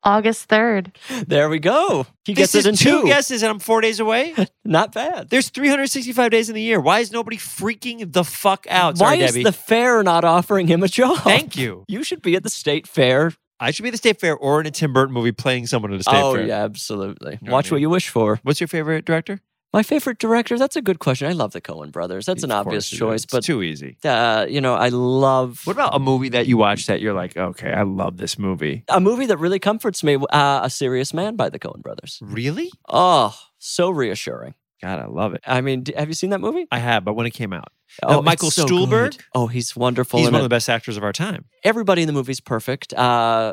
[SPEAKER 4] August 3rd.
[SPEAKER 2] There we go. He
[SPEAKER 3] This
[SPEAKER 2] gets it
[SPEAKER 3] is
[SPEAKER 2] in
[SPEAKER 3] two guesses and I'm four days away.
[SPEAKER 2] Not bad.
[SPEAKER 3] There's 365 days in the year. Why is nobody freaking the fuck out? Oh, Sorry,
[SPEAKER 2] Why is
[SPEAKER 3] Debbie.
[SPEAKER 2] the fair not offering him a job?
[SPEAKER 3] Thank you.
[SPEAKER 2] You should be at the state fair
[SPEAKER 3] I should be at the state fair or in a Tim Burton movie playing someone at a state
[SPEAKER 2] oh
[SPEAKER 3] fair.
[SPEAKER 2] yeah, absolutely.
[SPEAKER 3] know what I
[SPEAKER 2] Watch what
[SPEAKER 3] mean?
[SPEAKER 2] you wish for.
[SPEAKER 3] What's your favorite director?
[SPEAKER 2] My favorite director. That's a good question. I love the Cohen brothers. That's an
[SPEAKER 3] Of course
[SPEAKER 2] obvious
[SPEAKER 3] it is.
[SPEAKER 2] choice,
[SPEAKER 3] It's
[SPEAKER 2] but
[SPEAKER 3] too easy.
[SPEAKER 2] uh, you know, I love
[SPEAKER 3] What about a movie that you watch that you're like, okay, I love this movie?
[SPEAKER 2] a movie that really comforts me. Uh, a Serious Man by the Cohen brothers.
[SPEAKER 3] Really?
[SPEAKER 2] Oh, so reassuring.
[SPEAKER 3] God, I love it.
[SPEAKER 2] I mean, d- have you seen that movie?
[SPEAKER 3] I have, but when it came out,
[SPEAKER 2] Oh,
[SPEAKER 3] Uh, Michael
[SPEAKER 2] it's so
[SPEAKER 3] Stuhlbarg?
[SPEAKER 2] good. Oh, he's wonderful.
[SPEAKER 3] he's
[SPEAKER 2] in
[SPEAKER 3] one
[SPEAKER 2] it.
[SPEAKER 3] of the best actors of our time.
[SPEAKER 2] Everybody in the movie's perfect. Uh,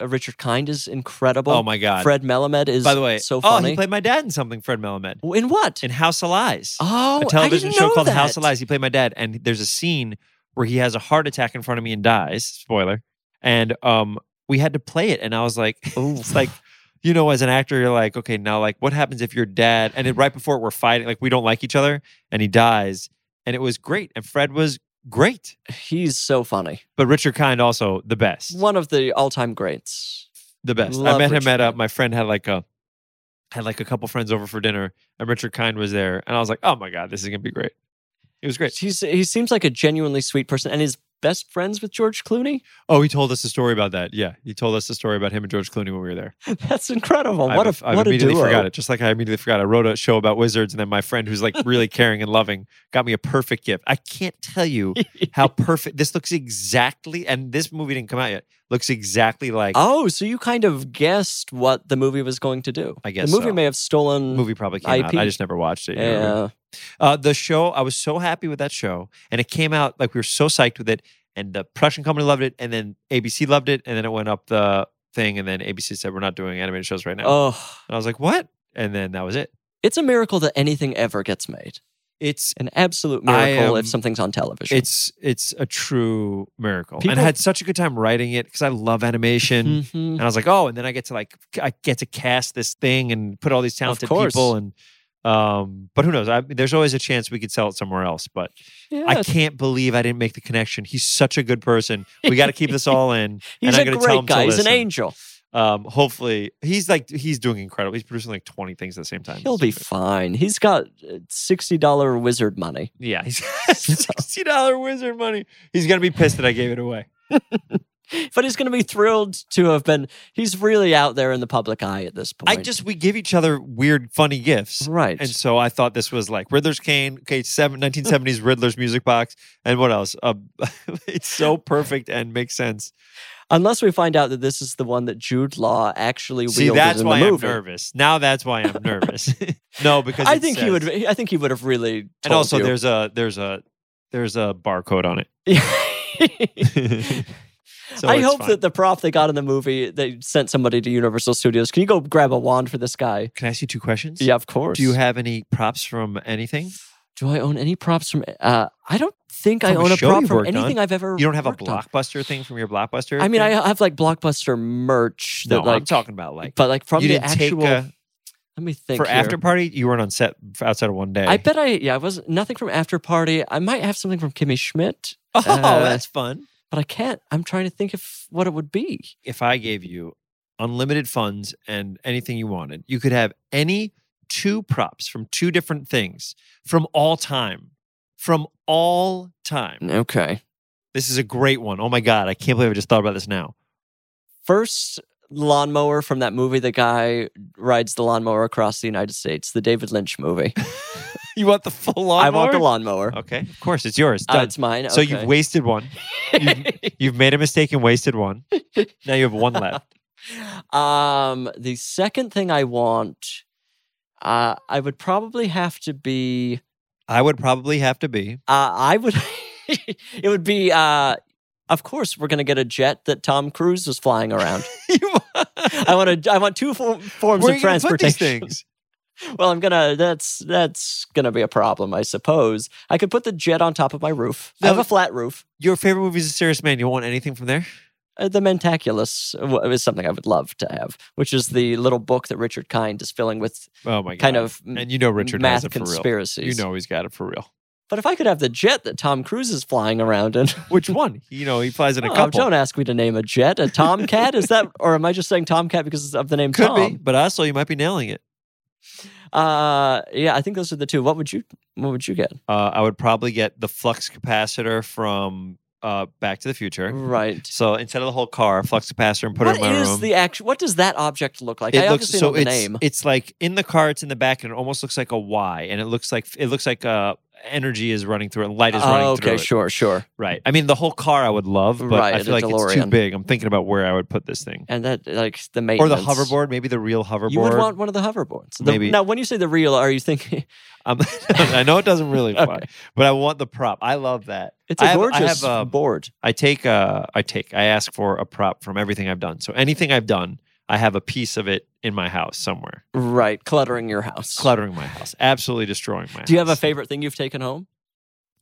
[SPEAKER 2] Richard Kind is incredible.
[SPEAKER 3] oh my God!
[SPEAKER 2] Fred Melamed is
[SPEAKER 3] By the way,
[SPEAKER 2] so
[SPEAKER 3] oh, he
[SPEAKER 2] funny.
[SPEAKER 3] played my dad in something. Fred Melamed
[SPEAKER 2] in what?
[SPEAKER 3] in House of Lies,
[SPEAKER 2] oh,
[SPEAKER 3] a television
[SPEAKER 2] I didn't
[SPEAKER 3] show
[SPEAKER 2] know
[SPEAKER 3] called
[SPEAKER 2] that.
[SPEAKER 3] House of Lies. He played my dad, and there's a scene where he has a heart attack in front of me and dies. Spoiler. And um, we had to play it, and I was like,
[SPEAKER 2] Ooh.
[SPEAKER 3] it's like. You know, as an actor, you're like, okay, now like, what happens if your dad? And then right before we're fighting, like we don't like each other, and he dies, and it was great, and Fred was great,
[SPEAKER 2] He's so funny.
[SPEAKER 3] but Richard Kind also the best.
[SPEAKER 2] One of the all-time greats.
[SPEAKER 3] the best. I
[SPEAKER 2] Love
[SPEAKER 3] met him
[SPEAKER 2] Richard
[SPEAKER 3] at uh,
[SPEAKER 2] Kind.
[SPEAKER 3] my friend had like a had like a couple friends over for dinner, and Richard Kind was there, and I was like, oh my god, this is gonna be great. It was great.
[SPEAKER 2] He's he seems like a genuinely sweet person, and is best friends with George Clooney.
[SPEAKER 3] Oh, he told us a story about that. Yeah, he told us a story about him and George Clooney when we were there.
[SPEAKER 2] That's incredible.
[SPEAKER 3] I've-
[SPEAKER 2] What
[SPEAKER 3] I've,
[SPEAKER 2] a what a
[SPEAKER 3] immediately
[SPEAKER 2] duo.
[SPEAKER 3] forgot it. Just like I immediately forgot. I wrote a show about wizards, and then my friend, who's like really caring and loving, got me a perfect gift. I can't tell you how perfect this looks exactly. And this movie didn't come out yet. Looks exactly like
[SPEAKER 2] Oh, so you kind of guessed what the movie was going to do.
[SPEAKER 3] I guess
[SPEAKER 2] the movie
[SPEAKER 3] so.
[SPEAKER 2] may have stolen.
[SPEAKER 3] movie probably came out.
[SPEAKER 2] IP.
[SPEAKER 3] I just never watched it. you know what I mean?
[SPEAKER 2] Yeah.
[SPEAKER 3] Uh, the show, I was so happy with that show, and it came out like we were so psyched with it, and the production company loved it, and then ABC loved it, and then it went up the thing, and then ABC said we're not doing animated shows right now.
[SPEAKER 2] Oh,
[SPEAKER 3] And I was like, what? And then that was it.
[SPEAKER 2] it's a miracle that anything ever gets made.
[SPEAKER 3] It's
[SPEAKER 2] An absolute
[SPEAKER 3] I
[SPEAKER 2] miracle
[SPEAKER 3] am-
[SPEAKER 2] if something's on television.
[SPEAKER 3] it's it's a true miracle, and
[SPEAKER 2] People-
[SPEAKER 3] I had such a good time writing it because I love animation.
[SPEAKER 2] Mhm.
[SPEAKER 3] And I was like, oh, and then I get to like I get to cast this thing and put all these talented
[SPEAKER 2] course.
[SPEAKER 3] people and um but who knows? I, there's always a chance we could sell it somewhere else, but
[SPEAKER 2] Yeah,
[SPEAKER 3] I can't believe I didn't make the connection. He's such a good person. We got to keep this all in.
[SPEAKER 2] he's
[SPEAKER 3] and
[SPEAKER 2] a
[SPEAKER 3] I'm gonna tell
[SPEAKER 2] great
[SPEAKER 3] him to
[SPEAKER 2] guy. He's an
[SPEAKER 3] listen.
[SPEAKER 2] angel.
[SPEAKER 3] Um, hopefully, he's like he's doing incredible. He's producing like twenty things at the same time.
[SPEAKER 2] He'll be fine. He's got uh, sixty dollar wizard money.
[SPEAKER 3] yeah. He's sixty dollar wizard money. He's gonna be pissed that I gave it away.
[SPEAKER 2] But he's going to be thrilled to have been. He's really out there in the public eye at this point.
[SPEAKER 3] I just we give each other weird, funny gifts.
[SPEAKER 2] right.
[SPEAKER 3] And so I thought this was like Riddler's Cane, okay, seven, 1970s Riddler's music box, and what else? Uh, it's so perfect and makes sense.
[SPEAKER 2] Unless we find out that this is the one that Jude Law actually
[SPEAKER 3] See,
[SPEAKER 2] wielded
[SPEAKER 3] that's
[SPEAKER 2] in
[SPEAKER 3] why
[SPEAKER 2] the
[SPEAKER 3] I'm
[SPEAKER 2] movie.
[SPEAKER 3] nervous. Now that's why I'm nervous. no, because
[SPEAKER 2] I
[SPEAKER 3] it
[SPEAKER 2] think he
[SPEAKER 3] says-
[SPEAKER 2] would. I think he would have really. Told
[SPEAKER 3] and also
[SPEAKER 2] you.
[SPEAKER 3] there's a there's a there's a barcode on it. So
[SPEAKER 2] I
[SPEAKER 3] it's
[SPEAKER 2] hope
[SPEAKER 3] fine.
[SPEAKER 2] that the prop they got in the movie, they sent somebody to Universal Studios. Can you go grab a wand for this guy?
[SPEAKER 3] Can I ask you two questions?
[SPEAKER 2] Yeah, of course.
[SPEAKER 3] Do you have any props from anything?
[SPEAKER 2] Do I own any props from? Uh, I don't think I
[SPEAKER 3] From a
[SPEAKER 2] own a
[SPEAKER 3] show
[SPEAKER 2] prop
[SPEAKER 3] you've
[SPEAKER 2] from
[SPEAKER 3] worked on?
[SPEAKER 2] anything I've ever.
[SPEAKER 3] You don't have a
[SPEAKER 2] worked on.
[SPEAKER 3] blockbuster thing from your blockbuster?
[SPEAKER 2] I mean, I
[SPEAKER 3] thing?
[SPEAKER 2] have like blockbuster merch that
[SPEAKER 3] no,
[SPEAKER 2] like,
[SPEAKER 3] I'm talking about like
[SPEAKER 2] but like from
[SPEAKER 3] you
[SPEAKER 2] the
[SPEAKER 3] didn't take,
[SPEAKER 2] actual.
[SPEAKER 3] uh,
[SPEAKER 2] let me think
[SPEAKER 3] for
[SPEAKER 2] here.
[SPEAKER 3] after party. You weren't on set f- outside of one day.
[SPEAKER 2] I bet I yeah I was nothing from after party. I might have something from Kimmy Schmidt,
[SPEAKER 3] Oh,
[SPEAKER 2] uh,
[SPEAKER 3] that's fun.
[SPEAKER 2] but I can't. I'm trying to think of what it would be.
[SPEAKER 3] If I gave you unlimited funds and anything you wanted, you could have any two props from two different things from all time, from all time.
[SPEAKER 2] Okay.
[SPEAKER 3] This is a great one. Oh my god, I can't believe I just thought about this now.
[SPEAKER 2] first lawnmower from that movie the guy rides the lawnmower across the united states the david lynch movie
[SPEAKER 3] You want the full lawnmower?
[SPEAKER 2] i want the lawnmower
[SPEAKER 3] Okay, of course it's yours.
[SPEAKER 2] Uh,
[SPEAKER 3] Done.
[SPEAKER 2] it's mine
[SPEAKER 3] So you've
[SPEAKER 2] okay.
[SPEAKER 3] wasted one. You've, you've made a mistake and wasted one. Now you have one left.
[SPEAKER 2] um the second thing i want uh i would probably have to be
[SPEAKER 3] I would probably have to be.
[SPEAKER 2] uh i would it would be uh of course we're gonna get a jet that tom cruise was flying around i want to i want two for, forms
[SPEAKER 3] Where are
[SPEAKER 2] of
[SPEAKER 3] you gonna put
[SPEAKER 2] transportation
[SPEAKER 3] these things?
[SPEAKER 2] Well, I'm gonna. That's that's gonna be a problem, I suppose. I could put the jet on top of my roof. I have
[SPEAKER 3] No.
[SPEAKER 2] a flat roof.
[SPEAKER 3] Your favorite movie is A Serious Man. You want anything from there?
[SPEAKER 2] Uh, the Mentaculus w- is something I would love to have, which is the little book that Richard Kind is filling with
[SPEAKER 3] Oh my god.
[SPEAKER 2] kind of m-
[SPEAKER 3] and you know Richard
[SPEAKER 2] math
[SPEAKER 3] has it for real. You
[SPEAKER 2] conspiracies.
[SPEAKER 3] know he's got it for real.
[SPEAKER 2] But if I could have the jet that Tom Cruise is flying around in,
[SPEAKER 3] Which one? You know he flies in a
[SPEAKER 2] oh,
[SPEAKER 3] couple.
[SPEAKER 2] don't ask me to name a jet a Tomcat. is that, or am I just saying Tomcat because of the name
[SPEAKER 3] Could
[SPEAKER 2] Tom?
[SPEAKER 3] be, but also you might be nailing it.
[SPEAKER 2] Uh, yeah, I think those are the two. What would you? What would you get?
[SPEAKER 3] Uh, I would probably get the flux capacitor from uh, Back to the Future.
[SPEAKER 2] Right.
[SPEAKER 3] So instead of the whole car, flux capacitor and put
[SPEAKER 2] What
[SPEAKER 3] it
[SPEAKER 2] is
[SPEAKER 3] in my room.
[SPEAKER 2] the act? What does that object look like? I
[SPEAKER 3] it looks
[SPEAKER 2] obviously
[SPEAKER 3] so
[SPEAKER 2] know the
[SPEAKER 3] it's
[SPEAKER 2] name.
[SPEAKER 3] it's like in the car, it's in the back, and it almost looks like a Y, and it looks like it looks like uh energy is running through it, light is running
[SPEAKER 2] Oh,
[SPEAKER 3] through
[SPEAKER 2] okay,
[SPEAKER 3] it.
[SPEAKER 2] sure, sure.
[SPEAKER 3] Right. I mean, the whole car I would love, but
[SPEAKER 2] Right,
[SPEAKER 3] I
[SPEAKER 2] the
[SPEAKER 3] feel like it's too
[SPEAKER 2] DeLorean.
[SPEAKER 3] big. I'm thinking about where I would put this thing.
[SPEAKER 2] And that like the
[SPEAKER 3] Or the
[SPEAKER 2] maintenance.
[SPEAKER 3] hoverboard, maybe the real hoverboard.
[SPEAKER 2] You would want one of the hoverboards. The-
[SPEAKER 3] Maybe.
[SPEAKER 2] Now, when you say the real, are you thinking
[SPEAKER 3] Um, I know it doesn't really
[SPEAKER 2] Okay.
[SPEAKER 3] fly, but I want the prop. I love that.
[SPEAKER 2] it's a
[SPEAKER 3] I have- I
[SPEAKER 2] gorgeous
[SPEAKER 3] have, uh,
[SPEAKER 2] board?
[SPEAKER 3] I take uh I take I ask for a prop from everything I've done. So anything I've done, I have a piece of it in my house somewhere,
[SPEAKER 2] Right, cluttering your house.
[SPEAKER 3] cluttering my house, absolutely destroying my house.
[SPEAKER 2] Do you have a favorite thing you've taken home?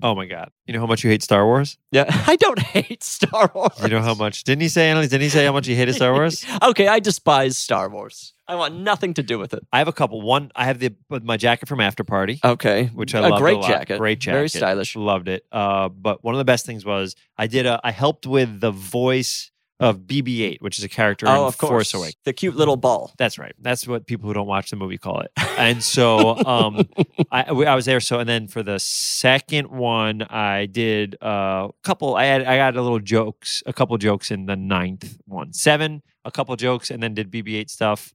[SPEAKER 3] Oh my god. You know how much you hate Star Wars?
[SPEAKER 2] Yeah, I don't hate Star Wars.
[SPEAKER 3] You know how much didn't he say Annalise? Didn't he say how much he hated Star Wars?
[SPEAKER 2] okay, I despise Star Wars. I want nothing to do with it.
[SPEAKER 3] I have a couple. One I have the my jacket from After Party.
[SPEAKER 2] Okay,
[SPEAKER 3] Which I
[SPEAKER 2] a
[SPEAKER 3] loved
[SPEAKER 2] great
[SPEAKER 3] a lot.
[SPEAKER 2] jacket,
[SPEAKER 3] Great jacket.
[SPEAKER 2] very stylish.
[SPEAKER 3] Loved it. Uh, but one of the best things was I did a I helped with the voice of BB-8, which is a character
[SPEAKER 2] Oh,
[SPEAKER 3] in
[SPEAKER 2] of course,
[SPEAKER 3] Force Awakens.
[SPEAKER 2] the cute little ball.
[SPEAKER 3] That's right. That's what people who don't watch the movie call it. And so um, I, we- I was there. So and then for the second one, I did uh, a couple. I had I got a little jokes, a couple jokes in the ninth one, seven, a couple jokes, and then did BB-8 stuff,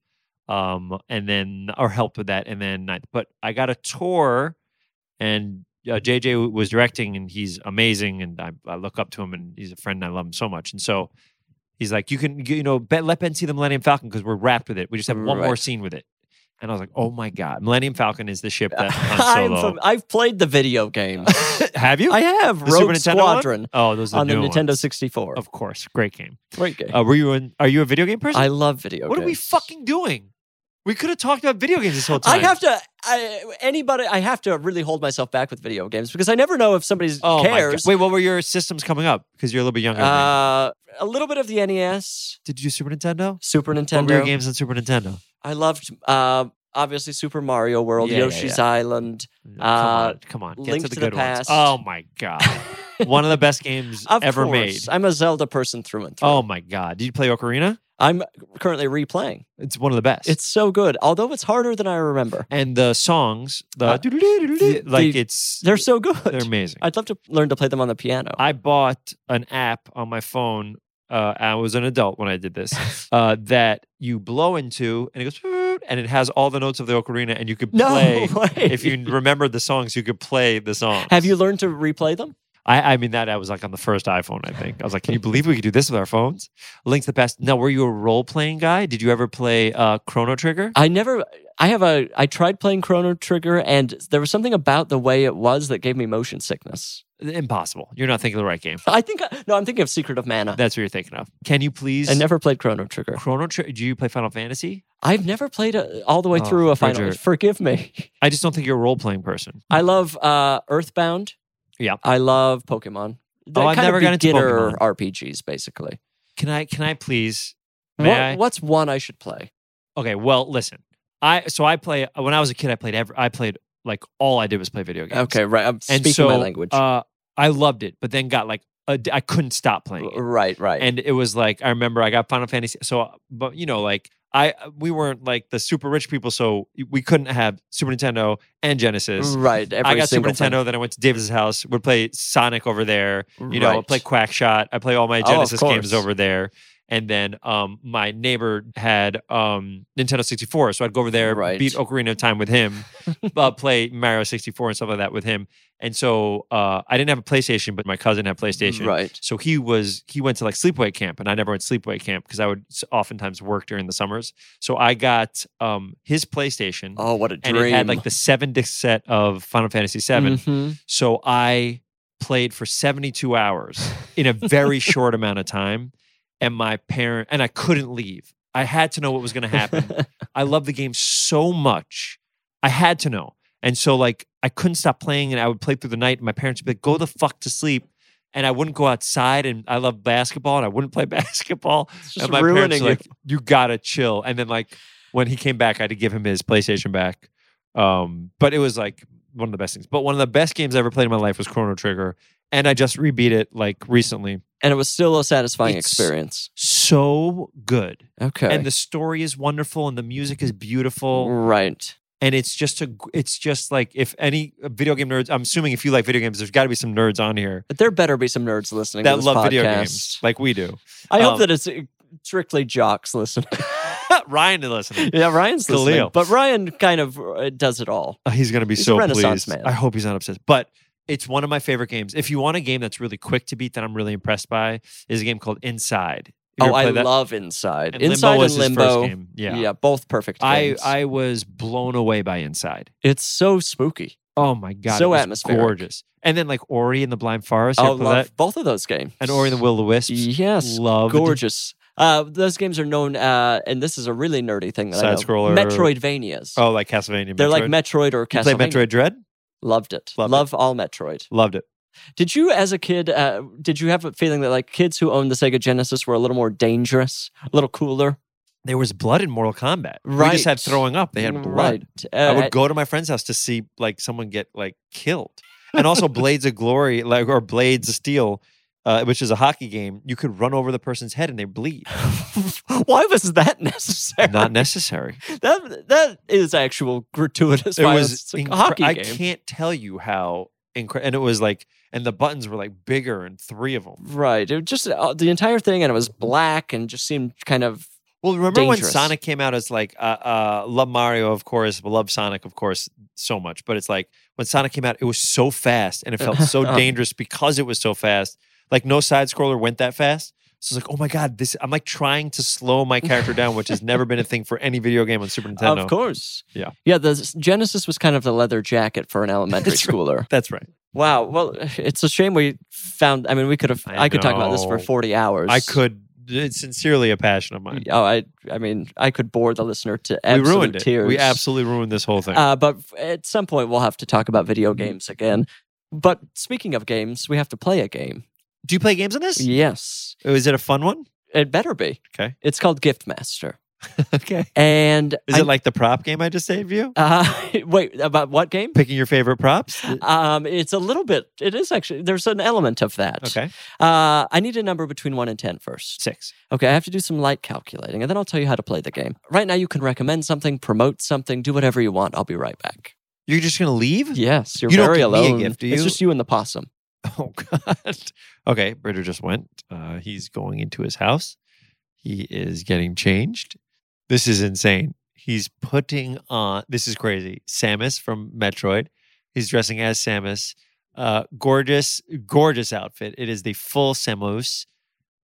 [SPEAKER 3] um, and then or helped with that, and then ninth. But I got a tour, and uh, JJ w- was directing, and he's amazing, and I, I look up to him, and he's a friend, and I love him so much, and so. He's like, you can, you know, bet, let Ben see the Millennium Falcon because we're wrapped with it. We just have one more
[SPEAKER 2] Right.
[SPEAKER 3] scene with it. And I was like, oh my God. Millennium Falcon is the ship that Han
[SPEAKER 2] I'm
[SPEAKER 3] Solo.
[SPEAKER 2] from, I've played the video game.
[SPEAKER 3] have you?
[SPEAKER 2] I have
[SPEAKER 3] The Super
[SPEAKER 2] Rogue
[SPEAKER 3] Nintendo one?
[SPEAKER 2] Squadron
[SPEAKER 3] oh, those are
[SPEAKER 2] on the
[SPEAKER 3] the new
[SPEAKER 2] Nintendo
[SPEAKER 3] ones. Oh.
[SPEAKER 2] 64.
[SPEAKER 3] Of course. Great game.
[SPEAKER 2] Great game.
[SPEAKER 3] Uh, were you in, are you a video game person?
[SPEAKER 2] I love video
[SPEAKER 3] what
[SPEAKER 2] games.
[SPEAKER 3] are we fucking doing? We could have talked about video games this whole
[SPEAKER 2] I
[SPEAKER 3] time.
[SPEAKER 2] have to. I, anybody, I have to really hold myself back with video games because I never know if somebody
[SPEAKER 3] Oh my God.
[SPEAKER 2] cares.
[SPEAKER 3] Wait, what were your systems coming up? Because you're a little bit younger. than me.
[SPEAKER 2] Uh, a little bit of the NES,
[SPEAKER 3] Did you do Super Nintendo?
[SPEAKER 2] Super
[SPEAKER 3] What were your
[SPEAKER 2] Nintendo.
[SPEAKER 3] games on Super Nintendo?
[SPEAKER 2] I loved uh, obviously Super Mario World,
[SPEAKER 3] Yeah, yeah,
[SPEAKER 2] Yoshi's Island.
[SPEAKER 3] Come
[SPEAKER 2] Uh,
[SPEAKER 3] on, come on. Get
[SPEAKER 2] Link
[SPEAKER 3] to
[SPEAKER 2] to
[SPEAKER 3] the
[SPEAKER 2] the
[SPEAKER 3] good
[SPEAKER 2] Past.
[SPEAKER 3] ones. Oh my God. One of the best games
[SPEAKER 2] Of
[SPEAKER 3] ever
[SPEAKER 2] course,
[SPEAKER 3] made.
[SPEAKER 2] I'm a Zelda person through and through.
[SPEAKER 3] Oh my God. Did you play Ocarina?
[SPEAKER 2] I'm currently replaying.
[SPEAKER 3] It's one of the best.
[SPEAKER 2] It's so good, although it's harder than I remember.
[SPEAKER 3] and the songs, the
[SPEAKER 2] Uh,
[SPEAKER 3] doodle-doo-doo-doo-doo,
[SPEAKER 2] the-
[SPEAKER 3] like
[SPEAKER 2] the-
[SPEAKER 3] it's
[SPEAKER 2] They're so good.
[SPEAKER 3] they're amazing. I,
[SPEAKER 2] I'd love to learn to play them on the piano.
[SPEAKER 3] bought an app on my phone. Uh, I was an adult when I did this. Uh, that you blow into and it goes "Toot," and it has all the notes of the ocarina and you could
[SPEAKER 2] no
[SPEAKER 3] play.
[SPEAKER 2] way.
[SPEAKER 3] If you remembered the songs, you could play the songs.
[SPEAKER 2] have you learned to replay them?
[SPEAKER 3] I, I mean, that I was like on the first iPhone. I think I was like, "Can you believe we could do this with our phones?" Links the past. Now, were you a role playing guy? Did you ever play uh, Chrono Trigger?
[SPEAKER 2] I never. I have a. I tried playing Chrono Trigger, and there was something about the way it was that gave me motion sickness.
[SPEAKER 3] Impossible. You're not thinking of the right game.
[SPEAKER 2] I think. No, I'm thinking of Secret of Mana.
[SPEAKER 3] That's what you're thinking of. Can you please?
[SPEAKER 2] I never played Chrono Trigger.
[SPEAKER 3] Chrono Trigger. Do you play Final Fantasy?
[SPEAKER 2] I've never played a, all the way
[SPEAKER 3] Oh,
[SPEAKER 2] through a final.
[SPEAKER 3] Bridger.
[SPEAKER 2] Forgive me.
[SPEAKER 3] I just don't think you're a role playing person.
[SPEAKER 2] I love uh, Earthbound.
[SPEAKER 3] Yeah. Oh,
[SPEAKER 2] I love Pokemon. They're
[SPEAKER 3] I've
[SPEAKER 2] kind of
[SPEAKER 3] never got into
[SPEAKER 2] beginner
[SPEAKER 3] Pokemon.
[SPEAKER 2] RPGs, basically.
[SPEAKER 3] Can I? Can I please? May I?
[SPEAKER 2] What, what's one I should play?
[SPEAKER 3] Okay. Well, listen. I so I play when I was a kid. I played every. I played like all I did was play video games.
[SPEAKER 2] Okay, right. I'm
[SPEAKER 3] And
[SPEAKER 2] speaking
[SPEAKER 3] so
[SPEAKER 2] my language.
[SPEAKER 3] uh, I loved it, but then got like add- I couldn't stop playing. It.
[SPEAKER 2] right, right.
[SPEAKER 3] And it was like I remember I got Final Fantasy. So, but you know, like I we weren't like the super rich people, so we couldn't have Super Nintendo and Genesis.
[SPEAKER 2] right. Every
[SPEAKER 3] I got
[SPEAKER 2] single
[SPEAKER 3] Super Nintendo.
[SPEAKER 2] thing.
[SPEAKER 3] Then I went to Davis's house. Would play Sonic over there. You know, I
[SPEAKER 2] Right.
[SPEAKER 3] play Quackshot. I play all my
[SPEAKER 2] Oh, of
[SPEAKER 3] Genesis games
[SPEAKER 2] course.
[SPEAKER 3] over there. And then um, my neighbor had um, Nintendo 64. So I'd go over there,
[SPEAKER 2] Right.
[SPEAKER 3] beat Ocarina of Time with him, uh, play Mario 64 and stuff like that with him. And so uh, I didn't have a PlayStation, but my cousin had PlayStation.
[SPEAKER 2] Right.
[SPEAKER 3] So he was he went to like sleepaway camp, and I never went to sleepaway camp because I would s- oftentimes work during the summers. So I got um, his PlayStation,
[SPEAKER 2] Oh, what a
[SPEAKER 3] and
[SPEAKER 2] dream.
[SPEAKER 3] it had like the seven disc set of Final Fantasy VII.
[SPEAKER 2] Mhm.
[SPEAKER 3] So I played for 72 hours in a very short amount of time. And my parent and I couldn't leave. I had to know what was going to happen. I love the game so much. I had to know. And so like I couldn't stop playing and I would play through the night and my parents would be like, go the fuck to sleep. And I wouldn't go outside and I love basketball and I wouldn't play basketball.
[SPEAKER 2] It's just
[SPEAKER 3] and my parents
[SPEAKER 2] ruining
[SPEAKER 3] were
[SPEAKER 2] it.
[SPEAKER 3] like, you gotta chill. And then like when he came back, I had to give him his PlayStation back. Um, but it was like one of the best things. But one of the best games I ever played in my life was Chrono Trigger. And I just rebeat it like recently.
[SPEAKER 2] and it was still a satisfying
[SPEAKER 3] It's-
[SPEAKER 2] experience.
[SPEAKER 3] So good.
[SPEAKER 2] Okay. Mm.
[SPEAKER 3] And the story is wonderful and the music is beautiful.
[SPEAKER 2] right.
[SPEAKER 3] and it's just a it's just like if any uh, video game nerds i'm assuming if you like video games there's got to be some nerds on here
[SPEAKER 2] But there better be some nerds listening to
[SPEAKER 3] that
[SPEAKER 2] this
[SPEAKER 3] love video
[SPEAKER 2] podcast.
[SPEAKER 3] games like we do
[SPEAKER 2] I
[SPEAKER 3] Um,
[SPEAKER 2] hope that it's uh, strictly jocks listening.
[SPEAKER 3] ryan is listening
[SPEAKER 2] yeah, Ryan's
[SPEAKER 3] Khalil.
[SPEAKER 2] listening, but Ryan kind of uh, does it all.
[SPEAKER 3] Uh, he's going to be
[SPEAKER 2] He's a
[SPEAKER 3] so
[SPEAKER 2] renaissance
[SPEAKER 3] pleased
[SPEAKER 2] man.
[SPEAKER 3] i hope he's not obsessed but it's one of my favorite games if you want a game that's really quick to beat that i'm really impressed by is a game called inside Have you
[SPEAKER 2] Oh,
[SPEAKER 3] ever
[SPEAKER 2] I
[SPEAKER 3] played that?
[SPEAKER 2] love Inside.
[SPEAKER 3] And
[SPEAKER 2] Inside
[SPEAKER 3] limbo was
[SPEAKER 2] and
[SPEAKER 3] his
[SPEAKER 2] Limbo.
[SPEAKER 3] first game yeah,
[SPEAKER 2] Yeah. both perfect.
[SPEAKER 3] I,
[SPEAKER 2] games.
[SPEAKER 3] I was blown away by inside
[SPEAKER 2] it's so spooky.
[SPEAKER 3] oh my god
[SPEAKER 2] So
[SPEAKER 3] it was
[SPEAKER 2] atmospheric.
[SPEAKER 3] gorgeous and then like ori and the blind forest you
[SPEAKER 2] I
[SPEAKER 3] ever play
[SPEAKER 2] love
[SPEAKER 3] that?
[SPEAKER 2] both of those games.
[SPEAKER 3] and ori and the will-o-wisp
[SPEAKER 2] yes,
[SPEAKER 3] love
[SPEAKER 2] gorgeous. Uh, those games are known, uh, and this is a really nerdy thing that I know.
[SPEAKER 3] Side-scroller.
[SPEAKER 2] Metroidvanias.
[SPEAKER 3] Oh, like Castlevania.
[SPEAKER 2] They're like
[SPEAKER 3] Metroid.
[SPEAKER 2] Metroid or
[SPEAKER 3] You play
[SPEAKER 2] Castlevania.
[SPEAKER 3] Metroid Dread?
[SPEAKER 2] Loved it.
[SPEAKER 3] Love it.
[SPEAKER 2] Love all Metroid.
[SPEAKER 3] Loved it.
[SPEAKER 2] Did you, as a kid, uh, did you have a feeling that like kids who owned the Sega Genesis were a little more dangerous, a little cooler?
[SPEAKER 3] There was blood in Mortal Kombat. We just had
[SPEAKER 2] Right.
[SPEAKER 3] throwing up. They had blood.
[SPEAKER 2] Right. Uh,
[SPEAKER 3] I would go to my friend's house to see like someone get like killed. And also Blades of Glory, like or Blades of Steel, uh, which is a hockey game. You could run over the person's head and they bleed.
[SPEAKER 2] Why was that necessary?
[SPEAKER 3] Not necessary.
[SPEAKER 2] that that is actual gratuitous
[SPEAKER 3] it
[SPEAKER 2] violence.
[SPEAKER 3] was
[SPEAKER 2] It's like a
[SPEAKER 3] incre-
[SPEAKER 2] hockey
[SPEAKER 3] I
[SPEAKER 2] game.
[SPEAKER 3] can't tell you how incre- and it was like and the buttons were like bigger and three of them.
[SPEAKER 2] Right. It was just uh, the entire thing, and it was black and just seemed kind of
[SPEAKER 3] Well, remember when
[SPEAKER 2] Dangerous.
[SPEAKER 3] Sonic came out as like uh, uh, love Mario, of course, love Sonic, of course, so much. But it's like when Sonic came out, it was so fast and it felt so
[SPEAKER 2] Oh.
[SPEAKER 3] dangerous because it was so fast. Like no side scroller went that fast. So it's like, oh my god, this. I'm like trying to slow my character down, which has never been a thing for any video game on Super Nintendo.
[SPEAKER 2] Of course.
[SPEAKER 3] Yeah.
[SPEAKER 2] Yeah. The s- Genesis was kind of the leather jacket for an elementary
[SPEAKER 3] That's right.
[SPEAKER 2] schooler.
[SPEAKER 3] That's right.
[SPEAKER 2] Wow. Well, it's a shame we found. I mean, we could have.
[SPEAKER 3] I
[SPEAKER 2] I, could talk about this for
[SPEAKER 3] know.
[SPEAKER 2] forty hours.
[SPEAKER 3] I could. It's sincerely a passion of mine.
[SPEAKER 2] Oh, I. I mean, I could bore the listener to
[SPEAKER 3] We
[SPEAKER 2] absolute
[SPEAKER 3] ruined it.
[SPEAKER 2] tears.
[SPEAKER 3] We absolutely ruined this whole thing. Mm-hmm.
[SPEAKER 2] Uh, but f- at some point, we'll have to talk about video games again. But speaking of games, we have to play a game.
[SPEAKER 3] Do you play games on this?
[SPEAKER 2] Yes,
[SPEAKER 3] Is it a fun one?
[SPEAKER 2] it better be.
[SPEAKER 3] Okay.
[SPEAKER 2] It's called Gift Master,
[SPEAKER 3] okay.
[SPEAKER 2] and
[SPEAKER 3] Is
[SPEAKER 2] I-
[SPEAKER 3] it like the prop game I just saved you?
[SPEAKER 2] Uh, wait, about what game?
[SPEAKER 3] Picking your favorite props.
[SPEAKER 2] Um, it's a little bit. It is actually. There's an element of that.
[SPEAKER 3] Okay.
[SPEAKER 2] Uh, I need a number between one and ten first.
[SPEAKER 3] Six.
[SPEAKER 2] Okay, I have to do some light calculating, and then I'll tell you how to play the game. Right now, you can recommend something, promote something, do whatever you want. I'll be right back.
[SPEAKER 3] You're just gonna leave?
[SPEAKER 2] Yes, you're
[SPEAKER 3] You don't
[SPEAKER 2] very
[SPEAKER 3] give me a
[SPEAKER 2] alone.
[SPEAKER 3] gift, do
[SPEAKER 2] It's
[SPEAKER 3] you?
[SPEAKER 2] just you and the possum.
[SPEAKER 3] Oh God. Okay. Bridger just went. Uh, he's going into his house. He is getting changed. This is insane. He's putting on. This is crazy. Samus from Metroid. He's dressing as Samus. Uh, gorgeous, gorgeous outfit. It is the full Samus.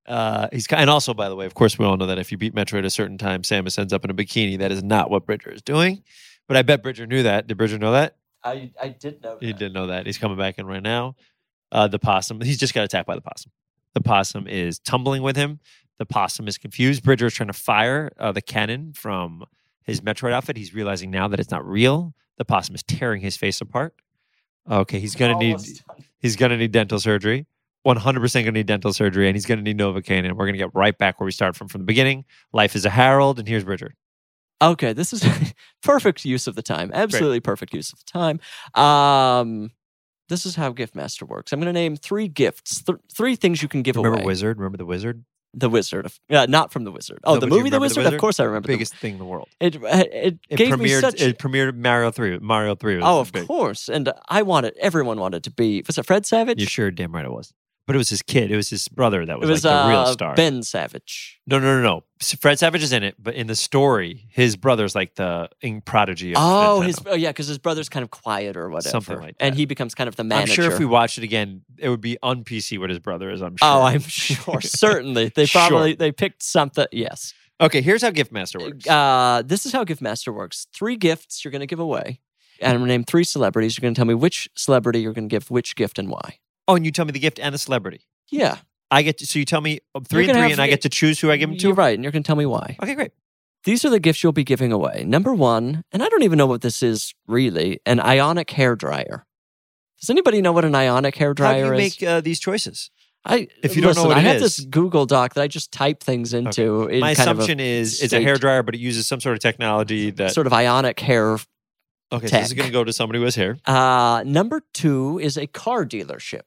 [SPEAKER 3] Uh, he's and also, by the way, of course, we all know that if you beat Metroid a certain time, Samus ends up in a bikini. That is not what Bridger is doing. But I bet Bridger knew that. Did Bridger know that?
[SPEAKER 2] I I did know.
[SPEAKER 3] He didn't know that. He's coming back in right now. Uh, the possum. He's just got attacked by the possum. The possum is tumbling with him. The possum is confused. Bridger is trying to fire uh, the cannon from his Metroid outfit. He's realizing now that it's not real. The possum is tearing his face apart. Okay, he's gonna need he's gonna need dental surgery. 100% gonna need dental surgery, and he's gonna need novocaine. And we're gonna get right back where we start from from the beginning. Life is a Harold, and here's Bridger.
[SPEAKER 2] Okay, this is perfect use of the time. Absolutely perfect use of the time. Um, this is how Gift Master works. I'm going to name three gifts, th- three things you can give
[SPEAKER 3] Remember
[SPEAKER 2] away.
[SPEAKER 3] Wizard? Remember the Wizard?
[SPEAKER 2] the Wizard, of, uh, not from the Wizard. Oh,
[SPEAKER 3] No,
[SPEAKER 2] the
[SPEAKER 3] but you
[SPEAKER 2] movie The
[SPEAKER 3] remember The
[SPEAKER 2] Wizard. Of
[SPEAKER 3] Wizard?
[SPEAKER 2] course, I remember. the-
[SPEAKER 3] Biggest thing in the world.
[SPEAKER 2] it it,
[SPEAKER 3] It
[SPEAKER 2] gave me
[SPEAKER 3] premiered.
[SPEAKER 2] such.
[SPEAKER 3] It premiered Mario Three. Mario Three. Was
[SPEAKER 2] oh, of
[SPEAKER 3] big.
[SPEAKER 2] course, and I wanted. Everyone wanted to be. Was it Fred Savage?
[SPEAKER 3] You're sure damn right it was. But it was his kid. It was his brother that
[SPEAKER 2] It
[SPEAKER 3] was,
[SPEAKER 2] was,
[SPEAKER 3] like the
[SPEAKER 2] uh,
[SPEAKER 3] real star.
[SPEAKER 2] Ben Savage.
[SPEAKER 3] No, no, no, no. S- Fred Savage is in it, but in the story, his brother's like the in prodigy. Of
[SPEAKER 2] Oh,
[SPEAKER 3] Nintendo.
[SPEAKER 2] his oh yeah, because his brother's kind of quiet or whatever,
[SPEAKER 3] Something like
[SPEAKER 2] and
[SPEAKER 3] that.
[SPEAKER 2] he becomes kind of the
[SPEAKER 3] I'm
[SPEAKER 2] manager.
[SPEAKER 3] sure if we watched it again, it would be on PC what his brother is. I'm sure.
[SPEAKER 2] Oh, I'm sure. Certainly, they
[SPEAKER 3] Sure.
[SPEAKER 2] probably they picked something. Yes.
[SPEAKER 3] okay. Here's how Gift Master works.
[SPEAKER 2] Uh, this is how Gift Master works. Three gifts you're going to give away, and I'm going to name three celebrities. You're going to tell me which celebrity you're going to give which gift and why.
[SPEAKER 3] oh, and you tell me the gift and the celebrity.
[SPEAKER 2] Yeah,
[SPEAKER 3] I get to, so you tell me uh, three and
[SPEAKER 2] gonna
[SPEAKER 3] three,
[SPEAKER 2] have-
[SPEAKER 3] and I get to choose who I give them to.
[SPEAKER 2] you're right, and you're going to tell me why.
[SPEAKER 3] Okay, great.
[SPEAKER 2] These are the gifts you'll be giving away. Number one, and I don't even know what this is really, an ionic hair dryer. Does anybody know what an ionic hair
[SPEAKER 3] How do
[SPEAKER 2] dryer
[SPEAKER 3] you
[SPEAKER 2] is?
[SPEAKER 3] make uh, these choices?
[SPEAKER 2] I
[SPEAKER 3] if you don't know
[SPEAKER 2] listen,
[SPEAKER 3] what
[SPEAKER 2] I
[SPEAKER 3] it
[SPEAKER 2] have this
[SPEAKER 3] is-
[SPEAKER 2] Google Doc that I just type things into. In
[SPEAKER 3] My
[SPEAKER 2] kind of a
[SPEAKER 3] assumption is it's a
[SPEAKER 2] state.
[SPEAKER 3] hair dryer, but it uses some sort of technology that.
[SPEAKER 2] sort of ionic hair
[SPEAKER 3] okay, so this is
[SPEAKER 2] tech.
[SPEAKER 3] going to go to somebody who has hair.
[SPEAKER 2] Uh, number two is a car dealership.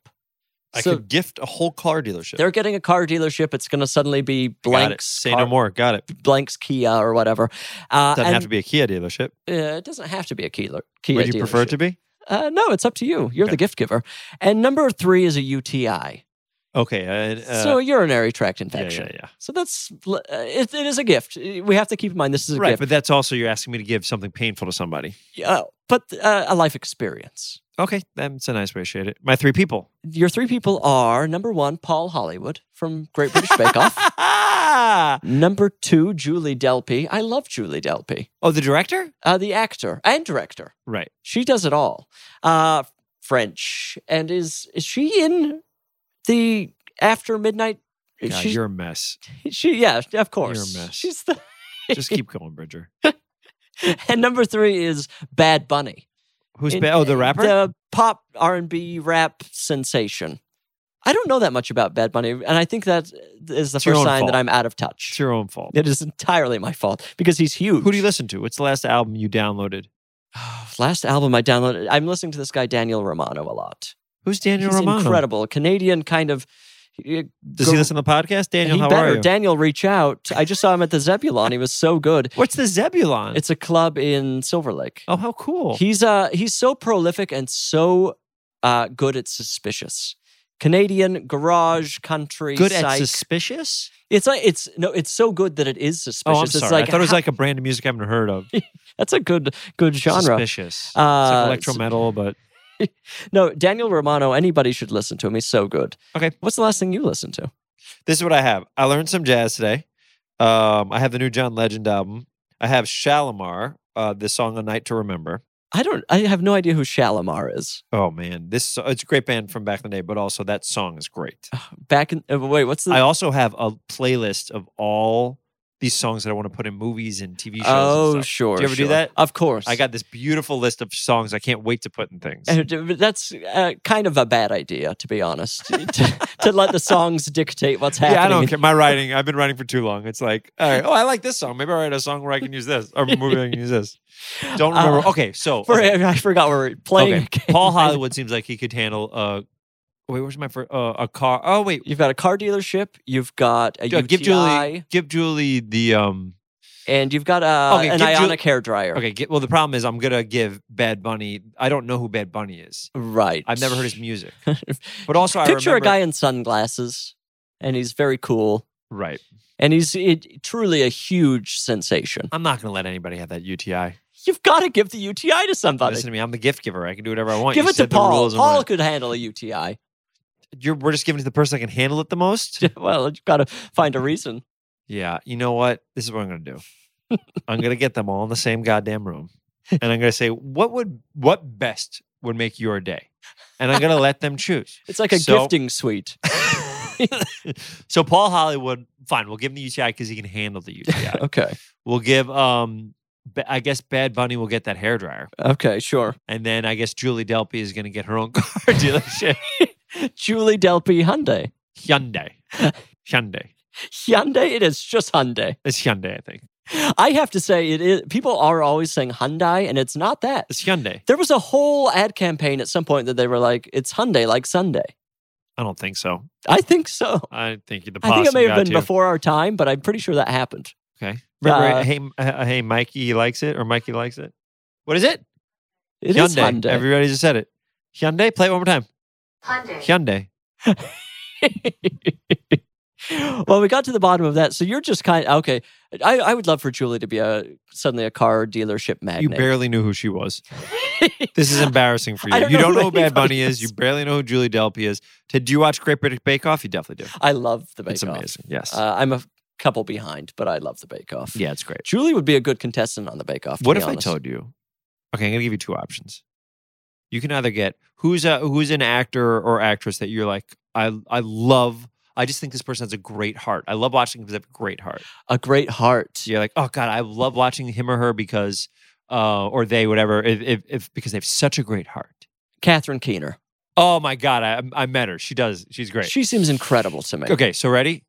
[SPEAKER 3] I
[SPEAKER 2] So-
[SPEAKER 3] could gift a whole car dealership.
[SPEAKER 2] They're getting a car dealership. It's going to suddenly be
[SPEAKER 3] Got it.
[SPEAKER 2] Blank's,
[SPEAKER 3] Say
[SPEAKER 2] car-
[SPEAKER 3] no more. Got it.
[SPEAKER 2] Blank's Kia or whatever. Uh,
[SPEAKER 3] Doesn't
[SPEAKER 2] and,
[SPEAKER 3] have to be a Kia dealership.
[SPEAKER 2] Uh, it doesn't have to be a Kia. Kia
[SPEAKER 3] Would you prefer it to
[SPEAKER 2] dealership.
[SPEAKER 3] be?
[SPEAKER 2] Uh, no, it's up to you. You're
[SPEAKER 3] Okay.
[SPEAKER 2] the gift giver. And number three is a UTI,
[SPEAKER 3] Okay. uh, uh,
[SPEAKER 2] so a urinary tract
[SPEAKER 3] yeah, yeah,
[SPEAKER 2] infection.
[SPEAKER 3] yeah.
[SPEAKER 2] So that's uh, it, it is a gift. We have to keep in mind this is a
[SPEAKER 3] Right,
[SPEAKER 2] gift,
[SPEAKER 3] but that's also you're asking me to give something painful to somebody.
[SPEAKER 2] but, uh, but uh, a life experience.
[SPEAKER 3] Okay, that's a nice way to shade it. My three people.
[SPEAKER 2] Your three people are number one, Paul Hollywood from Great British Bake Off.
[SPEAKER 3] oh,
[SPEAKER 2] number two, Julie Delpy. I love Julie Delpy,
[SPEAKER 3] the director?
[SPEAKER 2] uh, the actor and director.
[SPEAKER 3] Right.
[SPEAKER 2] She does it all. Uh, French and is is she in the After Midnight?
[SPEAKER 3] God,
[SPEAKER 2] She's-
[SPEAKER 3] you're a mess.
[SPEAKER 2] She, yeah, of course.
[SPEAKER 3] mess.
[SPEAKER 2] She's the
[SPEAKER 3] Just keep going, Bridger.
[SPEAKER 2] and number three is Bad Bunny,
[SPEAKER 3] Who's
[SPEAKER 2] In-
[SPEAKER 3] bad? Oh, the rapper?
[SPEAKER 2] the pop R and B rap sensation. I don't know that much about Bad Bunny, and I think that is the
[SPEAKER 3] It's your
[SPEAKER 2] first
[SPEAKER 3] own
[SPEAKER 2] sign
[SPEAKER 3] fault.
[SPEAKER 2] that I'm out of
[SPEAKER 3] it's
[SPEAKER 2] touch.
[SPEAKER 3] your own fault.
[SPEAKER 2] It is entirely my fault because he's huge.
[SPEAKER 3] Who do you listen to? What's the last album you downloaded?
[SPEAKER 2] Last album I downloaded, I'm listening to this guy Daniel Romano a lot.
[SPEAKER 3] Who's Daniel
[SPEAKER 2] he's
[SPEAKER 3] Romano?
[SPEAKER 2] incredible, Canadian kind of.
[SPEAKER 3] Does he listen to the podcast? Daniel,
[SPEAKER 2] he
[SPEAKER 3] how
[SPEAKER 2] better.
[SPEAKER 3] are you?
[SPEAKER 2] Daniel, reach out. I just saw him at the Zebulon. He was so good.
[SPEAKER 3] What's the Zebulon?
[SPEAKER 2] It's a club in Silver Lake.
[SPEAKER 3] oh, how cool.
[SPEAKER 2] He's uh he's so prolific and so uh good at suspicious. Canadian garage country
[SPEAKER 3] Good at
[SPEAKER 2] psych.
[SPEAKER 3] suspicious?
[SPEAKER 2] it's like it's no it's so good that it is suspicious.
[SPEAKER 3] Oh, I'm
[SPEAKER 2] it's
[SPEAKER 3] sorry.
[SPEAKER 2] like
[SPEAKER 3] I thought it was
[SPEAKER 2] how-
[SPEAKER 3] like a brand of music I haven't heard of.
[SPEAKER 2] that's a good good genre.
[SPEAKER 3] Suspicious. it's
[SPEAKER 2] Uh,
[SPEAKER 3] like electro metal, but
[SPEAKER 2] No, Daniel Romano, anybody should listen to him. He's so good.
[SPEAKER 3] Okay.
[SPEAKER 2] What's the last thing you listened to?
[SPEAKER 3] this is what I have. I learned some jazz today. Um, I have the new John Legend album. I have Shalimar, uh, the song "A Night to Remember."
[SPEAKER 2] I don't I have no idea who Shalimar is.
[SPEAKER 3] Oh man, this it's a great band from back in the day, but also that song is great.
[SPEAKER 2] Back in uh, wait, what's the
[SPEAKER 3] I also have a playlist of all these songs that I want to put in movies and TV shows. and
[SPEAKER 2] Oh,
[SPEAKER 3] stuff.
[SPEAKER 2] sure.
[SPEAKER 3] Do you ever do
[SPEAKER 2] sure.
[SPEAKER 3] that?
[SPEAKER 2] Of course.
[SPEAKER 3] I got this beautiful list of songs I can't wait to put in things.
[SPEAKER 2] Uh, d- but That's uh, kind of a bad idea, to be honest. to, to let the songs dictate what's happening.
[SPEAKER 3] Yeah, I don't care. My writing, I've been writing for too long. It's like, all right, oh, I like this song. Maybe I'll write a song where I can use this or a movie I can use this. Don't
[SPEAKER 2] Uh,
[SPEAKER 3] remember. okay, so
[SPEAKER 2] For,
[SPEAKER 3] okay.
[SPEAKER 2] I forgot we're playing.
[SPEAKER 3] Okay.
[SPEAKER 2] a game.
[SPEAKER 3] Paul Hollywood seems like he could handle. Uh, wait, where's my first? Uh, a car. Oh wait,
[SPEAKER 2] You've got a car dealership. You've got a
[SPEAKER 3] Ju-
[SPEAKER 2] UTI,
[SPEAKER 3] give Julie. Give Julie the um.
[SPEAKER 2] and you've got a,
[SPEAKER 3] Okay,
[SPEAKER 2] an
[SPEAKER 3] give Ju-
[SPEAKER 2] ionic hair dryer.
[SPEAKER 3] Okay. Get, well, the problem is I'm gonna give Bad Bunny. I don't know who Bad Bunny is.
[SPEAKER 2] Right.
[SPEAKER 3] I've never heard his music.
[SPEAKER 2] music.
[SPEAKER 3] But also, I
[SPEAKER 2] Picture a
[SPEAKER 3] remember-
[SPEAKER 2] guy in sunglasses, and he's very cool,
[SPEAKER 3] Right.
[SPEAKER 2] and he's it, truly a huge sensation.
[SPEAKER 3] I'm not gonna let anybody have that UTI.
[SPEAKER 2] You've got to give the UTI to somebody.
[SPEAKER 3] Listen to me. I'm the gift giver. I can do whatever I want.
[SPEAKER 2] Give
[SPEAKER 3] You
[SPEAKER 2] it to
[SPEAKER 3] said the
[SPEAKER 2] Paul.
[SPEAKER 3] rules and
[SPEAKER 2] Paul
[SPEAKER 3] what-
[SPEAKER 2] could handle a UTI.
[SPEAKER 3] You're, we're just giving it to the person that can handle it the most.
[SPEAKER 2] well, you've got to find a reason.
[SPEAKER 3] yeah. You know what? This is what I'm gonna do. I'm gonna get them all in the same goddamn room, and I'm gonna say, what would what best would make your day, and I'm gonna let them choose.
[SPEAKER 2] It's like a
[SPEAKER 3] So-
[SPEAKER 2] gifting suite.
[SPEAKER 3] so Paul Hollywood, fine, we'll give him the UTI because he can handle the UTI.
[SPEAKER 2] Okay.
[SPEAKER 3] we'll give um Ba- I guess Bad Bunny will get that hair dryer.
[SPEAKER 2] Okay, sure.
[SPEAKER 3] And then I guess Julie Delpy is gonna get her own car dealership.
[SPEAKER 2] Julie Delpy Hyundai.
[SPEAKER 3] Hyundai. Hyundai.
[SPEAKER 2] Hyundai, it is just Hyundai.
[SPEAKER 3] It's Hyundai, I think.
[SPEAKER 2] I have to say, it is. People are always saying Hyundai, and it's not that.
[SPEAKER 3] It's Hyundai.
[SPEAKER 2] There was a whole ad campaign at some point that they were like, "It's Hyundai like Sunday."
[SPEAKER 3] I don't think so.
[SPEAKER 2] I think so.
[SPEAKER 3] I think the
[SPEAKER 2] I think it
[SPEAKER 3] possum
[SPEAKER 2] may have
[SPEAKER 3] got
[SPEAKER 2] been
[SPEAKER 3] you.
[SPEAKER 2] before our time, but I'm pretty sure that happened.
[SPEAKER 3] Okay. Remember,
[SPEAKER 2] Uh,
[SPEAKER 3] hey, M- uh, hey, Mikey likes it, or Mikey likes it. What is it?
[SPEAKER 2] It
[SPEAKER 3] Hyundai.
[SPEAKER 2] is Hyundai.
[SPEAKER 3] Everybody just said it. Hyundai. Play it one more time. Hyundai. Hyundai.
[SPEAKER 2] well, we got to the bottom of that. So you're just kind. okay, I, I would love for Julie to be a suddenly a car dealership magnate.
[SPEAKER 3] You barely knew who she was. This is embarrassing for you.
[SPEAKER 2] I don't
[SPEAKER 3] you
[SPEAKER 2] know
[SPEAKER 3] don't
[SPEAKER 2] who
[SPEAKER 3] know who Bad
[SPEAKER 2] anybody
[SPEAKER 3] Bunny is. You
[SPEAKER 2] is.
[SPEAKER 3] barely know who Julie Delpy is. Did you watch Great British Bake Off? You definitely do.
[SPEAKER 2] I love the Bake
[SPEAKER 3] it's
[SPEAKER 2] Off.
[SPEAKER 3] amazing. Yes.
[SPEAKER 2] Uh, I'm a couple behind, but I love the Bake Off.
[SPEAKER 3] yeah, it's great.
[SPEAKER 2] Julie would be a good contestant on the Bake Off. to
[SPEAKER 3] What
[SPEAKER 2] be
[SPEAKER 3] if
[SPEAKER 2] honest.
[SPEAKER 3] I told you? Okay, I'm gonna give you two options. You can either get who's a who's an actor or actress that you're like, I I love. I just think this person has a great heart. I love watching them because they have a great heart.
[SPEAKER 2] a great heart?
[SPEAKER 3] So you're like, oh god, I love watching him or her because, uh, or they, whatever, if, if, if because they have such a great heart.
[SPEAKER 2] Catherine Keener.
[SPEAKER 3] Oh my god, I I met her. She does. She's great.
[SPEAKER 2] She seems incredible to me.
[SPEAKER 3] Okay, so ready?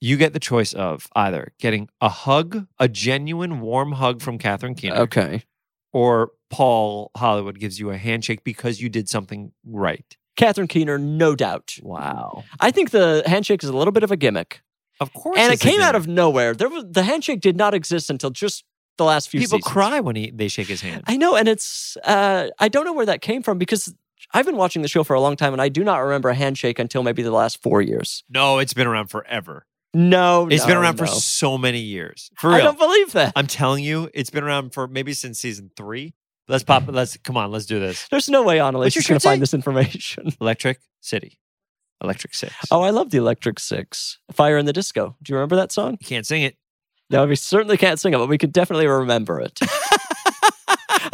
[SPEAKER 3] You get the choice of either getting a hug, a genuine warm hug from Catherine Keener,
[SPEAKER 2] Okay.
[SPEAKER 3] or Paul Hollywood gives you a handshake because you did something right.
[SPEAKER 2] Catherine Keener, no doubt.
[SPEAKER 3] Wow.
[SPEAKER 2] I think the handshake is a little bit of a gimmick,
[SPEAKER 3] Of course.
[SPEAKER 2] and it
[SPEAKER 3] it's a
[SPEAKER 2] came out of
[SPEAKER 3] gimmick.
[SPEAKER 2] nowhere. There was the handshake did not exist until just the last few
[SPEAKER 3] people
[SPEAKER 2] seasons.
[SPEAKER 3] cry when he they shake his hand.
[SPEAKER 2] I know, and it's uh, I don't know where that came from because I've been watching the show for a long time, and I do not remember a handshake until maybe the last four years.
[SPEAKER 3] no, it's been around forever.
[SPEAKER 2] No,
[SPEAKER 3] It's
[SPEAKER 2] Oh, no,
[SPEAKER 3] been around for
[SPEAKER 2] no.
[SPEAKER 3] so many years. For
[SPEAKER 2] I
[SPEAKER 3] real.
[SPEAKER 2] don't believe that.
[SPEAKER 3] I'm telling you, it's been around for maybe since season three. Let's pop.
[SPEAKER 2] Mm-hmm.
[SPEAKER 3] Let's come on. Let's do this.
[SPEAKER 2] There's no way Annalise
[SPEAKER 3] your
[SPEAKER 2] is going
[SPEAKER 3] shirt
[SPEAKER 2] to find
[SPEAKER 3] say?
[SPEAKER 2] this information.
[SPEAKER 3] Electric City, Electric Six.
[SPEAKER 2] Oh, I love the Electric Six, "Fire in the Disco." Do you remember that song?
[SPEAKER 3] you can't sing it.
[SPEAKER 2] No, we certainly can't sing it, but we could definitely remember it.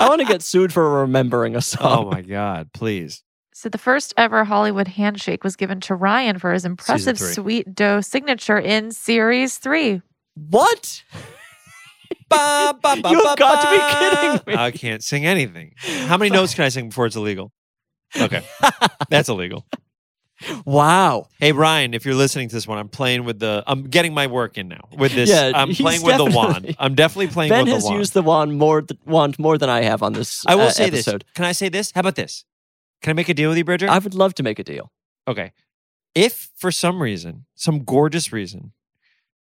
[SPEAKER 2] I want to get sued for remembering a
[SPEAKER 3] Oh
[SPEAKER 2] song.
[SPEAKER 3] my God! Please.
[SPEAKER 4] So the first ever Hollywood handshake was given to Ryan for his impressive
[SPEAKER 3] three.
[SPEAKER 4] sweet dough signature in series three.
[SPEAKER 2] What?
[SPEAKER 3] Ba, ba, ba,
[SPEAKER 2] You've
[SPEAKER 3] ba,
[SPEAKER 2] got to be
[SPEAKER 3] ba. Uh,
[SPEAKER 2] kidding me.
[SPEAKER 3] I can't sing anything. How many notes can I sing before it's illegal? Okay, that's illegal.
[SPEAKER 2] Wow.
[SPEAKER 3] Hey Ryan, if you're listening to this one, I'm playing with the. I'm getting my work in now with this.
[SPEAKER 2] Yeah,
[SPEAKER 3] I'm
[SPEAKER 2] he's
[SPEAKER 3] playing with the
[SPEAKER 2] definitely-
[SPEAKER 3] wand. I'm definitely playing
[SPEAKER 2] Ben
[SPEAKER 3] with
[SPEAKER 2] has
[SPEAKER 3] the wand.
[SPEAKER 2] used the wand more th- wand more than I have on this.
[SPEAKER 3] I will
[SPEAKER 2] uh,
[SPEAKER 3] say
[SPEAKER 2] episode.
[SPEAKER 3] this. Can I say this? How about this? Can I make a deal with you, Bridger?
[SPEAKER 2] I would love to make a deal.
[SPEAKER 3] Okay. If for some reason, some gorgeous reason,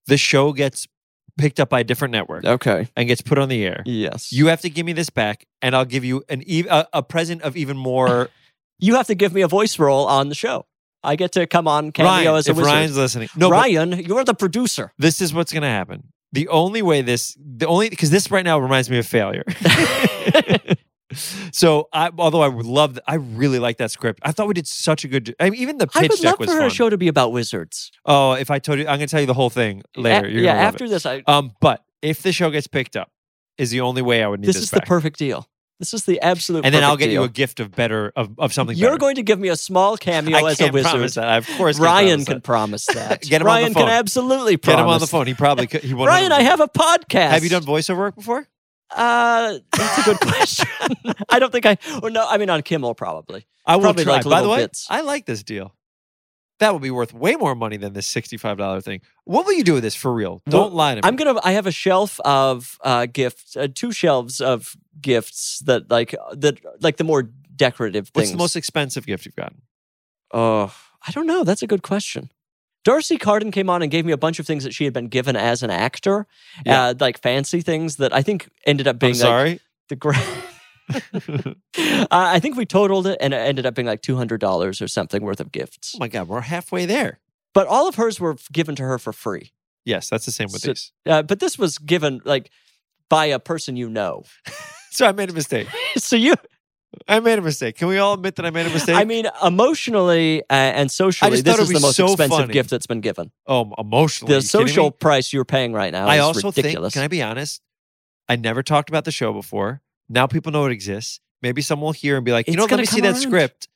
[SPEAKER 3] the show gets picked up by a different network
[SPEAKER 2] Okay.
[SPEAKER 3] and gets put on the air,
[SPEAKER 2] Yes. You
[SPEAKER 3] you have to give me this back and I'll give you an ev- a, a present of even more.
[SPEAKER 2] you have to give me a voice role on the show. I get to come on cameo
[SPEAKER 3] Ryan,
[SPEAKER 2] as a
[SPEAKER 3] if
[SPEAKER 2] wizard.
[SPEAKER 3] Ryan's listening. No, but
[SPEAKER 2] Ryan, you're the producer.
[SPEAKER 3] this is what's going to happen. The only way this, the only, because this right now reminds me of failure. so, I, although I would love, I really like that script. I thought we did such a good, j- I mean, even the
[SPEAKER 2] I
[SPEAKER 3] pitch
[SPEAKER 2] would
[SPEAKER 3] deck
[SPEAKER 2] love
[SPEAKER 3] was
[SPEAKER 2] for her
[SPEAKER 3] fun.
[SPEAKER 2] show to be about wizards.
[SPEAKER 3] oh, if I told you, I'm going to tell you the whole thing later.
[SPEAKER 2] A-
[SPEAKER 3] You're
[SPEAKER 2] yeah.
[SPEAKER 3] gonna love it.
[SPEAKER 2] After this, I,
[SPEAKER 3] Um, but if the show gets picked up, is the only way I would need
[SPEAKER 2] this
[SPEAKER 3] this,
[SPEAKER 2] is
[SPEAKER 3] back.
[SPEAKER 2] the perfect deal. This is the absolute.
[SPEAKER 3] and then I'll
[SPEAKER 2] perfect
[SPEAKER 3] get you
[SPEAKER 2] deal.
[SPEAKER 3] a gift of better of, of something.
[SPEAKER 2] You're
[SPEAKER 3] better.
[SPEAKER 2] going to give me a small cameo
[SPEAKER 3] I
[SPEAKER 2] as a
[SPEAKER 3] can't promise
[SPEAKER 2] wizard.
[SPEAKER 3] that. I, of course, can't
[SPEAKER 2] Ryan
[SPEAKER 3] promise
[SPEAKER 2] can
[SPEAKER 3] that.
[SPEAKER 2] promise that.
[SPEAKER 3] Get him on the
[SPEAKER 2] Ryan
[SPEAKER 3] phone.
[SPEAKER 2] can absolutely
[SPEAKER 3] get
[SPEAKER 2] promise.
[SPEAKER 3] him on the phone. He probably could. He
[SPEAKER 2] Ryan, I have a podcast.
[SPEAKER 3] Have you done voiceover work before?
[SPEAKER 2] Uh, that's a good question. I don't think I. Or no, I mean on Kimmel probably.
[SPEAKER 3] I will
[SPEAKER 2] Probably
[SPEAKER 3] try.
[SPEAKER 2] like
[SPEAKER 3] By the
[SPEAKER 2] little
[SPEAKER 3] way,
[SPEAKER 2] bits.
[SPEAKER 3] I like this deal. That would be worth way more money than this sixty-five dollar thing. What will you do with this for real? Don't
[SPEAKER 2] Well,
[SPEAKER 3] lie to me.
[SPEAKER 2] I'm gonna. I have a shelf of uh, gifts. Uh, two shelves of gifts that like that like the more decorative
[SPEAKER 3] What's
[SPEAKER 2] things.
[SPEAKER 3] the most expensive gift you've gotten?
[SPEAKER 2] Oh, I don't know. That's a good question. Darcy Carden came on and gave me a bunch of things that she had been given as an actor,
[SPEAKER 3] Yeah.
[SPEAKER 2] uh, like fancy things that I think ended up being
[SPEAKER 3] I'm
[SPEAKER 2] like
[SPEAKER 3] sorry.
[SPEAKER 2] the grand. uh, I think we totaled it and it ended up being like two hundred dollars or something worth of gifts.
[SPEAKER 3] oh my god, we're halfway there.
[SPEAKER 2] But all of hers were given to her for free.
[SPEAKER 3] Yes, that's the same with
[SPEAKER 2] So-
[SPEAKER 3] these.
[SPEAKER 2] Uh, but this was given like by a person you know.
[SPEAKER 3] So I made a mistake.
[SPEAKER 2] so you,
[SPEAKER 3] I made a mistake. Can we all admit that I made a mistake?
[SPEAKER 2] I mean, emotionally uh, and socially,
[SPEAKER 3] just thought
[SPEAKER 2] this
[SPEAKER 3] it
[SPEAKER 2] is the
[SPEAKER 3] was
[SPEAKER 2] most
[SPEAKER 3] so
[SPEAKER 2] expensive
[SPEAKER 3] funny.
[SPEAKER 2] gift that's been given.
[SPEAKER 3] um, emotionally.
[SPEAKER 2] the
[SPEAKER 3] you kidding me?
[SPEAKER 2] social price you're paying right now
[SPEAKER 3] I
[SPEAKER 2] is
[SPEAKER 3] also
[SPEAKER 2] ridiculous.
[SPEAKER 3] think. Can I be honest? I never talked about the show before. Now people know it exists. Maybe someone will hear and be like, you
[SPEAKER 2] It's
[SPEAKER 3] know, let
[SPEAKER 2] gonna
[SPEAKER 3] me see
[SPEAKER 2] come
[SPEAKER 3] that
[SPEAKER 2] around."
[SPEAKER 3] script.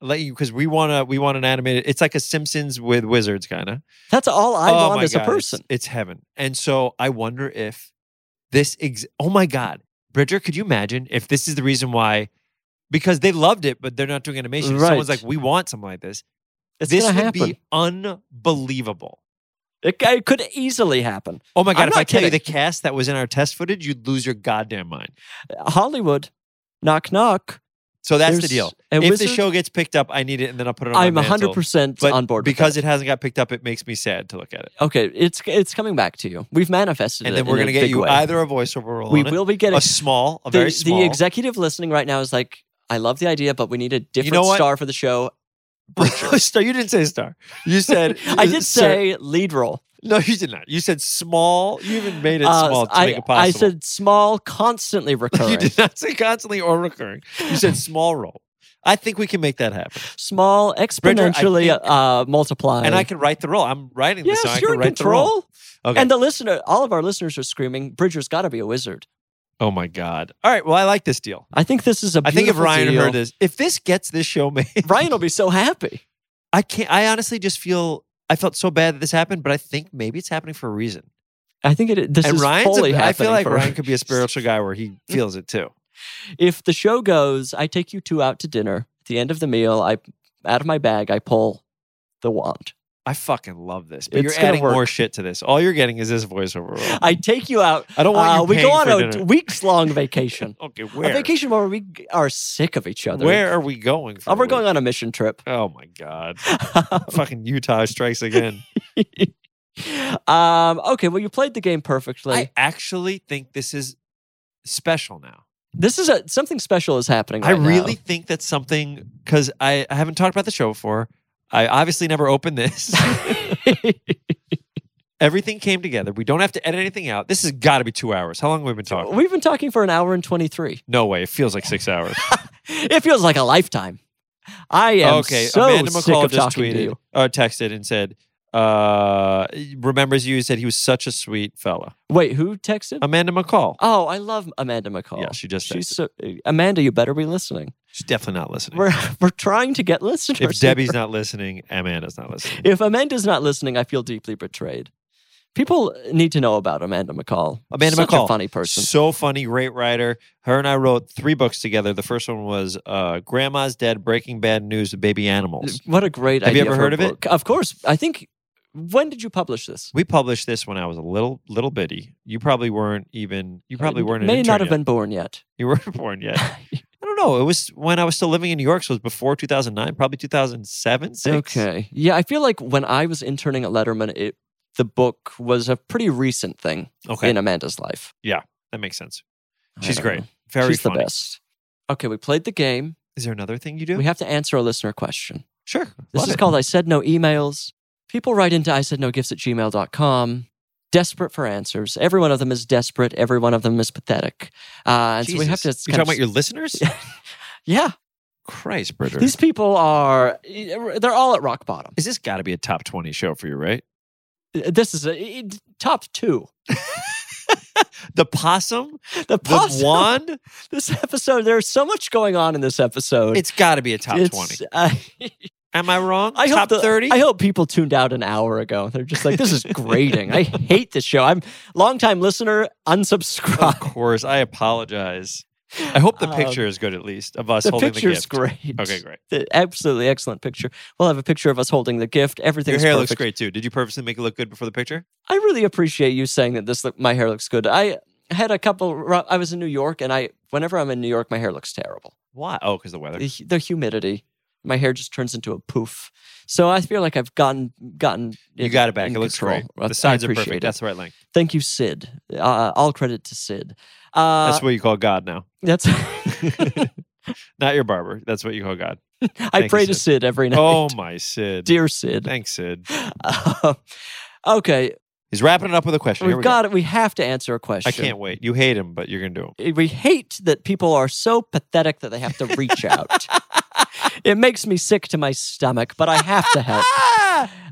[SPEAKER 3] Let you because we want to. We want an animated. It's like a Simpsons with wizards kind of.
[SPEAKER 2] That's all I
[SPEAKER 3] oh
[SPEAKER 2] want
[SPEAKER 3] my
[SPEAKER 2] as
[SPEAKER 3] God,
[SPEAKER 2] a
[SPEAKER 3] it's-
[SPEAKER 2] person.
[SPEAKER 3] It's, heaven. And so I wonder if this. Ex- oh my god, Bridger, could you imagine if this is the reason why? Because they loved it, but they're not doing animation. If Someone's
[SPEAKER 2] Right.
[SPEAKER 3] like, we want something like this.
[SPEAKER 2] It's
[SPEAKER 3] this would
[SPEAKER 2] gonna happen.
[SPEAKER 3] be unbelievable.
[SPEAKER 2] it, it could easily happen.
[SPEAKER 3] Oh my god!
[SPEAKER 2] I'm
[SPEAKER 3] if I
[SPEAKER 2] not
[SPEAKER 3] tell you the
[SPEAKER 2] kidding.
[SPEAKER 3] cast that was in our test footage, you'd lose your goddamn mind.
[SPEAKER 2] Hollywood, knock knock.
[SPEAKER 3] So that's the
[SPEAKER 2] There's
[SPEAKER 3] deal.
[SPEAKER 2] a
[SPEAKER 3] If
[SPEAKER 2] wizard-
[SPEAKER 3] the show gets picked up, I need it, and then I'll put it on.
[SPEAKER 2] I'm
[SPEAKER 3] my mantle.
[SPEAKER 2] 100 percent
[SPEAKER 3] But
[SPEAKER 2] on board with
[SPEAKER 3] because
[SPEAKER 2] that.
[SPEAKER 3] it hasn't got picked up. It makes me sad to look at it.
[SPEAKER 2] okay, it's it's coming back to you. We've manifested it
[SPEAKER 3] And then we're
[SPEAKER 2] in a
[SPEAKER 3] gonna get
[SPEAKER 2] big
[SPEAKER 3] you
[SPEAKER 2] way.
[SPEAKER 3] either a voiceover role,
[SPEAKER 2] We
[SPEAKER 3] on it,
[SPEAKER 2] will be getting
[SPEAKER 3] a small, a
[SPEAKER 2] the,
[SPEAKER 3] very small.
[SPEAKER 2] the executive listening right now is like, I love the idea, but we need a different
[SPEAKER 3] know what?
[SPEAKER 2] star for the show.
[SPEAKER 3] star. You didn't say star. You said
[SPEAKER 2] I did
[SPEAKER 3] sir-
[SPEAKER 2] say lead role.
[SPEAKER 3] no. You did not. You said small. You even made it
[SPEAKER 2] Uh,
[SPEAKER 3] small to
[SPEAKER 2] I,
[SPEAKER 3] make it
[SPEAKER 2] I
[SPEAKER 3] possible.
[SPEAKER 2] said small, constantly
[SPEAKER 3] you
[SPEAKER 2] recurring.
[SPEAKER 3] did not say constantly or recurring. You said small role. I think we can make that happen,
[SPEAKER 2] small,
[SPEAKER 3] I
[SPEAKER 2] exponentially
[SPEAKER 3] think-
[SPEAKER 2] uh, multiplying.
[SPEAKER 3] and I can write the role. I'm writing
[SPEAKER 2] Yes,
[SPEAKER 3] the song. I
[SPEAKER 2] you're
[SPEAKER 3] can
[SPEAKER 2] in
[SPEAKER 3] write the role.
[SPEAKER 2] control.
[SPEAKER 3] Okay.
[SPEAKER 2] And the listener, all of our listeners are screaming, Bridger's got to be a wizard.
[SPEAKER 3] oh my god! All right. Well, I like this deal.
[SPEAKER 2] I think this is a
[SPEAKER 3] I think if
[SPEAKER 2] beautiful
[SPEAKER 3] Ryan
[SPEAKER 2] deal.
[SPEAKER 3] heard this, if this gets this show made,
[SPEAKER 2] Ryan will be so happy.
[SPEAKER 3] I can't. I honestly just feel I felt so bad that this happened, but I think maybe it's happening for a reason.
[SPEAKER 2] I think it, this
[SPEAKER 3] and
[SPEAKER 2] is
[SPEAKER 3] Ryan's,
[SPEAKER 2] fully
[SPEAKER 3] a, I
[SPEAKER 2] happening.
[SPEAKER 3] feel like
[SPEAKER 2] for-
[SPEAKER 3] Ryan could be a spiritual guy where he feels it too.
[SPEAKER 2] If the show goes, I take you two out to dinner. At the end of the meal, I out of my bag, I pull the wand.
[SPEAKER 3] I fucking love this. But
[SPEAKER 2] It's
[SPEAKER 3] you're
[SPEAKER 2] gonna
[SPEAKER 3] adding
[SPEAKER 2] work.
[SPEAKER 3] more shit to this. All you're getting is this voiceover role.
[SPEAKER 2] I take you out.
[SPEAKER 3] I don't want
[SPEAKER 2] uh,
[SPEAKER 3] you
[SPEAKER 2] we go
[SPEAKER 3] paying
[SPEAKER 2] on
[SPEAKER 3] for
[SPEAKER 2] a
[SPEAKER 3] dinner.
[SPEAKER 2] weeks long vacation.
[SPEAKER 3] okay, where?
[SPEAKER 2] A vacation where we g- are sick of each other.
[SPEAKER 3] Where are we going? For
[SPEAKER 2] Oh,
[SPEAKER 3] a
[SPEAKER 2] we're going
[SPEAKER 3] week?
[SPEAKER 2] on a mission trip.
[SPEAKER 3] Oh my god! fucking Utah strikes again.
[SPEAKER 2] um, okay, well, you played the game perfectly.
[SPEAKER 3] I actually think this is special now.
[SPEAKER 2] this is a something special is happening.
[SPEAKER 3] I
[SPEAKER 2] right now.
[SPEAKER 3] really think that's something because I, I haven't talked about the show before. I obviously never opened this. Everything came together. We don't have to edit anything out. This has got to be two hours. How long have we been talking?
[SPEAKER 2] We've been talking for an hour and twenty three.
[SPEAKER 3] no way. It feels like six hours.
[SPEAKER 2] It feels like a lifetime. I am
[SPEAKER 3] okay.
[SPEAKER 2] so
[SPEAKER 3] Amanda
[SPEAKER 2] sick
[SPEAKER 3] McCall
[SPEAKER 2] of
[SPEAKER 3] just
[SPEAKER 2] talking
[SPEAKER 3] tweeted,
[SPEAKER 2] to you.
[SPEAKER 3] Uh, texted and said, uh, remembers you. Said he was such a sweet fella.
[SPEAKER 2] Wait, who texted?
[SPEAKER 3] Amanda McCall.
[SPEAKER 2] oh, I love Amanda McCall.
[SPEAKER 3] Yeah, she just
[SPEAKER 2] She's
[SPEAKER 3] texted.
[SPEAKER 2] so, Amanda. You better be listening.
[SPEAKER 3] She's definitely not listening.
[SPEAKER 2] We're we're trying to get listeners.
[SPEAKER 3] if
[SPEAKER 2] here.
[SPEAKER 3] Debbie's not listening, Amanda's not listening.
[SPEAKER 2] if Amanda's not listening, I feel deeply betrayed. People need to know about Amanda McCall.
[SPEAKER 3] Amanda
[SPEAKER 2] Such
[SPEAKER 3] McCall.
[SPEAKER 2] a funny person.
[SPEAKER 3] So funny, great writer. Her and I wrote three books together. The first one was uh, Grandma's Dead, Breaking Bad News of Baby Animals.
[SPEAKER 2] What a great
[SPEAKER 3] Have you
[SPEAKER 2] idea.
[SPEAKER 3] ever
[SPEAKER 2] for a
[SPEAKER 3] heard of it?
[SPEAKER 2] book. Of course. I think. When did you publish this?
[SPEAKER 3] We published this when I was a little little bitty. You probably weren't even you probably weren't an
[SPEAKER 2] Uh, May
[SPEAKER 3] intern
[SPEAKER 2] not have
[SPEAKER 3] yet.
[SPEAKER 2] been born yet.
[SPEAKER 3] you weren't born yet. I don't know. It was when I was still living in New York, so it was before 2009, probably 2007, 6.
[SPEAKER 2] Okay. Yeah, I feel like when I was interning at Letterman, it the book was a pretty recent thing
[SPEAKER 3] Okay.
[SPEAKER 2] in Amanda's life.
[SPEAKER 3] that makes sense.
[SPEAKER 2] I
[SPEAKER 3] She's
[SPEAKER 2] don't
[SPEAKER 3] great.
[SPEAKER 2] know.
[SPEAKER 3] Very
[SPEAKER 2] She's
[SPEAKER 3] funny.
[SPEAKER 2] the best. Okay, we played the game.
[SPEAKER 3] Is there another thing you do?
[SPEAKER 2] We have to answer a listener question.
[SPEAKER 3] sure.
[SPEAKER 2] This
[SPEAKER 3] Love
[SPEAKER 2] is
[SPEAKER 3] it.
[SPEAKER 2] called I Said No Emails. People write into I Said No Gifts at gmail.com, desperate for answers. Every one of them is desperate. Every one of them is pathetic. Uh, and so we have to.
[SPEAKER 3] Jesus. You
[SPEAKER 2] kind
[SPEAKER 3] talking
[SPEAKER 2] of-
[SPEAKER 3] about your listeners?
[SPEAKER 2] yeah.
[SPEAKER 3] Christ, Bridger.
[SPEAKER 2] These people are, they're all at rock bottom.
[SPEAKER 3] is this got to be a top 20 show for you, right?
[SPEAKER 2] This is a, it- top two.
[SPEAKER 3] The possum,
[SPEAKER 2] The, possum-
[SPEAKER 3] the wand.
[SPEAKER 2] This episode, there's so much going on in this episode.
[SPEAKER 3] It's got to be a top
[SPEAKER 2] It's,
[SPEAKER 3] 20.
[SPEAKER 2] uh,
[SPEAKER 3] Am I wrong?
[SPEAKER 2] I
[SPEAKER 3] top
[SPEAKER 2] hope the-
[SPEAKER 3] 30?
[SPEAKER 2] I hope people tuned out an hour ago. They're just like, this is grating. I hate this show. I'm longtime listener,
[SPEAKER 3] of
[SPEAKER 2] unsubscribe.
[SPEAKER 3] course. I apologize. I hope the
[SPEAKER 2] Um,
[SPEAKER 3] picture is good at least of us
[SPEAKER 2] The
[SPEAKER 3] holding the
[SPEAKER 2] picture's
[SPEAKER 3] gift.
[SPEAKER 2] great.
[SPEAKER 3] Okay, great.
[SPEAKER 2] The- absolutely excellent picture. We'll have a picture of us holding the gift. Everything
[SPEAKER 3] Your
[SPEAKER 2] is
[SPEAKER 3] hair
[SPEAKER 2] perfect.
[SPEAKER 3] looks great too. Did you purposely make it look good before the picture?
[SPEAKER 2] I really appreciate you saying that this look, my hair looks good. I had a couple. ru- I was in New York, and I whenever I'm in New York, my hair looks terrible.
[SPEAKER 3] Why? Oh, because the weather.
[SPEAKER 2] The, hu- the humidity, my hair just turns into a poof. So I feel like I've gotten gotten.
[SPEAKER 3] You
[SPEAKER 2] in-
[SPEAKER 3] got it back.
[SPEAKER 2] in
[SPEAKER 3] It looks
[SPEAKER 2] control.
[SPEAKER 3] great.
[SPEAKER 2] I-
[SPEAKER 3] The sides
[SPEAKER 2] I
[SPEAKER 3] are
[SPEAKER 2] appreciate
[SPEAKER 3] perfect.
[SPEAKER 2] It.
[SPEAKER 3] That's the right length.
[SPEAKER 2] Thank you, Sid. Uh, all credit to Sid. Uh,
[SPEAKER 3] That's what you call God now.
[SPEAKER 2] that's.
[SPEAKER 3] Not your barber. That's what you call God.
[SPEAKER 2] I
[SPEAKER 3] you,
[SPEAKER 2] pray to
[SPEAKER 3] Sid.
[SPEAKER 2] Sid every night.
[SPEAKER 3] Oh my Sid.
[SPEAKER 2] dear Sid.
[SPEAKER 3] Thanks, Sid.
[SPEAKER 2] Uh, okay,
[SPEAKER 3] He's wrapping it up with a question. Here
[SPEAKER 2] we've
[SPEAKER 3] we
[SPEAKER 2] got it. We have to answer a
[SPEAKER 3] I
[SPEAKER 2] question.
[SPEAKER 3] can't wait. You hate him, but you're gonna do him.
[SPEAKER 2] we hate that people are so pathetic that they have to reach out. it makes me sick to my stomach, but I have to help.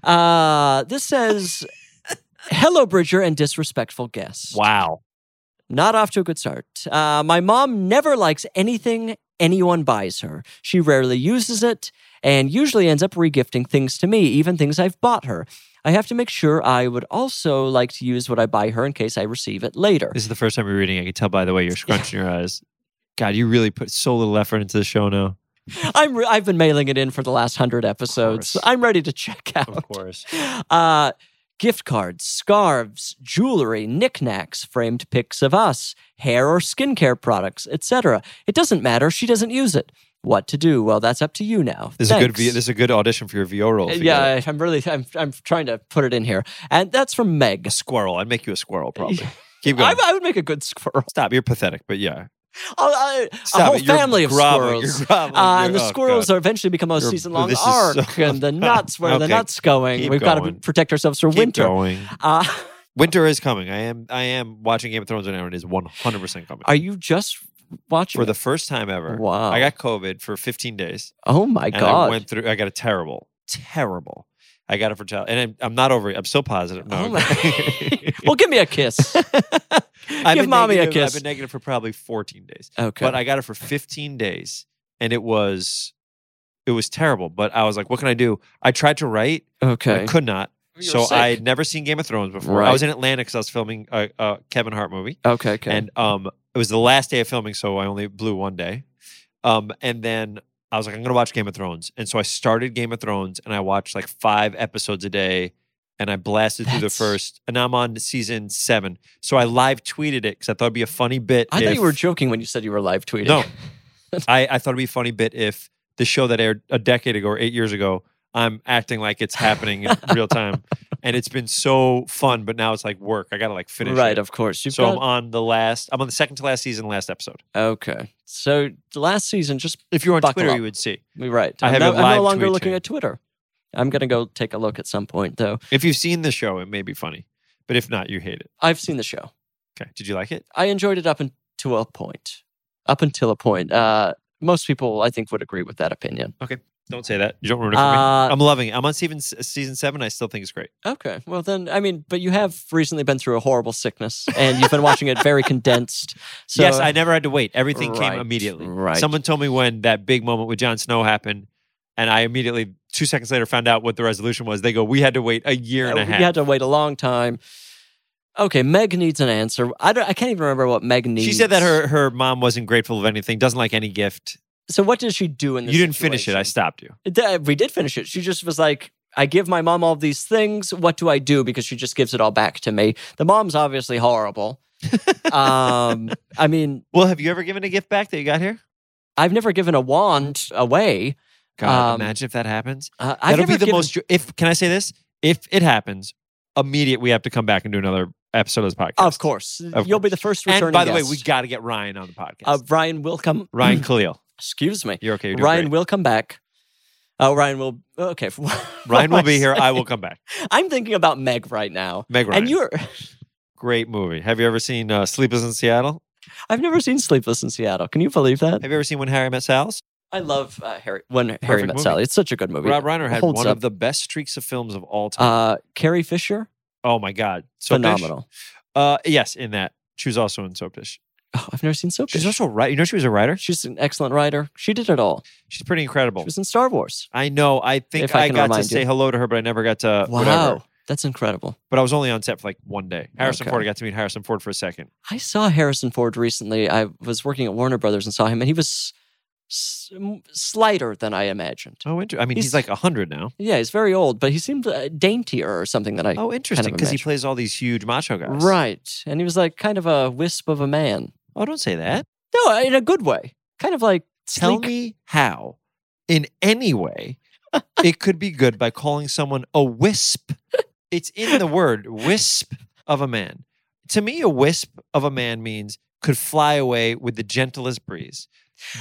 [SPEAKER 2] Uh, this says, "Hello, Bridger and disrespectful guest.
[SPEAKER 3] Wow.
[SPEAKER 2] Not off to a good start. Uh, my mom never likes anything anyone buys her. She rarely uses it and usually ends up regifting things to me, even things I've bought her." I have to make sure I would also like to use what I buy her in case I receive it later.
[SPEAKER 3] This is the first time you're reading. I can tell by the way you're scrunching your eyes. God, you really put so little effort into the show now.
[SPEAKER 2] I'm re- I've been mailing it in for the last hundred episodes.
[SPEAKER 3] course.
[SPEAKER 2] I'm ready to check out.
[SPEAKER 3] Of course.
[SPEAKER 2] Uh, gift cards, scarves, jewelry, knickknacks, framed pics of us, hair or skincare products, etc. It doesn't matter. She doesn't use it. What to do? Well, that's up to you now.
[SPEAKER 3] This is a good.
[SPEAKER 2] Thanks. Uh,
[SPEAKER 3] V- this is a good audition for your VO role. if you get it.
[SPEAKER 2] yeah, I'm really I'm, I'm trying to put it in here, and that's from Meg.
[SPEAKER 3] a squirrel. I'd make you a squirrel probably.
[SPEAKER 2] Yeah.
[SPEAKER 3] Keep going.
[SPEAKER 2] I, I would make a good squirrel.
[SPEAKER 3] Stop. You're pathetic. But yeah.
[SPEAKER 2] I- I-
[SPEAKER 3] Stop
[SPEAKER 2] a whole
[SPEAKER 3] it. You're
[SPEAKER 2] family of
[SPEAKER 3] groveling.
[SPEAKER 2] squirrels.
[SPEAKER 3] You're groveling.
[SPEAKER 2] Uh, and
[SPEAKER 3] You're-
[SPEAKER 2] the
[SPEAKER 3] oh,
[SPEAKER 2] squirrels
[SPEAKER 3] God.
[SPEAKER 2] are eventually become a
[SPEAKER 3] You're-
[SPEAKER 2] season long
[SPEAKER 3] this is
[SPEAKER 2] arc,
[SPEAKER 3] so-
[SPEAKER 2] and the nuts where the
[SPEAKER 3] Okay,
[SPEAKER 2] nuts going.
[SPEAKER 3] keep
[SPEAKER 2] We've got to
[SPEAKER 3] going.
[SPEAKER 2] protect ourselves for
[SPEAKER 3] Keep
[SPEAKER 2] winter.
[SPEAKER 3] going.
[SPEAKER 2] Uh,
[SPEAKER 3] Winter is coming. I am. I am watching Game of Thrones right now, and it is 100 percent coming
[SPEAKER 2] are you just watching?
[SPEAKER 3] for the first time ever.
[SPEAKER 2] wow!
[SPEAKER 3] I got COVID for 15 days,
[SPEAKER 2] oh my
[SPEAKER 3] and
[SPEAKER 2] god!
[SPEAKER 3] I went through. I got a terrible, terrible. I got it for child, and I'm, I'm not over it. I'm still positive. No,
[SPEAKER 2] Oh
[SPEAKER 3] I'm
[SPEAKER 2] my-
[SPEAKER 3] kidding.
[SPEAKER 2] well, give me a kiss.
[SPEAKER 3] I've
[SPEAKER 2] give
[SPEAKER 3] been
[SPEAKER 2] mommy a
[SPEAKER 3] negative- I've
[SPEAKER 2] kiss.
[SPEAKER 3] been negative for probably 14 days.
[SPEAKER 2] Okay.
[SPEAKER 3] but I got it for 15 days and it was it was terrible. But I was like, what can I do? I tried to write, but
[SPEAKER 2] okay.
[SPEAKER 3] I could not.
[SPEAKER 2] You
[SPEAKER 3] so
[SPEAKER 2] were sick.
[SPEAKER 3] I had never seen Game of Thrones before. I
[SPEAKER 2] Right.
[SPEAKER 3] was in Atlanta because I was filming a, a Kevin Hart movie,
[SPEAKER 2] okay. Okay.
[SPEAKER 3] and um, it was the last day of filming, so I only blew one day. Um, and then I was like, I'm gonna watch Game of Thrones. And so I started Game of Thrones and I watched like five episodes a day and I blasted through the
[SPEAKER 2] That's-
[SPEAKER 3] first and I'm on season seven. So I live tweeted it because I thought it'd be a funny bit.
[SPEAKER 2] I thought
[SPEAKER 3] if-
[SPEAKER 2] you were joking when you said you were live tweeting.
[SPEAKER 3] No. I, I thought it'd be a funny bit if the show that aired a decade ago or eight years ago, I'm acting like it's happening in real time. And it's been so fun, but now it's like work. I gotta like finish
[SPEAKER 2] right,
[SPEAKER 3] it.
[SPEAKER 2] of course. You've
[SPEAKER 3] so I'm
[SPEAKER 2] got-
[SPEAKER 3] on the last I'm on the second to last season, last episode.
[SPEAKER 2] okay. So last season, just
[SPEAKER 3] If you were on
[SPEAKER 2] Buckle
[SPEAKER 3] Twitter,
[SPEAKER 2] up.
[SPEAKER 3] you would see.
[SPEAKER 2] right.
[SPEAKER 3] I
[SPEAKER 2] I'm
[SPEAKER 3] have
[SPEAKER 2] no,
[SPEAKER 3] it
[SPEAKER 2] I'm
[SPEAKER 3] live
[SPEAKER 2] no longer
[SPEAKER 3] tweeting.
[SPEAKER 2] looking at Twitter. I'm gonna go take a look at some point though.
[SPEAKER 3] If you've seen the show, it may be funny. But if not, you hate it.
[SPEAKER 2] I've seen the show.
[SPEAKER 3] Okay. Did you like it?
[SPEAKER 2] I enjoyed it up until a point. Up until a point. Uh, most people, I think, would agree with that opinion.
[SPEAKER 3] Don't say that. You don't ruin it for me.
[SPEAKER 2] Uh,
[SPEAKER 3] I'm loving it. I'm on season s- season seven. I still think it's great.
[SPEAKER 2] okay. Well, then, I mean, but you have recently been through a horrible sickness, and you've been watching it very condensed. So,
[SPEAKER 3] yes, I never had to wait. Everything
[SPEAKER 2] Right,
[SPEAKER 3] came immediately.
[SPEAKER 2] right.
[SPEAKER 3] Someone told me when that big moment with Jon Snow happened, and I immediately two seconds later found out what the resolution was. They go, "We had to wait a year and
[SPEAKER 2] Uh,
[SPEAKER 3] a half."
[SPEAKER 2] You had to wait a long time. Okay, Meg needs an answer. I don't. I can't even remember what Meg needs.
[SPEAKER 3] she said that her her mom wasn't grateful of anything. Doesn't like any gift.
[SPEAKER 2] So what did she do in
[SPEAKER 3] You
[SPEAKER 2] this?
[SPEAKER 3] didn't finish it. I
[SPEAKER 2] situation?
[SPEAKER 3] stopped you.
[SPEAKER 2] Th- we did finish it. She just was like, I give my mom all these things. What do I do? Because she just gives it all back to me. The mom's obviously horrible. um, I mean,
[SPEAKER 3] Well, have you ever given a gift back that you got here?
[SPEAKER 2] I've never given a wand away.
[SPEAKER 3] God,
[SPEAKER 2] Um,
[SPEAKER 3] imagine if that happens.
[SPEAKER 2] Uh, I've
[SPEAKER 3] That'll be
[SPEAKER 2] never
[SPEAKER 3] the
[SPEAKER 2] given-
[SPEAKER 3] most. jo- If can I say this? If it happens, immediate we have to come back and do another episode of this podcast.
[SPEAKER 2] Of course,
[SPEAKER 3] Of
[SPEAKER 2] you'll be the first returning.
[SPEAKER 3] And by the way,
[SPEAKER 2] guest.
[SPEAKER 3] we got to get Ryan on the podcast.
[SPEAKER 2] uh, Ryan will come.
[SPEAKER 3] Ryan Khalil.
[SPEAKER 2] excuse me.
[SPEAKER 3] You're okay. You're doing
[SPEAKER 2] Ryan
[SPEAKER 3] great.
[SPEAKER 2] will come back. Oh, Ryan will. Okay, what
[SPEAKER 3] Ryan
[SPEAKER 2] am
[SPEAKER 3] will be here. I
[SPEAKER 2] saying?
[SPEAKER 3] will come back.
[SPEAKER 2] I'm thinking about Meg right now,
[SPEAKER 3] Meg Ryan.
[SPEAKER 2] and you're.
[SPEAKER 3] great movie. Have you ever seen uh, Sleepless in Seattle?
[SPEAKER 2] I've never seen Sleepless in Seattle. Can you believe that?
[SPEAKER 3] Have you ever seen When Harry Met Sal's?
[SPEAKER 2] I love uh, Harry when Harry
[SPEAKER 3] Perfect
[SPEAKER 2] Met
[SPEAKER 3] movie.
[SPEAKER 2] Sally. It's such a good movie.
[SPEAKER 3] Rob Reiner had
[SPEAKER 2] Holds
[SPEAKER 3] one
[SPEAKER 2] up.
[SPEAKER 3] of the best streaks of films of all time.
[SPEAKER 2] uh, Carrie Fisher,
[SPEAKER 3] oh my God, Soapdish?
[SPEAKER 2] phenomenal.
[SPEAKER 3] Uh, yes, in that she was also in Soapdish.
[SPEAKER 2] Oh, I've never seen Soap.
[SPEAKER 3] She's also right. You know, she was a writer.
[SPEAKER 2] she's an excellent writer. She did it all.
[SPEAKER 3] She's pretty
[SPEAKER 2] She
[SPEAKER 3] incredible.
[SPEAKER 2] was in Star Wars.
[SPEAKER 3] I know. I think
[SPEAKER 2] If I
[SPEAKER 3] I,
[SPEAKER 2] can
[SPEAKER 3] got to
[SPEAKER 2] remind you.
[SPEAKER 3] say hello to her, but I never got to.
[SPEAKER 2] wow,
[SPEAKER 3] Uh, Whatever.
[SPEAKER 2] that's incredible.
[SPEAKER 3] But I was only on set for like one day. Harrison
[SPEAKER 2] Okay.
[SPEAKER 3] Ford. I got to meet Harrison Ford for a second.
[SPEAKER 2] I saw Harrison Ford recently. I was working at Warner Brothers and saw him, and he was s- m- slighter than I imagined.
[SPEAKER 3] Oh, inter- I mean, he's,
[SPEAKER 2] He's-
[SPEAKER 3] like hundred now.
[SPEAKER 2] Yeah, he's very old, but he seemed uh, daintier or something that I.
[SPEAKER 3] Oh, interesting, because he
[SPEAKER 2] imagine.
[SPEAKER 3] plays all these huge macho guys.
[SPEAKER 2] right, and he was like kind of a wisp of a man.
[SPEAKER 3] Oh, don't say that.
[SPEAKER 2] No, in a good way. Kind of like
[SPEAKER 3] tell
[SPEAKER 2] sleek.
[SPEAKER 3] me how, in any way, it could be good by calling someone a wisp. It's in the word wisp of a man. To me, a wisp of a man means could fly away with the gentlest breeze.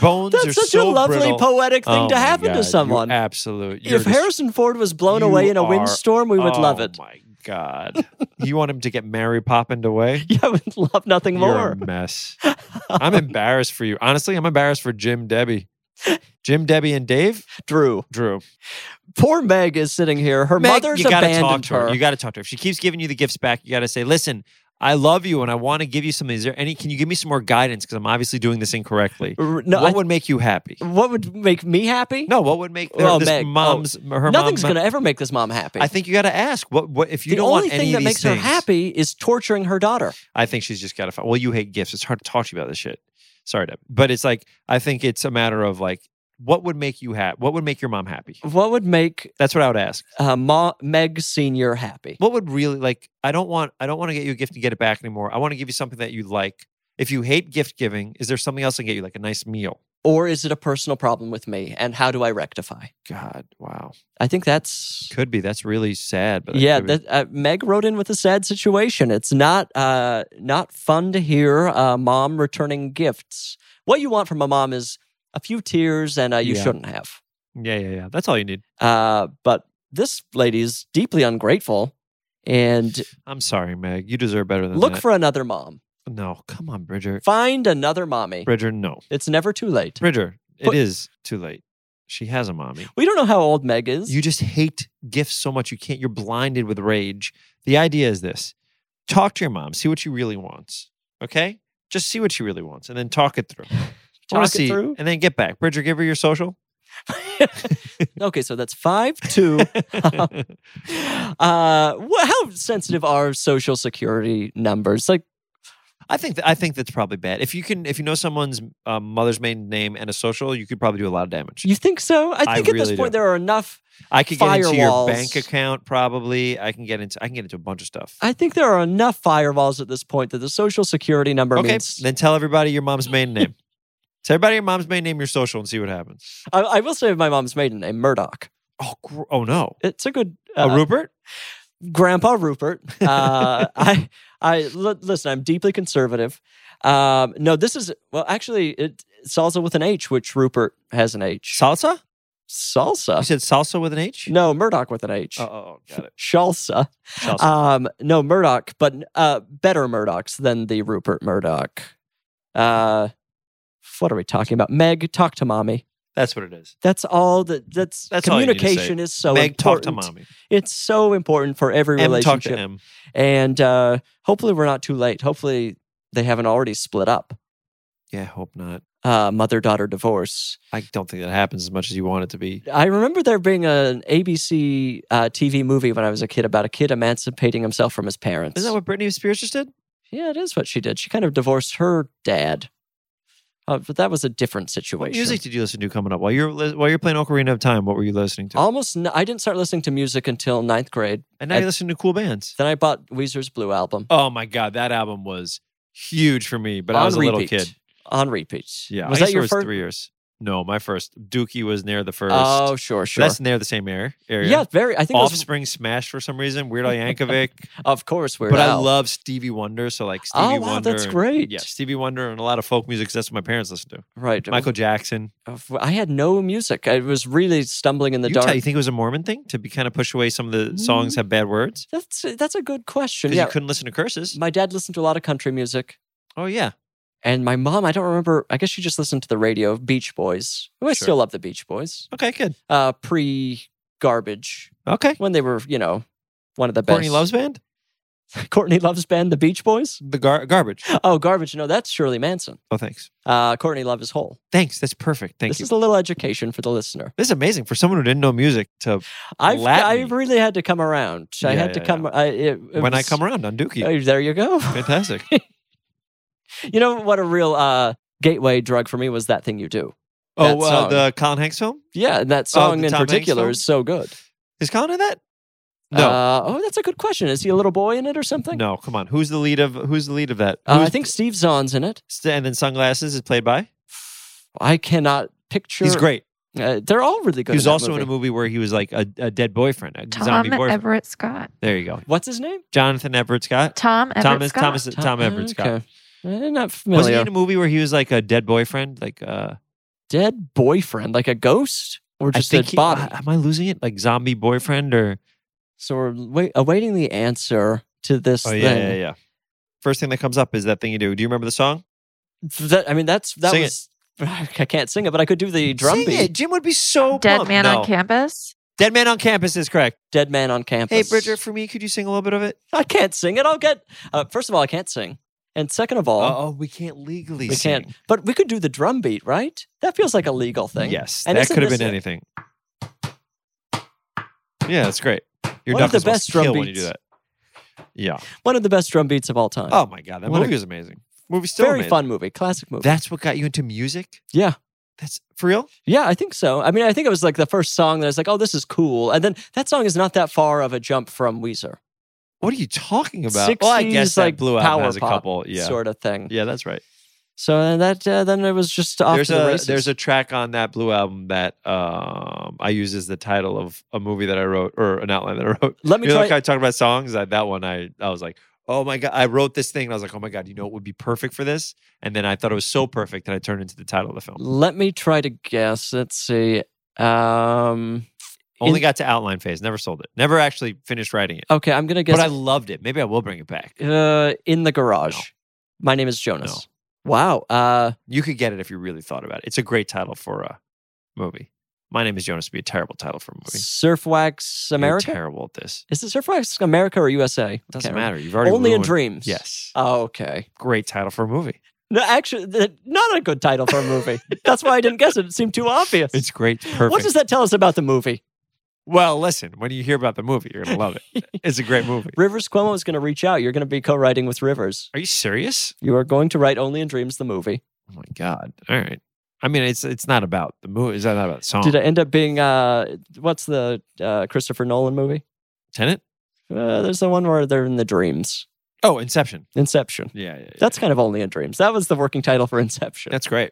[SPEAKER 3] Bones are
[SPEAKER 2] That's such
[SPEAKER 3] so
[SPEAKER 2] a lovely
[SPEAKER 3] brittle.
[SPEAKER 2] poetic thing
[SPEAKER 3] Oh
[SPEAKER 2] to
[SPEAKER 3] my
[SPEAKER 2] happen
[SPEAKER 3] God,
[SPEAKER 2] to
[SPEAKER 3] you're
[SPEAKER 2] someone.
[SPEAKER 3] absolute. You're
[SPEAKER 2] If
[SPEAKER 3] just-
[SPEAKER 2] Harrison Ford was blown
[SPEAKER 3] you
[SPEAKER 2] away in a
[SPEAKER 3] are-
[SPEAKER 2] windstorm, we would love
[SPEAKER 3] Oh
[SPEAKER 2] it.
[SPEAKER 3] my god! you want him to get Mary poppined away?
[SPEAKER 2] Yeah, I would love nothing
[SPEAKER 3] You're
[SPEAKER 2] more.
[SPEAKER 3] a mess. I'm embarrassed for you. Honestly, I'm embarrassed for Jim, Debbie, Jim, Debbie, and Dave.
[SPEAKER 2] Drew,
[SPEAKER 3] Drew.
[SPEAKER 2] poor Meg is sitting here. Her
[SPEAKER 3] Meg,
[SPEAKER 2] mother's
[SPEAKER 3] you gotta
[SPEAKER 2] abandoned
[SPEAKER 3] talk to her.
[SPEAKER 2] her.
[SPEAKER 3] You got to talk to her. If she keeps giving you the gifts back, you got to say, "Listen, I love you, and I want to give you something. Is there any? Can you give me some more guidance? Because I'm obviously doing this incorrectly.
[SPEAKER 2] R- no,
[SPEAKER 3] what
[SPEAKER 2] I-
[SPEAKER 3] would make you happy?
[SPEAKER 2] what would make me happy?
[SPEAKER 3] No, what would make their,
[SPEAKER 2] Well,
[SPEAKER 3] this
[SPEAKER 2] Meg, oh,
[SPEAKER 3] mom's her
[SPEAKER 2] nothing's
[SPEAKER 3] mom,
[SPEAKER 2] going to ever make this mom happy.
[SPEAKER 3] I think you got to ask. What? What? If you
[SPEAKER 2] the
[SPEAKER 3] don't
[SPEAKER 2] only
[SPEAKER 3] want
[SPEAKER 2] thing
[SPEAKER 3] any
[SPEAKER 2] that
[SPEAKER 3] of
[SPEAKER 2] makes
[SPEAKER 3] these things,
[SPEAKER 2] her happy is torturing her daughter.
[SPEAKER 3] I think she's just got to. find Well, you hate gifts. It's hard to talk to you about this shit. Sorry, Deb. but it's like I think it's a matter of like, what would make you happy? What would make your mom happy?
[SPEAKER 2] What would make
[SPEAKER 3] That's what I would ask.
[SPEAKER 2] uh, Ma- Meg Senior happy?
[SPEAKER 3] what would really like i don't want i don't want to get you a gift and get it back anymore i want to give you something that you like if you hate gift giving is there something else i can get you like a nice meal
[SPEAKER 2] Or is it a personal problem with me? And how do I rectify?
[SPEAKER 3] god wow
[SPEAKER 2] I think that's
[SPEAKER 3] could be that's really sad but that
[SPEAKER 2] yeah.
[SPEAKER 3] could be-
[SPEAKER 2] That, uh, Meg wrote in with a sad situation. It's not uh, not fun to hear uh, mom returning gifts. What you want from a mom is a few tears, and uh, you
[SPEAKER 3] Yeah.
[SPEAKER 2] shouldn't have.
[SPEAKER 3] yeah yeah yeah that's all you need
[SPEAKER 2] Uh, but this lady is deeply ungrateful, and
[SPEAKER 3] i'm sorry meg you deserve better than
[SPEAKER 2] look
[SPEAKER 3] that.
[SPEAKER 2] for another mom.
[SPEAKER 3] no come on bridger
[SPEAKER 2] Find another mommy.
[SPEAKER 3] bridger no
[SPEAKER 2] It's never too late.
[SPEAKER 3] bridger it
[SPEAKER 2] But-
[SPEAKER 3] is too late she has a mommy
[SPEAKER 2] We don't know how old Meg is.
[SPEAKER 3] You just hate gifts so much you can't. You're blinded with rage. The idea is this: talk to your mom, see what she really wants. Okay, just see what she really wants, and then talk it through. I wanna
[SPEAKER 2] Talk it through?
[SPEAKER 3] and then get back. Bridger, give her your social.
[SPEAKER 2] okay, so that's five two. uh, wh- how sensitive are social security numbers? Like,
[SPEAKER 3] I think th- I think that's probably bad. If you can, if you know someone's um, mother's maiden name and a social, you could probably do a lot of damage.
[SPEAKER 2] You think so? I
[SPEAKER 3] I
[SPEAKER 2] think at this
[SPEAKER 3] really
[SPEAKER 2] point
[SPEAKER 3] do.
[SPEAKER 2] there are enough.
[SPEAKER 3] I could get into your bank
[SPEAKER 2] Firewalls.
[SPEAKER 3] account probably. I can get into I can get into a bunch of stuff.
[SPEAKER 2] I think there are enough firewalls at this point that the social security number
[SPEAKER 3] okay,
[SPEAKER 2] means.
[SPEAKER 3] then tell everybody your mom's maiden name. tell everybody your mom's maiden name, your social, and see what happens.
[SPEAKER 2] I, I will say my mom's maiden name, Murdoch.
[SPEAKER 3] Oh, gr- oh no,
[SPEAKER 2] It's a good
[SPEAKER 3] a
[SPEAKER 2] uh,
[SPEAKER 3] Rupert.
[SPEAKER 2] Grandpa Rupert. Uh, I, I li- listen. I'm deeply conservative. Um, no, this is well. Actually, it, salsa with an H, which Rupert has an H.
[SPEAKER 3] Salsa? You
[SPEAKER 2] Salsa.
[SPEAKER 3] said salsa with an H?
[SPEAKER 2] No, Murdoch with an H.
[SPEAKER 3] Oh, oh, oh, got it.
[SPEAKER 2] Shalsa.
[SPEAKER 3] Salsa.
[SPEAKER 2] Um, no, Murdoch, but uh, better Murdochs than the Rupert Murdoch. Uh, what are we talking about? Meg, talk to mommy.
[SPEAKER 3] That's
[SPEAKER 2] Uh,
[SPEAKER 3] what it is.
[SPEAKER 2] That's all that. That's,
[SPEAKER 3] That's all you need to say.
[SPEAKER 2] communication is so
[SPEAKER 3] Meg, talk
[SPEAKER 2] important.
[SPEAKER 3] to mommy.
[SPEAKER 2] It's so important for every
[SPEAKER 3] M, talk
[SPEAKER 2] relationship.
[SPEAKER 3] to M.
[SPEAKER 2] and uh, hopefully we're not too late. Hopefully they haven't already split up.
[SPEAKER 3] Yeah, hope not.
[SPEAKER 2] Uh, mother daughter divorce.
[SPEAKER 3] I don't think that happens as much as you want it to be.
[SPEAKER 2] I remember there being an ABC uh, TV movie when I was a kid about a kid emancipating himself from his parents.
[SPEAKER 3] Isn't that what Britney Spears just did?
[SPEAKER 2] Yeah, it is what she did. She kind of divorced her dad. Uh, but that was a different
[SPEAKER 3] What
[SPEAKER 2] situation.
[SPEAKER 3] music did you listen to coming up while you're li- while you're playing Ocarina of Time? What were you listening to?
[SPEAKER 2] Almost, n- I didn't start listening to music until ninth grade.
[SPEAKER 3] and now
[SPEAKER 2] I-
[SPEAKER 3] you listen to cool bands.
[SPEAKER 2] Then I bought Weezer's Blue album.
[SPEAKER 3] Oh my god, that album was huge for me. But I
[SPEAKER 2] on
[SPEAKER 3] was a
[SPEAKER 2] repeat.
[SPEAKER 3] little kid.
[SPEAKER 2] On repeat.
[SPEAKER 3] Yeah,
[SPEAKER 2] Was
[SPEAKER 3] I
[SPEAKER 2] that
[SPEAKER 3] guess it
[SPEAKER 2] your first?
[SPEAKER 3] Three years. No, my first Dookie was near the first.
[SPEAKER 2] Oh, sure, sure.
[SPEAKER 3] That's near the same air, area.
[SPEAKER 2] yeah, very. I think it was,
[SPEAKER 3] Offspring Smash for some reason. Weird Al Yankovic.
[SPEAKER 2] of course Weird
[SPEAKER 3] but I
[SPEAKER 2] Al.
[SPEAKER 3] love Stevie Wonder. So like Stevie
[SPEAKER 2] Oh, wow,
[SPEAKER 3] Wonder.
[SPEAKER 2] that's great.
[SPEAKER 3] Yeah, Stevie Wonder and a lot of folk music. 'cause That's what my parents listened to.
[SPEAKER 2] right.
[SPEAKER 3] Michael Jackson.
[SPEAKER 2] I had no music. I was really stumbling in the
[SPEAKER 3] you,
[SPEAKER 2] dark.
[SPEAKER 3] tell- you think it was a Mormon thing to be kind of push away some of the songs have bad words
[SPEAKER 2] that's that's a good question.
[SPEAKER 3] because
[SPEAKER 2] Yeah, Mm.
[SPEAKER 3] you couldn't listen to curses?
[SPEAKER 2] my dad listened to a lot of country music.
[SPEAKER 3] oh yeah,
[SPEAKER 2] And my mom, I don't remember. I guess she just listened to the radio of Beach Boys. who I
[SPEAKER 3] Sure.
[SPEAKER 2] still love the Beach Boys.
[SPEAKER 3] okay, good.
[SPEAKER 2] Uh, Pre garbage
[SPEAKER 3] Okay,
[SPEAKER 2] when they were, you know, one of the best.
[SPEAKER 3] Courtney Love's band,
[SPEAKER 2] Courtney Love's band, the Beach Boys.
[SPEAKER 3] the gar- garbage.
[SPEAKER 2] Oh, garbage. No, that's Shirley Manson.
[SPEAKER 3] Oh, thanks,
[SPEAKER 2] Uh, Courtney Love is whole.
[SPEAKER 3] thanks. That's perfect. Thank
[SPEAKER 2] this
[SPEAKER 3] you.
[SPEAKER 2] is a little education for the listener.
[SPEAKER 3] this is amazing for someone who didn't know music. To
[SPEAKER 2] I've I
[SPEAKER 3] Latin.
[SPEAKER 2] really had to come around. I
[SPEAKER 3] Yeah,
[SPEAKER 2] had to
[SPEAKER 3] yeah,
[SPEAKER 2] come. I, it, it
[SPEAKER 3] when I
[SPEAKER 2] was-
[SPEAKER 3] come around on Dookie,
[SPEAKER 2] Oh, there you go.
[SPEAKER 3] fantastic.
[SPEAKER 2] You know what a real uh, gateway drug for me was that thing you do.
[SPEAKER 3] oh, uh,
[SPEAKER 2] song.
[SPEAKER 3] the Colin Hanks film
[SPEAKER 2] Yeah, and that
[SPEAKER 3] Oh, the
[SPEAKER 2] song in
[SPEAKER 3] Tom Hanks
[SPEAKER 2] particular
[SPEAKER 3] song?
[SPEAKER 2] is so good.
[SPEAKER 3] is Colin in that? No,
[SPEAKER 2] Uh, oh, that's a good question. Is he a little boy in it or something?
[SPEAKER 3] no. Come on, who's the lead of who's the lead of that?
[SPEAKER 2] Uh, I
[SPEAKER 3] Who's-
[SPEAKER 2] think Steve Zahn's in it.
[SPEAKER 3] St- and then sunglasses is played by.
[SPEAKER 2] I cannot picture.
[SPEAKER 3] He's great.
[SPEAKER 2] Uh, they're all really good.
[SPEAKER 3] he was
[SPEAKER 2] in that
[SPEAKER 3] also
[SPEAKER 2] movie.
[SPEAKER 3] in a movie where he was like a, a dead boyfriend, a
[SPEAKER 4] Tom
[SPEAKER 3] zombie boyfriend.
[SPEAKER 4] Everett Scott.
[SPEAKER 3] there you go,
[SPEAKER 2] What's his name?
[SPEAKER 3] Jonathan Everett Scott.
[SPEAKER 4] Tom Everett
[SPEAKER 3] Thomas
[SPEAKER 4] Scott.
[SPEAKER 3] Thomas Tom, Everett Scott.
[SPEAKER 2] Okay. Eh, not
[SPEAKER 3] Wasn't he
[SPEAKER 2] familiar.
[SPEAKER 3] in a movie where he was like a dead boyfriend? Like uh
[SPEAKER 2] Dead boyfriend, like a ghost, or just
[SPEAKER 3] I
[SPEAKER 2] a
[SPEAKER 3] think he-
[SPEAKER 2] body.
[SPEAKER 3] I- am I losing it? Like zombie boyfriend or
[SPEAKER 2] so we're wait, awaiting the answer to this
[SPEAKER 3] Oh
[SPEAKER 2] thing.
[SPEAKER 3] yeah, yeah, yeah. First thing that comes up is that thing you do. Do you remember the song?
[SPEAKER 2] That, I mean, that's that
[SPEAKER 3] Sing it.
[SPEAKER 2] was. I can't sing it, but I could do the drum
[SPEAKER 3] Sing
[SPEAKER 2] beat.
[SPEAKER 3] it. Jim would be so
[SPEAKER 4] Dead
[SPEAKER 3] pumped.
[SPEAKER 4] Man
[SPEAKER 3] No.
[SPEAKER 4] on Campus.
[SPEAKER 3] Dead Man on Campus is correct.
[SPEAKER 2] Dead man on campus.
[SPEAKER 3] Hey Bridger, for me, could you sing a little bit of it?
[SPEAKER 2] I can't sing it. I'll get. Uh, first of all, I can't sing, and second of all,
[SPEAKER 3] Oh, we can't legally
[SPEAKER 2] we
[SPEAKER 3] sing.
[SPEAKER 2] can't. But we could do the drum beat, right? That feels like a legal thing.
[SPEAKER 3] Yes,
[SPEAKER 2] And
[SPEAKER 3] that
[SPEAKER 2] isn't
[SPEAKER 3] could have
[SPEAKER 2] this
[SPEAKER 3] been
[SPEAKER 2] a-
[SPEAKER 3] anything. Yeah, that's great. Your
[SPEAKER 2] One of the
[SPEAKER 3] knuckles must
[SPEAKER 2] best drum
[SPEAKER 3] kill when you
[SPEAKER 2] beats.
[SPEAKER 3] do that. Yeah.
[SPEAKER 2] One of the best drum beats of all time.
[SPEAKER 3] Oh my god, that
[SPEAKER 2] What a-
[SPEAKER 3] movie was amazing. Movie still
[SPEAKER 2] Uh, very
[SPEAKER 3] amazing.
[SPEAKER 2] fun movie, classic movie.
[SPEAKER 3] That's what got you into music.
[SPEAKER 2] Yeah.
[SPEAKER 3] That's for real.
[SPEAKER 2] yeah, I think so. I mean, I think it was like the first song that I was like, "Oh, this is cool," and then that song is not that far of a jump from Weezer.
[SPEAKER 3] What are you talking about? well, I guess
[SPEAKER 2] 60s,
[SPEAKER 3] that
[SPEAKER 2] like
[SPEAKER 3] blew out
[SPEAKER 2] power
[SPEAKER 3] has a
[SPEAKER 2] pop
[SPEAKER 3] couple. Yeah.
[SPEAKER 2] sort of thing.
[SPEAKER 3] Yeah, that's right.
[SPEAKER 2] So uh, that uh, then it was just off
[SPEAKER 3] There's
[SPEAKER 2] to the
[SPEAKER 3] a
[SPEAKER 2] races.
[SPEAKER 3] there's a track on that blue album that um, I use as the title of a movie that I wrote or an outline that I wrote.
[SPEAKER 2] Let me
[SPEAKER 3] you know,
[SPEAKER 2] try.
[SPEAKER 3] like I talked about songs. I, that one, I I was like, oh my god, I wrote this thing, and I was like, oh my god, you know, it would be perfect for this. And then I thought it was so perfect that I turned it into the title of the film.
[SPEAKER 2] Let me try to guess. Let's see. Um,
[SPEAKER 3] Only
[SPEAKER 2] In-
[SPEAKER 3] got to outline phase. Never sold it. Never actually finished writing it.
[SPEAKER 2] okay, I'm gonna guess.
[SPEAKER 3] but I loved it. Maybe I will bring it back.
[SPEAKER 2] uh, in the garage. My name is Jonas. Wow. Uh,
[SPEAKER 3] You could get it if you really thought about it. It's a great title for a movie. My name is Jonas would be a terrible title for a movie.
[SPEAKER 2] Surf Wax
[SPEAKER 3] You're
[SPEAKER 2] America.
[SPEAKER 3] terrible at this.
[SPEAKER 2] Is it Surf Wax America or USA? I
[SPEAKER 3] Doesn't
[SPEAKER 2] can't remember.
[SPEAKER 3] matter. You've already
[SPEAKER 2] Only in
[SPEAKER 3] ruined-
[SPEAKER 2] dreams.
[SPEAKER 3] Yes.
[SPEAKER 2] Oh, okay.
[SPEAKER 3] Great title for a movie.
[SPEAKER 2] No, actually, th- not a good title for a movie. That's why I didn't guess it. It seemed too obvious.
[SPEAKER 3] It's great. Perfect.
[SPEAKER 2] What does that tell us about the movie?
[SPEAKER 3] Well, listen, when you hear about the movie, you're going to love it. It's a great movie.
[SPEAKER 2] Rivers Cuomo is going to reach out. You're going to be co-writing with Rivers.
[SPEAKER 3] Are you serious?
[SPEAKER 2] You are going to write Only in Dreams the movie.
[SPEAKER 3] Oh my god. All right. I mean, it's it's not about the movie. It's not about the song.
[SPEAKER 2] Did it end up being uh what's the uh Christopher Nolan movie?
[SPEAKER 3] Tenant?
[SPEAKER 2] Uh, there's the one where they're in the dreams.
[SPEAKER 3] Oh, Inception.
[SPEAKER 2] Inception.
[SPEAKER 3] Yeah, yeah, yeah.
[SPEAKER 2] That's kind of Only in Dreams. That was the working title for Inception.
[SPEAKER 3] that's great.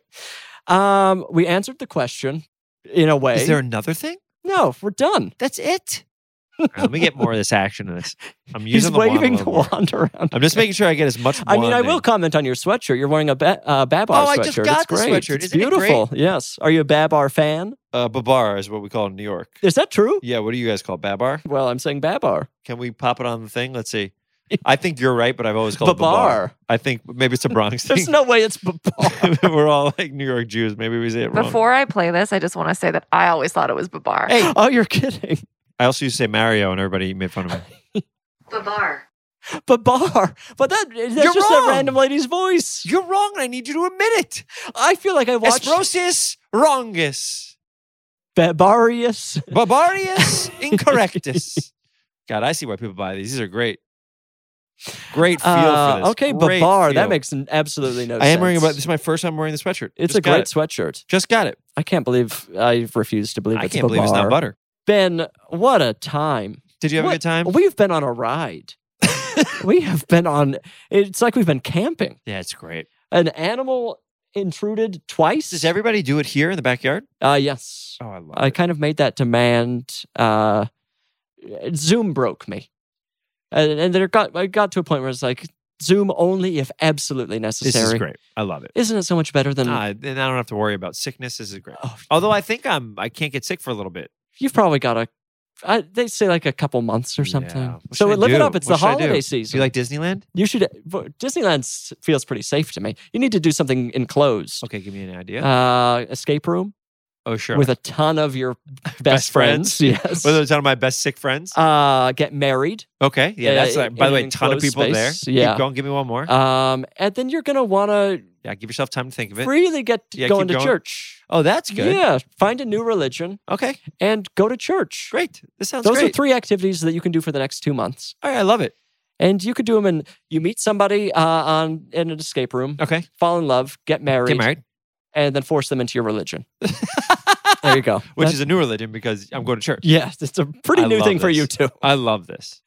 [SPEAKER 2] Um we answered the question in a way.
[SPEAKER 3] Is there another thing?
[SPEAKER 2] no, we're done.
[SPEAKER 3] That's it. let me get more of this action in this. I'm
[SPEAKER 2] He's
[SPEAKER 3] using the
[SPEAKER 2] waving
[SPEAKER 3] wand a
[SPEAKER 2] the
[SPEAKER 3] little more.
[SPEAKER 2] wand around.
[SPEAKER 3] I'm just making sure I get as much.
[SPEAKER 2] I mean, I
[SPEAKER 3] wanding.
[SPEAKER 2] will comment on your sweatshirt. You're wearing a ba- uh, Babar
[SPEAKER 3] Oh,
[SPEAKER 2] sweatshirt.
[SPEAKER 3] I just got
[SPEAKER 2] it's
[SPEAKER 3] the
[SPEAKER 2] great.
[SPEAKER 3] sweatshirt.
[SPEAKER 2] It's
[SPEAKER 3] Isn't it great?
[SPEAKER 2] beautiful. Yes. Are you a Babar fan?
[SPEAKER 3] Uh, babar is what we call it in New York.
[SPEAKER 2] Is that true?
[SPEAKER 3] Yeah, what do you guys call it? babar?
[SPEAKER 2] Well, I'm saying Babar.
[SPEAKER 3] Can we pop it on the thing? Let's see. I think you're right, but I've always called
[SPEAKER 2] Babar.
[SPEAKER 3] it babar. I think maybe it's a Bronx thing.
[SPEAKER 2] There's no way it's Babar.
[SPEAKER 3] We're all like New York Jews. Maybe we say it wrong.
[SPEAKER 4] Before I play this, I just want to say that I always thought it was Babar.
[SPEAKER 3] Hey.
[SPEAKER 2] oh, you're kidding.
[SPEAKER 3] I also used to say Mario, and everybody made fun of me.
[SPEAKER 2] Babar. But that, that's
[SPEAKER 3] You're
[SPEAKER 2] just
[SPEAKER 3] wrong.
[SPEAKER 2] a random lady's voice.
[SPEAKER 3] You're wrong. and I need you to admit it.
[SPEAKER 2] I feel like I watched
[SPEAKER 3] Esprosis wrongus.
[SPEAKER 2] Babarius.
[SPEAKER 3] Barbarius incorrectus. God, I see why people buy these. These are great. Great feel
[SPEAKER 2] Uh,
[SPEAKER 3] for this.
[SPEAKER 2] okay,
[SPEAKER 3] Great
[SPEAKER 2] Babar.
[SPEAKER 3] feel.
[SPEAKER 2] That makes n- absolutely no
[SPEAKER 3] I
[SPEAKER 2] sense.
[SPEAKER 3] am wearing about this. Is my first time wearing the sweatshirt.
[SPEAKER 2] It's
[SPEAKER 3] Just
[SPEAKER 2] a
[SPEAKER 3] got
[SPEAKER 2] great
[SPEAKER 3] it.
[SPEAKER 2] sweatshirt.
[SPEAKER 3] Just got it.
[SPEAKER 2] I can't believe I refuse to believe
[SPEAKER 3] I
[SPEAKER 2] it's
[SPEAKER 3] can't believe it's not
[SPEAKER 2] Babar.
[SPEAKER 3] butter.
[SPEAKER 2] Ben, what a time.
[SPEAKER 3] Did you have
[SPEAKER 2] What?
[SPEAKER 3] a good time?
[SPEAKER 2] We've been on a ride. we have been on, it's like we've been camping.
[SPEAKER 3] Yeah, it's great.
[SPEAKER 2] An animal intruded twice.
[SPEAKER 3] Does everybody do it here in the backyard?
[SPEAKER 2] Uh, yes.
[SPEAKER 3] Oh, I love
[SPEAKER 2] I kind of made that demand. Uh, Zoom broke me. And, and there got, I got to a point where it's like, Zoom only if absolutely
[SPEAKER 3] This
[SPEAKER 2] necessary. Um,
[SPEAKER 3] is great. I love it.
[SPEAKER 2] Isn't it so much better than.
[SPEAKER 3] Ah, and I don't have to worry about sickness. This is great.
[SPEAKER 2] oh,
[SPEAKER 3] Although I think I'm, I can't get sick for a little bit.
[SPEAKER 2] you've probably got a, I, they say like a couple months or something.
[SPEAKER 3] Yeah. What
[SPEAKER 2] So
[SPEAKER 3] should I
[SPEAKER 2] live it
[SPEAKER 3] do?
[SPEAKER 2] up. It's
[SPEAKER 3] What
[SPEAKER 2] the
[SPEAKER 3] should I do?
[SPEAKER 2] holiday
[SPEAKER 3] Do
[SPEAKER 2] season.
[SPEAKER 3] you like Disneyland?
[SPEAKER 2] You should. Disneyland s- feels pretty safe to me. You need to do something enclosed.
[SPEAKER 3] Okay, give me an idea.
[SPEAKER 2] Uh, escape room
[SPEAKER 3] oh, sure.
[SPEAKER 2] with a ton of your best, friends. Yes.
[SPEAKER 3] Whether it's one of my best sick friends.
[SPEAKER 2] uh, get married.
[SPEAKER 3] Okay. Yeah,
[SPEAKER 2] Yeah,
[SPEAKER 3] that's
[SPEAKER 2] i-
[SPEAKER 3] like, by the
[SPEAKER 2] in
[SPEAKER 3] way,
[SPEAKER 2] an
[SPEAKER 3] ton of
[SPEAKER 2] enclosed
[SPEAKER 3] people
[SPEAKER 2] space,
[SPEAKER 3] there.
[SPEAKER 2] yeah.
[SPEAKER 3] Keep going. Give me one more.
[SPEAKER 2] Um, and then you're gonna want
[SPEAKER 3] yeah, give yourself time to think of
[SPEAKER 2] to
[SPEAKER 3] it.
[SPEAKER 2] really get
[SPEAKER 3] Yeah,
[SPEAKER 2] going to
[SPEAKER 3] keep going.
[SPEAKER 2] church.
[SPEAKER 3] Oh, that's good.
[SPEAKER 2] Yeah, find a new religion
[SPEAKER 3] Okay.
[SPEAKER 2] and go to church.
[SPEAKER 3] Great. This sounds
[SPEAKER 2] Those
[SPEAKER 3] great.
[SPEAKER 2] are three activities that you can do for the next two months,
[SPEAKER 3] All right, I love it.
[SPEAKER 2] and you could do them. And you meet somebody uh, on in an escape room,
[SPEAKER 3] Okay.
[SPEAKER 2] fall in love, get married,
[SPEAKER 3] Get married.
[SPEAKER 2] and then force them into your religion. there you go.
[SPEAKER 3] Which
[SPEAKER 2] That-
[SPEAKER 3] is a new religion because I'm going to church.
[SPEAKER 2] Yeah, it's a pretty
[SPEAKER 3] I
[SPEAKER 2] new
[SPEAKER 3] love
[SPEAKER 2] thing for you
[SPEAKER 3] this.
[SPEAKER 2] too.
[SPEAKER 3] I love this.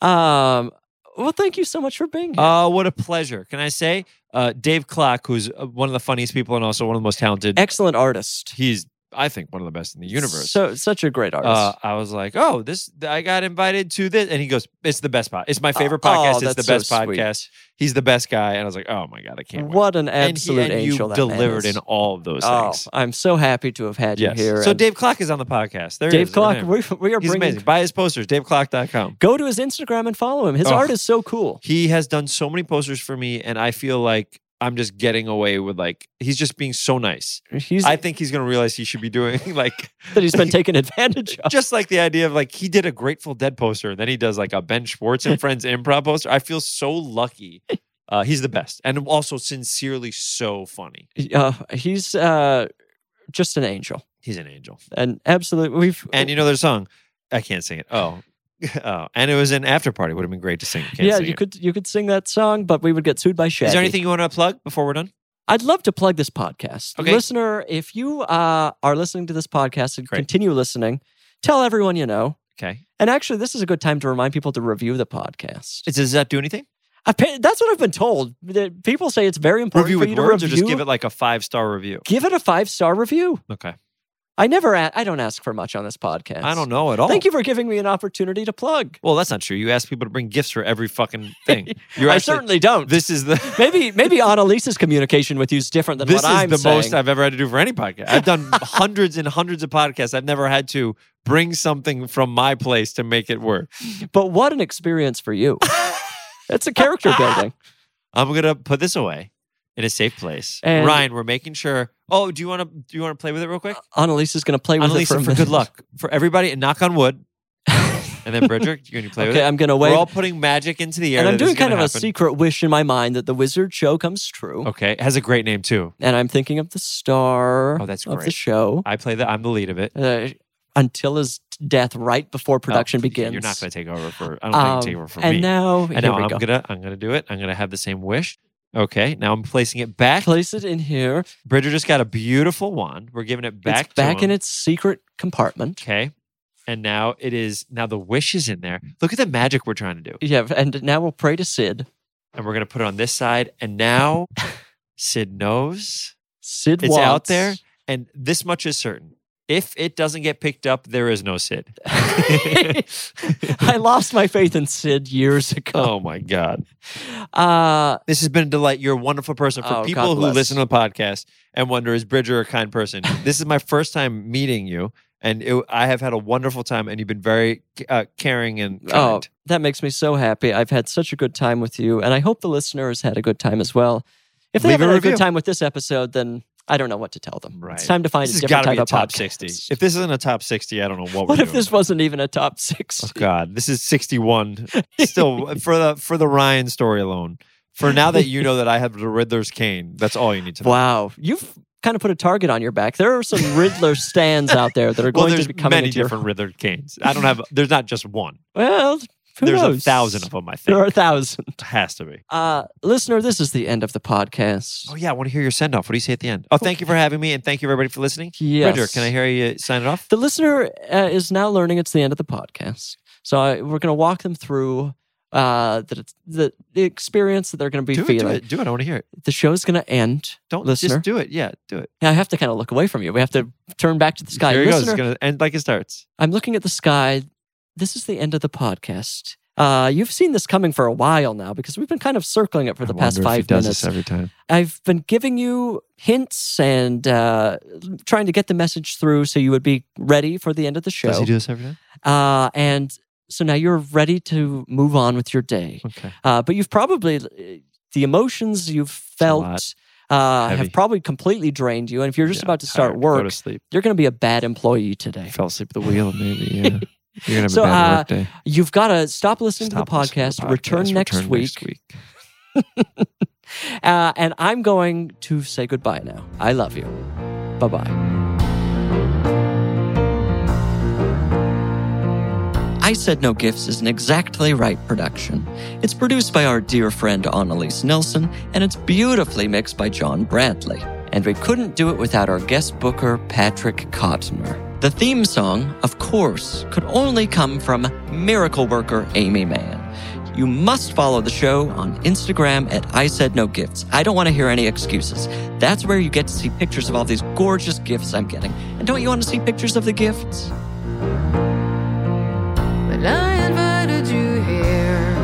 [SPEAKER 2] Um, well, thank you so much for being here.
[SPEAKER 3] Oh, what a pleasure. Can I say? Uh, Dave Clock, who's uh, one of the funniest people and also one of the most talented.
[SPEAKER 2] Excellent artist.
[SPEAKER 3] He's, I think, one of the best in the universe.
[SPEAKER 2] So such a great artist.
[SPEAKER 3] uh, I was like, oh, this, I got invited to this. And he goes, it's the best pod. It's my favorite
[SPEAKER 2] Oh,
[SPEAKER 3] podcast. it's
[SPEAKER 2] that's
[SPEAKER 3] the
[SPEAKER 2] so
[SPEAKER 3] best
[SPEAKER 2] sweet.
[SPEAKER 3] podcast. He's the best guy. And I was like, oh my God, I can't wait.
[SPEAKER 2] what an
[SPEAKER 3] And he-
[SPEAKER 2] absolute
[SPEAKER 3] and
[SPEAKER 2] angel
[SPEAKER 3] you
[SPEAKER 2] that man
[SPEAKER 3] delivered
[SPEAKER 2] is.
[SPEAKER 3] in all of those
[SPEAKER 2] Oh,
[SPEAKER 3] things.
[SPEAKER 2] I'm so happy to have had
[SPEAKER 3] yes.
[SPEAKER 2] you here.
[SPEAKER 3] So
[SPEAKER 2] and
[SPEAKER 3] Dave Clock is on the podcast. There he
[SPEAKER 2] Dave
[SPEAKER 3] is. Look at
[SPEAKER 2] Clock,
[SPEAKER 3] him.
[SPEAKER 2] we, we are
[SPEAKER 3] He's
[SPEAKER 2] bringing.
[SPEAKER 3] amazing. Buy his posters, daveclock.com.
[SPEAKER 2] Go to his Instagram and follow him. His
[SPEAKER 3] Oh.
[SPEAKER 2] art is so cool.
[SPEAKER 3] He has done so many posters for me, and I feel like I'm just getting away with like he's just being so nice.
[SPEAKER 2] He's
[SPEAKER 3] I think he's gonna realize he should be doing like
[SPEAKER 2] that he's been taken advantage of.
[SPEAKER 3] just like the idea of like he did a Grateful Dead poster, and then he does like a Ben Schwartz and Friends improv poster. I feel so lucky. Uh, he's the best, and also sincerely so funny.
[SPEAKER 2] Uh, he's uh, just an angel,
[SPEAKER 3] He's an angel.
[SPEAKER 2] and absolutely we've
[SPEAKER 3] And you know their song. I can't sing it. Oh. Oh, and it was an after party. Would have been great to sing. Can't
[SPEAKER 2] yeah,
[SPEAKER 3] sing
[SPEAKER 2] you
[SPEAKER 3] it.
[SPEAKER 2] could you could sing that song, but we would get sued by Shaggy.
[SPEAKER 3] Is there anything you want to plug before we're done?
[SPEAKER 2] I'd love to plug this podcast.
[SPEAKER 3] Okay.
[SPEAKER 2] Listener, if you uh, are listening to this podcast and
[SPEAKER 3] Great.
[SPEAKER 2] continue listening, tell everyone you know.
[SPEAKER 3] Okay.
[SPEAKER 2] And actually, this is a good time to remind people to review the podcast.
[SPEAKER 3] Does that do anything?
[SPEAKER 2] Appa- That's what I've been told. That people say it's very important
[SPEAKER 3] Review
[SPEAKER 2] for
[SPEAKER 3] with
[SPEAKER 2] you to
[SPEAKER 3] words
[SPEAKER 2] review.
[SPEAKER 3] or just give it like a five star review?
[SPEAKER 2] Give it a five star review.
[SPEAKER 3] Okay.
[SPEAKER 2] I never. A- I don't ask for much on this podcast.
[SPEAKER 3] I don't know at all.
[SPEAKER 2] Thank you for giving me an opportunity to plug.
[SPEAKER 3] Well, that's not true. You ask people to bring gifts for every fucking thing. You're
[SPEAKER 2] I
[SPEAKER 3] actually,
[SPEAKER 2] certainly don't.
[SPEAKER 3] this is the
[SPEAKER 2] maybe maybe Annalisa's communication with you is different than
[SPEAKER 3] this is
[SPEAKER 2] what I'm
[SPEAKER 3] the
[SPEAKER 2] saying.
[SPEAKER 3] most I've ever had to do for any podcast. I've done hundreds and hundreds of podcasts. I've never had to bring something from my place to make it work.
[SPEAKER 2] but what an experience for you! it's a character building.
[SPEAKER 3] I'm gonna put this away in a safe place.
[SPEAKER 2] And-
[SPEAKER 3] Ryan, we're making sure. Oh, do you want to do you want to play with it real quick?
[SPEAKER 2] Annalise is going to play with
[SPEAKER 3] Annalisa,
[SPEAKER 2] it for, a
[SPEAKER 3] for, good
[SPEAKER 2] minute.
[SPEAKER 3] luck for everybody, and knock on wood. and then Bridger, you gonna play with
[SPEAKER 2] Okay,
[SPEAKER 3] it?
[SPEAKER 2] I'm going to
[SPEAKER 3] We're
[SPEAKER 2] wait.
[SPEAKER 3] all putting magic into the air.
[SPEAKER 2] And I'm
[SPEAKER 3] that this
[SPEAKER 2] doing
[SPEAKER 3] is
[SPEAKER 2] kind of
[SPEAKER 3] gonna
[SPEAKER 2] a
[SPEAKER 3] happen.
[SPEAKER 2] secret wish in my mind that the wizard show comes true.
[SPEAKER 3] Okay, it has a great name too.
[SPEAKER 2] And I'm thinking of the star
[SPEAKER 3] Oh, that's
[SPEAKER 2] of the
[SPEAKER 3] great.
[SPEAKER 2] show
[SPEAKER 3] I play that. I'm the lead of it.
[SPEAKER 2] uh, until his first death right before production
[SPEAKER 3] Oh, yeah,
[SPEAKER 2] begins. Um,
[SPEAKER 3] You're not going to take over for. I don't think you can take over for
[SPEAKER 2] and
[SPEAKER 3] me.
[SPEAKER 2] now, here
[SPEAKER 3] and now
[SPEAKER 2] we
[SPEAKER 3] I'm
[SPEAKER 2] go.
[SPEAKER 3] gonna I'm gonna do it. I'm gonna have the same wish. Okay, now I'm placing it back.
[SPEAKER 2] place it in here.
[SPEAKER 3] Bridger just got a beautiful wand. We're giving it back.
[SPEAKER 2] it's back
[SPEAKER 3] to
[SPEAKER 2] in
[SPEAKER 3] him.
[SPEAKER 2] its secret compartment.
[SPEAKER 3] Okay, and now it is. Now the wish is in there. Look at the magic we're trying to do.
[SPEAKER 2] Yeah, and now we'll pray to Sid.
[SPEAKER 3] And we're gonna put it on this side. And now Sid knows.
[SPEAKER 2] Sid
[SPEAKER 3] It's
[SPEAKER 2] wants.
[SPEAKER 3] out there. And this much is certain: if it doesn't get picked up, there is no Sid.
[SPEAKER 2] I lost my faith in Sid years ago.
[SPEAKER 3] Oh my God! Oh,
[SPEAKER 2] Uh,
[SPEAKER 3] This has been a delight. You're a wonderful person. For
[SPEAKER 2] Oh,
[SPEAKER 3] people
[SPEAKER 2] God
[SPEAKER 3] who
[SPEAKER 2] bless.
[SPEAKER 3] listen to the podcast and wonder, is Bridger a kind person? this is my first time meeting you, and it, I have had a wonderful time. And you've been very uh, caring and
[SPEAKER 2] oh,
[SPEAKER 3] kind.
[SPEAKER 2] that makes me so happy. I've had such a good time with you, and I hope the listener has had a good time as well. If they
[SPEAKER 3] Leave a
[SPEAKER 2] haven't had a
[SPEAKER 3] review.
[SPEAKER 2] good time with this episode, then I don't know what to tell them.
[SPEAKER 3] Right.
[SPEAKER 2] It's time to find a
[SPEAKER 3] this has
[SPEAKER 2] different
[SPEAKER 3] got
[SPEAKER 2] type
[SPEAKER 3] to be a
[SPEAKER 2] of
[SPEAKER 3] top
[SPEAKER 2] podcast.
[SPEAKER 3] sixty. If this isn't a top sixty, I don't know what.
[SPEAKER 2] what
[SPEAKER 3] we're
[SPEAKER 2] if this
[SPEAKER 3] doing.
[SPEAKER 2] wasn't even a top six?
[SPEAKER 3] Oh God, this is sixty-one. Still for the for the Ryan story alone. For now that you know that I have the Riddler's cane, that's all you need to know.
[SPEAKER 2] Wow, you've kind of put a target on your back. There are some Riddler stands out there that are
[SPEAKER 3] Well,
[SPEAKER 2] going
[SPEAKER 3] there's
[SPEAKER 2] to be coming
[SPEAKER 3] many
[SPEAKER 2] into your-
[SPEAKER 3] different Riddler canes. I don't have. There's not just one.
[SPEAKER 2] Well, who
[SPEAKER 3] There's
[SPEAKER 2] knows?
[SPEAKER 3] a thousand of them. I
[SPEAKER 2] There
[SPEAKER 3] think
[SPEAKER 2] are a thousand.
[SPEAKER 3] has to be.
[SPEAKER 2] Uh, listener, this is the end of the podcast.
[SPEAKER 3] Oh yeah, I want to hear your send off. What do you say at the end? Oh, thank you for having me, and thank you everybody for listening.
[SPEAKER 2] Yes.
[SPEAKER 3] Bridger, can I hear you sign it off?
[SPEAKER 2] The listener uh, is now learning it's the end of the podcast. So I, we're going to walk them through uh, the, the, the experience that they're going to be
[SPEAKER 3] do it, do
[SPEAKER 2] feeling.
[SPEAKER 3] it, do it. I want to hear it.
[SPEAKER 2] The show's going to end.
[SPEAKER 3] Don't
[SPEAKER 2] listener.
[SPEAKER 3] just do it. Yeah, do it.
[SPEAKER 2] I have to kind of look away from you. We have to turn back to the sky.
[SPEAKER 3] Here it goes.
[SPEAKER 2] listener,
[SPEAKER 3] It's gonna end like it starts.
[SPEAKER 2] I'm looking at the sky. This is the end of the podcast. Uh, you've seen this coming for a while now because we've been kind of circling it for the past five minutes.
[SPEAKER 3] every time.
[SPEAKER 2] I've been giving you hints and uh, trying to get the message through so you would be ready for the end of the show.
[SPEAKER 3] Does he do this every time?
[SPEAKER 2] Uh, and so now you're ready to move on with your day.
[SPEAKER 3] Okay.
[SPEAKER 2] Uh, but you've probably, the emotions you've felt
[SPEAKER 3] lot.
[SPEAKER 2] uh,
[SPEAKER 3] Heavy.
[SPEAKER 2] have probably completely drained you. And if you're just
[SPEAKER 3] Yeah,
[SPEAKER 2] about to start
[SPEAKER 3] tired. Go
[SPEAKER 2] work,
[SPEAKER 3] to sleep.
[SPEAKER 2] you're going to be a bad employee today.
[SPEAKER 3] fell asleep at the wheel, maybe. Yeah. You're gonna have
[SPEAKER 2] So, uh,
[SPEAKER 3] day.
[SPEAKER 2] You've got to stop listening
[SPEAKER 3] Stop
[SPEAKER 2] to the
[SPEAKER 3] listening
[SPEAKER 2] podcast, return, next,
[SPEAKER 3] return
[SPEAKER 2] week. Uh, and I'm going to say goodbye now. I love you. Bye bye. I Said No Gifts is an exactly right production. It's produced by our dear friend Annalise Nelson, and it's beautifully mixed by John Bradley. And we couldn't do it without our guest booker, Patrick Cotner. The theme song, of course, could only come from miracle worker Amy Mann. You must follow the show on Instagram at I Said No Gifts. I don't want to hear any excuses. That's where you get to see pictures of all these gorgeous gifts I'm getting. And don't you want to see pictures of the gifts?
[SPEAKER 1] When I invited you here,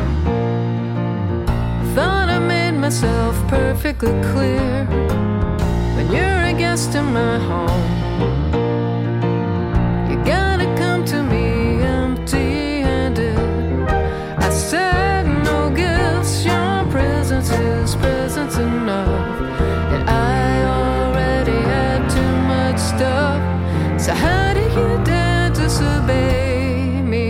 [SPEAKER 1] I thought I made myself perfectly clear. When you're a guest in my home, you gotta come to me empty handed. I said no gifts, your presence is presence enough. And I already had too much stuff. So how do you dare disobey me?